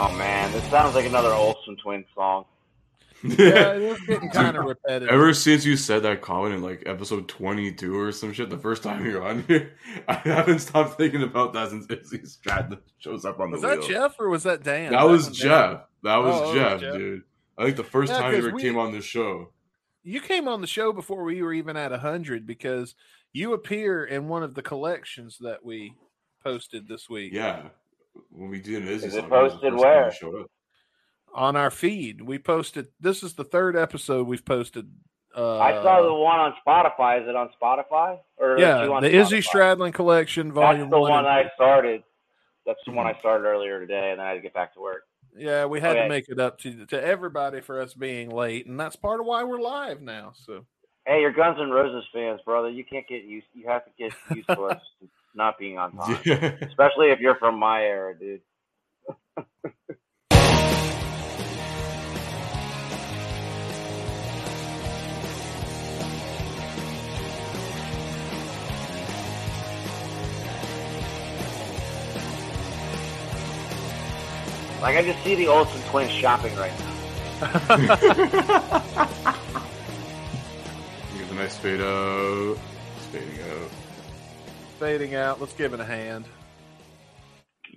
S5: Oh man, this sounds like another Olsen twin song.
S1: Yeah, it is getting kind of repetitive.
S2: Ever since you said that comment in like episode 22 or some shit, the first time you're on here, I haven't stopped thinking about that since Izzy Stratton shows up on the
S1: was that
S2: wheel.
S1: Jeff or was that Dan?
S2: That was
S1: one, Dan.
S2: Jeff. That was,
S1: Oh, it was
S2: Jeff,
S1: Jeff.
S2: dude. I think the first
S1: Yeah,
S2: time he
S1: 'cause
S2: ever
S1: we-
S2: came on this show.
S1: You came on the show before we were even at hundred because you appear in one of the collections that we posted this week
S2: Yeah. When we did an Izzy
S5: Is it
S2: song, that was the
S5: posted
S2: first time
S5: where?
S2: he showed up.
S1: on our feed. We posted. This is the third episode we've posted. Uh,
S5: I saw the one on Spotify. Is it on Spotify or are there two
S1: yeah
S5: on
S1: the Izzy
S5: Spotify?
S1: Stradlin collection,
S5: That's the
S1: volume and- Mm-hmm.
S5: one I started. That's the one I started earlier today, and then I had to get back to work.
S1: Yeah, we had to
S5: Okay.
S1: make it up to to everybody for us being late, and that's part of why we're live now. So
S5: Hey, you're Guns N' Roses fans, brother. You can't get used. You have to get used to us not being on time,
S2: Yeah.
S5: especially if you're from my era, dude. Like I just see the Olsen twins shopping right now.
S2: Here's a nice fade out. It's Fading out.
S1: fading out. Let's give it a hand.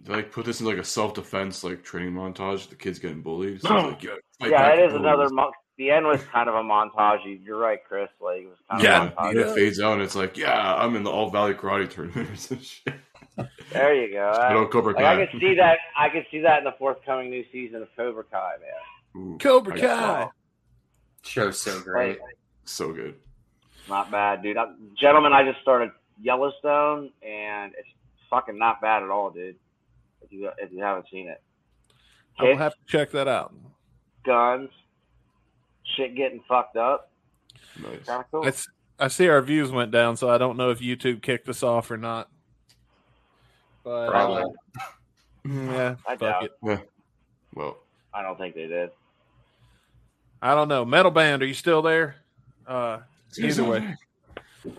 S2: They like put this in like a self defense like training montage. The kid's getting bullied. So it's like, yeah, fight
S5: yeah,
S2: back,
S5: it is
S2: bullies.
S5: another. Mon- the end was kind of a montage. You- You're right, Chris. Like it was kind
S2: Yeah,
S5: of a montage.
S2: and it fades out, and it's like, yeah, I'm in the All Valley Karate Tournament or some shit.
S5: There you go.
S2: I
S5: I,
S2: don't Cobra
S5: Uh, like,
S2: Kai.
S5: I could see that. I could see that in the forthcoming new season of Cobra Kai, man.
S2: Ooh,
S1: Cobra
S2: I-
S1: Kai.
S6: Show's so great.
S2: So good.
S5: Not bad, dude. I, gentlemen, I just started Yellowstone, and it's fucking not bad at all, dude. If you if you haven't seen it,
S1: I will
S5: kicks,
S1: have to check that out.
S5: guns, shit getting fucked up.
S2: Nice.
S5: Kind of cool.
S1: I, s- I see our views went down, so I don't know if YouTube kicked us off or not. But uh,
S6: Probably.
S1: yeah,
S5: I
S1: fuck
S5: doubt.
S1: it.
S2: Well,
S5: I don't think they did.
S1: I don't know. Metal Band, are you still there? Uh, either way,
S5: Say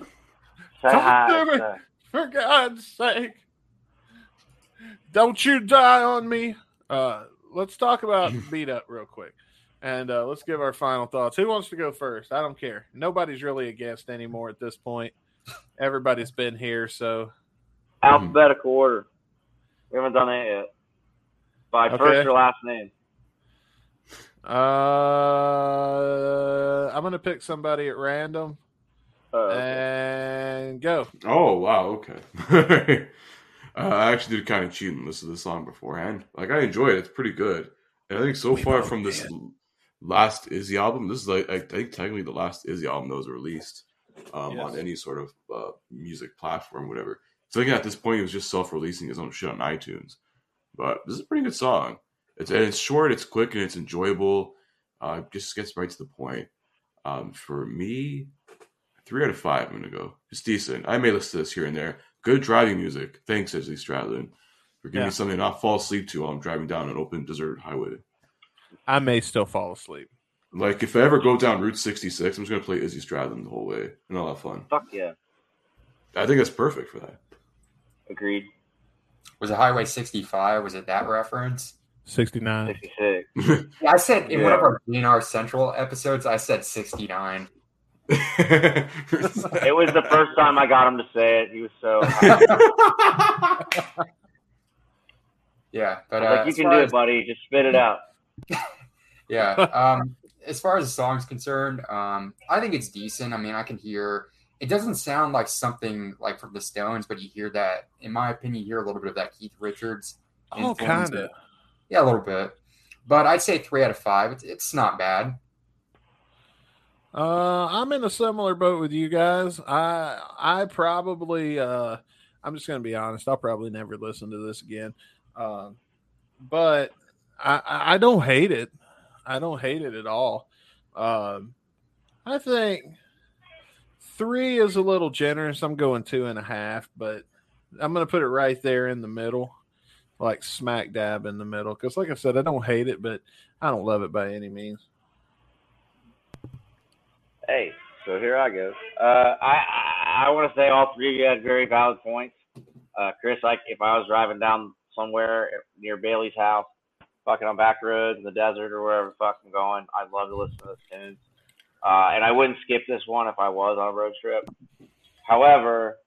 S1: Talk
S5: hi, uh,
S1: to me.
S5: say-
S1: for God's sake, don't you die on me. Uh, let's talk about beat up real quick, and uh, let's give our final thoughts. Who wants to go first? I don't care. Nobody's really a guest anymore at this point. Everybody's been here, so
S5: alphabetical order. We haven't done that yet. By
S1: Okay.
S5: first or last name.
S1: Uh, I'm gonna pick somebody at random
S5: Uh, okay.
S1: and go.
S2: Oh wow, okay. uh, I actually did kind of cheat and listen to the song beforehand. Like I enjoyed it; it's pretty good. And I think so far from this l- last Izzy album, this is like I think technically the last Izzy album that was released um,
S1: Yes.
S2: on any sort of uh, music platform, whatever. So I think at this point he was just self-releasing his own shit on iTunes. But this is a pretty good song. It's and it's short, it's quick, and it's enjoyable. Uh, it just gets right to the point. Um, for me, three out of five. I'm gonna go. It's decent. I may listen to this here and there. Good driving music. Thanks, Edgley Stradlin, for giving
S1: Yeah.
S2: me something to not fall asleep to while I'm driving down an open deserted highway.
S1: I may still fall asleep.
S2: Like if I ever go down Route 66, I'm just gonna play Izzy Stradlin the whole way and I'll have fun.
S5: Fuck yeah.
S2: I think that's perfect for that.
S5: Agreed.
S6: Was it Highway 65? Was it that reference?
S1: Sixty nine.
S5: 66.
S6: Yeah, I said in one of
S2: Yeah.
S6: our DNR Central episodes, I said 69.
S5: It was the first time I got him to say it. He was so. I was
S6: Yeah, but uh,
S5: like, you
S6: as
S5: can
S6: far
S5: do
S6: as-
S5: it, buddy. Just spit it out.
S6: Yeah. Um, as far as the song's concerned, um, I think it's decent. I mean, I can hear it doesn't sound like something like from the Stones, but you hear that, in my opinion, you hear a little bit of that Keith Richards.
S1: Oh,
S6: influence.
S1: kinda.
S6: Yeah, a little bit. But I'd say three out of five. It's, it's not bad.
S1: Uh, I'm in a similar boat with you guys. I I probably uh, I'm just gonna be honest. I'll probably never listen to this again. Um, but I I I don't hate it. I don't hate it at all. Um, I think three is a little generous. I'm going two and a half, but I'm gonna put it right there in the middle, like smack dab in the middle. Because like I said, I don't hate it, but I don't love it by any means.
S5: Hey, so here I go. Uh, I I, I want to say all three of you had very valid points. Uh, Chris, like if I was driving down somewhere near Bailey's house fucking on back roads in the desert or wherever the fuck I'm going. I love to listen to those tunes. Uh, and I wouldn't skip this one if I was on a road trip. However,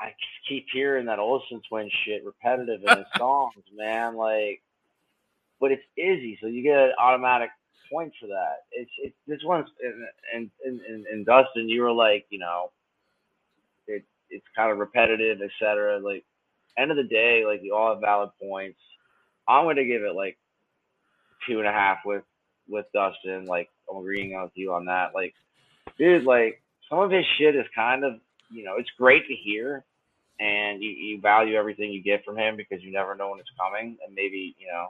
S5: I just keep hearing that Olsen twin shit repetitive in his songs, man. Like, but it's Izzy, so you get an automatic point for that. It's it's this one's and and and, and Dustin, you were like, you know, it it's kind of repetitive, etc. Like, end of the day, like you all have valid points. I'm going to give it like two and a half with with Dustin. Like, I'm agreeing with you on that. Like, dude, like some of his shit is kind of you know, it's great to hear and you, you value everything you get from him because you never know when it's coming. And maybe, you know,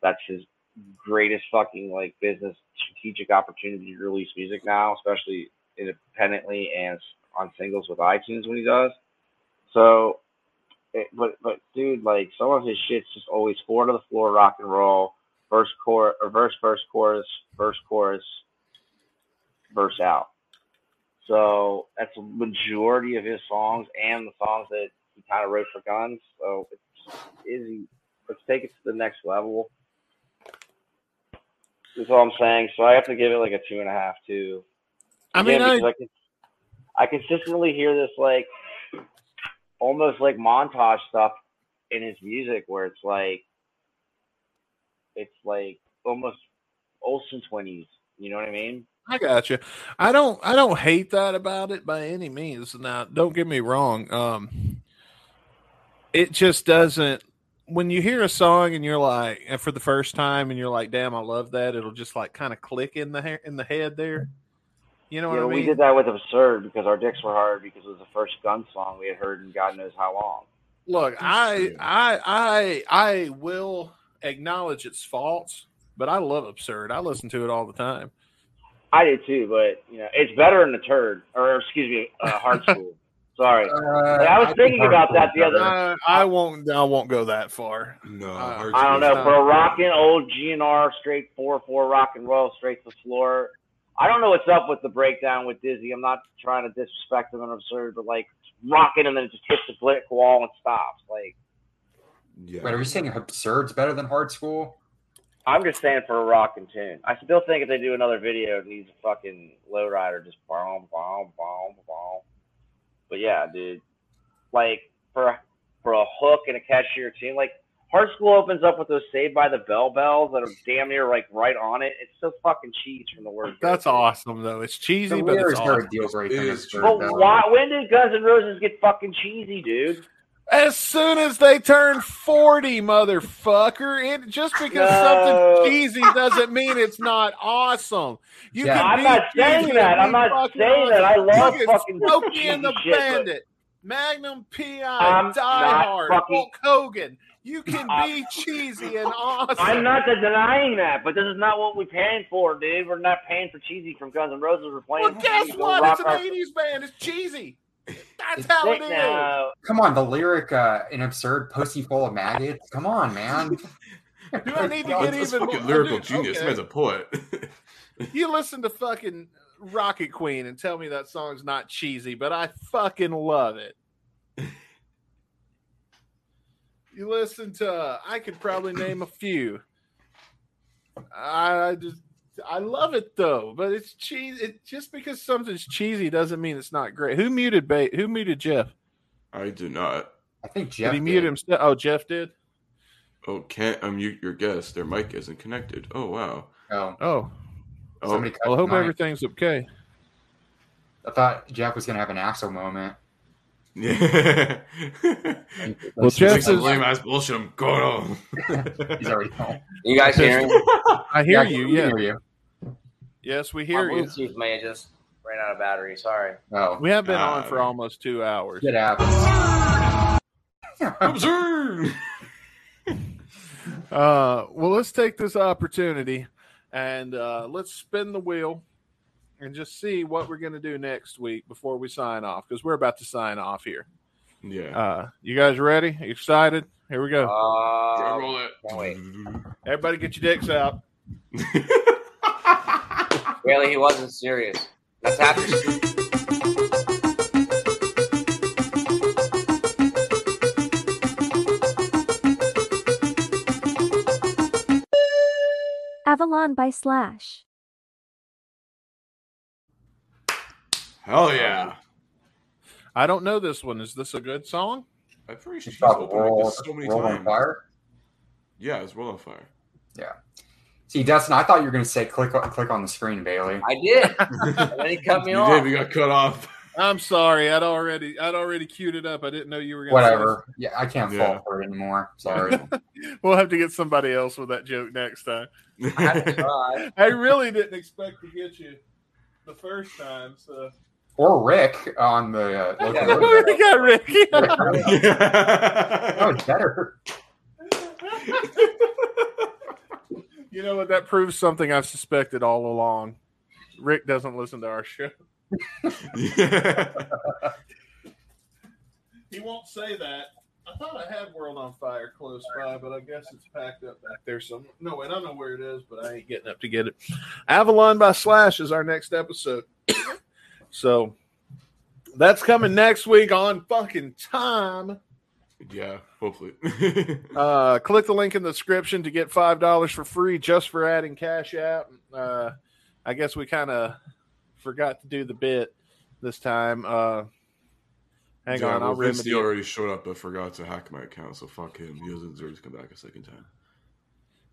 S5: that's his greatest fucking like business strategic opportunity to release music now, especially independently and on singles with iTunes when he does. So, it, but, but dude, like some of his shit's just always four to the floor rock and roll, verse, chorus, or verse, verse, chorus, verse, chorus, verse out. So that's a majority of his songs and the songs that he kind of wrote for Guns. So it's Izzy. Let's take it to the next level. That's all I'm saying. So I have to give it like a two and a half too.
S1: I mean,
S5: Again,
S1: I,
S5: because I, cons- I consistently hear this like almost like montage stuff in his music where it's like it's like almost Olsen twenties. You know what I mean?
S1: I got you. I don't. I don't hate that about it by any means. Now, don't get me wrong. Um, it just doesn't. When you hear a song and you're like, and for the first time, and you're like, "Damn, I love that!" It'll just like kind of click in the hair in the head there. You know what
S5: yeah,
S1: I mean?
S5: we did that with Absurd because our dicks were hard because it was the first gun song we had heard in God knows how long.
S1: Look, I, I, I, I will acknowledge its faults, but I love absurd. I listen to it all the time.
S5: I did too, but you know, it's better than a turd, or excuse me, uh, hard school. Sorry,
S6: Uh,
S5: I was thinking about that the other-
S1: Uh, I won't. I won't go that far.
S2: No,
S1: Uh,
S2: hard
S5: I don't know.
S1: not-
S5: For a rockin' old GNR straight four four rock and roll straight to the floor. I don't know what's up with the breakdown with Dizzy. I'm not trying to disrespect him and absurd, but like rocking and then it just hits the brick wall and stops. Like
S2: Yeah.
S6: Wait, are you saying absurd's better than hard school?
S5: I'm just saying for a rockin' tune. I still think if they do another video, it needs a fucking lowrider, just bomb, bomb, bomb, bomb. But yeah, dude, like for for a hook and a catchier tune, like Hard School opens up with those Saved by the Bell bells that are damn near like right on it. It's so fucking cheese from the word. go.
S1: That's awesome, though. It's cheesy,
S6: The
S1: but it's
S6: lyrics are
S1: awesome.
S6: a deal breaker.
S2: It
S6: in
S2: is
S6: absurd,
S2: true.
S5: But
S6: though.
S5: why? When did Guns N' Roses get fucking cheesy, dude?
S1: As soon as they turn forty, motherfucker, it just because
S5: No.
S1: something cheesy doesn't mean it's not awesome. You
S6: Yeah.
S1: can
S5: I'm
S1: be
S5: not
S1: cheesy
S5: saying
S1: and
S5: that.
S1: be
S5: I'm not
S1: fucking
S5: saying that. I
S1: awesome.
S5: love
S1: You can
S5: fucking
S1: Smokey and the
S5: cheesy shit, but-
S1: Bandit, Magnum PI, Die
S5: I'm not
S1: Hard,
S5: fucking-
S1: Hulk Hogan. You can
S5: I-
S1: be cheesy and awesome.
S5: I'm not denying that, but this is not what we're paying for, dude. We're not paying for cheesy from Guns N' Roses. We're playing.
S1: Well,
S5: for
S1: guess
S5: cheesy,
S1: what?
S5: rock
S1: It's an
S5: our-
S1: '80s band. It's cheesy. That's
S6: It's
S1: how it
S5: Wait,
S1: is.
S5: no.
S6: Come on, the lyric uh, "an absurd pussy full of maggots." Come on, man.
S1: Do I need to
S2: Oh,
S1: get
S2: this
S1: even
S2: fucking
S1: more-
S2: lyrical
S1: dude,
S2: genius.
S1: okay.
S2: Man's a poet.
S1: You listen to fucking Rocket Queen and tell me that song's not cheesy, but I fucking love it. You listen to I could probably name a few. I I just I love it though, but it's cheesy. It, just because something's cheesy doesn't mean it's not great. Who muted bait? Who muted Jeff?
S2: I do not.
S6: I think
S1: Did
S6: Jeff.
S1: he mute
S6: did.
S1: himself? Oh, Jeff did.
S2: Oh, can't unmute your guest. Their mic isn't connected. Oh wow.
S6: Oh,
S1: Oh,
S2: Oh,
S6: somebody cut
S1: well, I hope
S6: mine.
S1: everything's okay.
S6: I thought Jeff was gonna have an Axel moment.
S2: yeah.
S1: Well,
S6: He's like,
S1: Jeff says-
S2: lame ass bullshit. I'm going on.
S6: he's already home.
S9: You guys hearing? me?
S1: I hear
S6: Yeah,
S1: you.
S6: we
S1: Yeah.
S6: hear you.
S1: Yes, we
S9: My
S1: hear you.
S9: Bluetooth may have just ran out of battery. Sorry.
S6: Oh,
S1: We have been on
S2: God.
S1: for almost two hours.
S6: get out.
S2: Absurd.
S1: Uh, well, let's take this opportunity and uh, let's spin the wheel and just see what we're going to do next week before we sign off because we're about to sign off here.
S2: Yeah.
S1: Uh, you guys ready? Excited? Here we go.
S2: Drum
S9: Uh,
S2: roll it.
S9: can't wait.
S1: Everybody, get your dicks out.
S9: really, he wasn't serious. That's happened.
S10: Avalon by Slash.
S2: Hell yeah!
S1: I don't know this one. Is this a good song?
S2: I'm pretty sure
S6: She's
S2: she's
S6: about
S2: opened
S6: roll,
S2: like this so many
S6: roll on
S2: times.
S6: fire.
S2: Yeah, it's Roll on Fire.
S6: See, Dustin, I thought you were going to say click click on the screen, Bailey.
S9: I did. and then he cut me
S2: you
S9: off.
S2: did. We got cut off.
S1: I'm sorry. I'd already I'd already queued it up. I didn't know you were going
S6: Whatever. Yeah, I can't
S2: Yeah.
S6: fault for it anymore. Sorry.
S1: We'll have to get somebody else with that joke next time.
S9: Uh,
S1: I really didn't expect to get you the first time. So
S6: or Rick on the uh,
S9: Yeah.
S1: we got Ricky.
S6: local. that
S2: yeah.
S6: was better.
S1: You know what? That proves something I've suspected all along. Rick doesn't listen to our show. He won't say that. I thought I had World on Fire close by, but I guess it's packed up back there somewhere. No, wait, I know where it is, but I ain't getting up to get it. Avalon by Slash is our next episode. so that's coming next week on fucking time.
S2: yeah, hopefully.
S1: Uh, click the link in the description to get five dollars for free just for adding Cash App. Uh, I guess we kind of forgot to do the bit this time. Uh, hang
S2: Yeah,
S1: on,
S2: well,
S1: I'll
S2: Vince
S1: remedy.
S2: D
S1: it.
S2: already showed up, but forgot to hack my account, so fuck him. He doesn't deserve to come back a second time.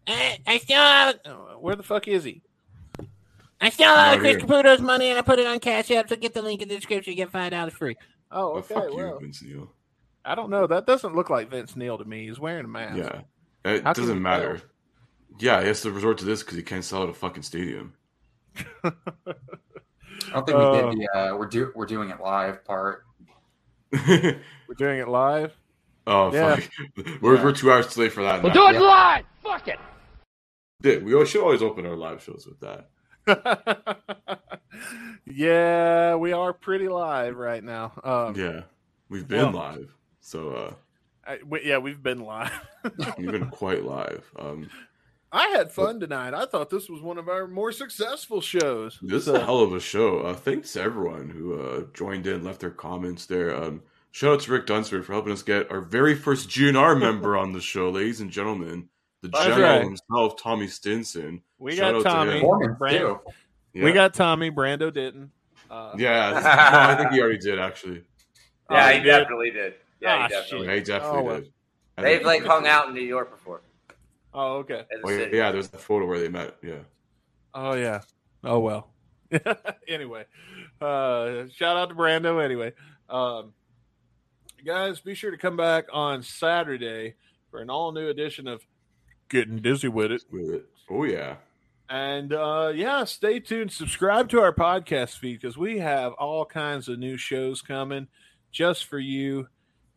S3: I, I still owe,
S1: Uh, Where the fuck is he?
S3: I still owe
S6: Oh,
S2: Not
S3: Chris
S2: here.
S3: Caputo's money, and I put it on Cash App. So get the link in the description. Get five dollars free.
S1: Oh,
S2: But
S1: okay.
S2: fuck
S1: well,
S2: you, Vince Neil.
S1: I don't know. That doesn't look like Vince Neil to me. He's wearing a mask.
S2: Yeah, it
S1: How can
S2: doesn't
S1: you
S2: matter. Yeah, he has to resort to this because he can't sell out a fucking stadium.
S6: I don't think we
S1: Uh.
S6: did the uh, we're do we're doing it live part.
S1: We're doing it live.
S2: oh
S1: Yeah.
S2: fuck, we're,
S6: Yeah.
S2: we're two hours too late for that. now.
S6: it Yeah.
S8: live. Fuck it.
S2: Dude, we should always open our live shows with that.
S1: yeah, we are pretty live right now. Um, yeah.
S2: yeah, we've been
S1: well-
S2: live, so uh,
S1: I, we, yeah, we've been live.
S2: we've been quite live. Um,
S1: I had fun tonight. I thought this was one of our more successful shows.
S2: This is a hell of a show. Uh, thanks to everyone who uh, joined in, left their comments there. Um, shout out to Rick Dunsford for helping us get our very first GNR member on the show, ladies and gentlemen. The
S1: That's
S2: general
S1: right.
S2: himself, Tommy Stinson.
S1: We
S2: Shout
S1: got
S2: out to
S1: Tommy.
S2: him.
S6: Mormons
S1: Brand-
S6: too.
S2: Yeah.
S1: We got Tommy. Brando didn't. Uh,
S2: Yeah, this- no, I think he already did actually.
S9: yeah,
S1: oh,
S9: he
S1: dude.
S9: definitely did. Yeah,
S1: Ah,
S9: he definitely.
S2: Yeah, he
S1: Oh,
S2: definitely
S1: well.
S2: did. I
S9: They've
S2: think-
S9: like hung out in New York before.
S1: Oh, okay.
S9: As a
S2: Oh, yeah,
S9: city.
S2: yeah, there's the photo where they met. Yeah.
S1: Oh yeah. Oh well. anyway, uh, shout out to Brando. Anyway, um, guys, be sure to come back on Saturday for an all new edition of Getting Dizzy with It.
S2: With it. Oh yeah.
S1: And uh, yeah, stay tuned. Subscribe to our podcast feed because we have all kinds of new shows coming just for you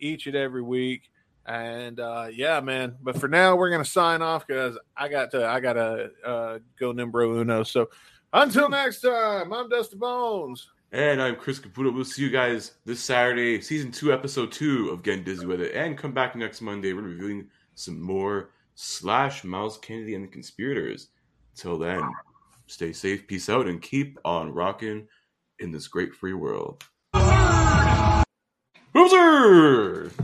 S1: each and every week. And uh, yeah, man. But for now, we're gonna sign off because I got to I gotta uh, go numero uno. So until next time, I'm Dusty Bones.
S2: And I'm Chris Caputo. We'll see you guys this Saturday, season two, episode two of Getting Dizzy with It. And come back next Monday. We're reviewing some more slash Miles Kennedy and the Conspirators. Till then, stay safe, peace out, and keep on rocking in this great free world. Boozer!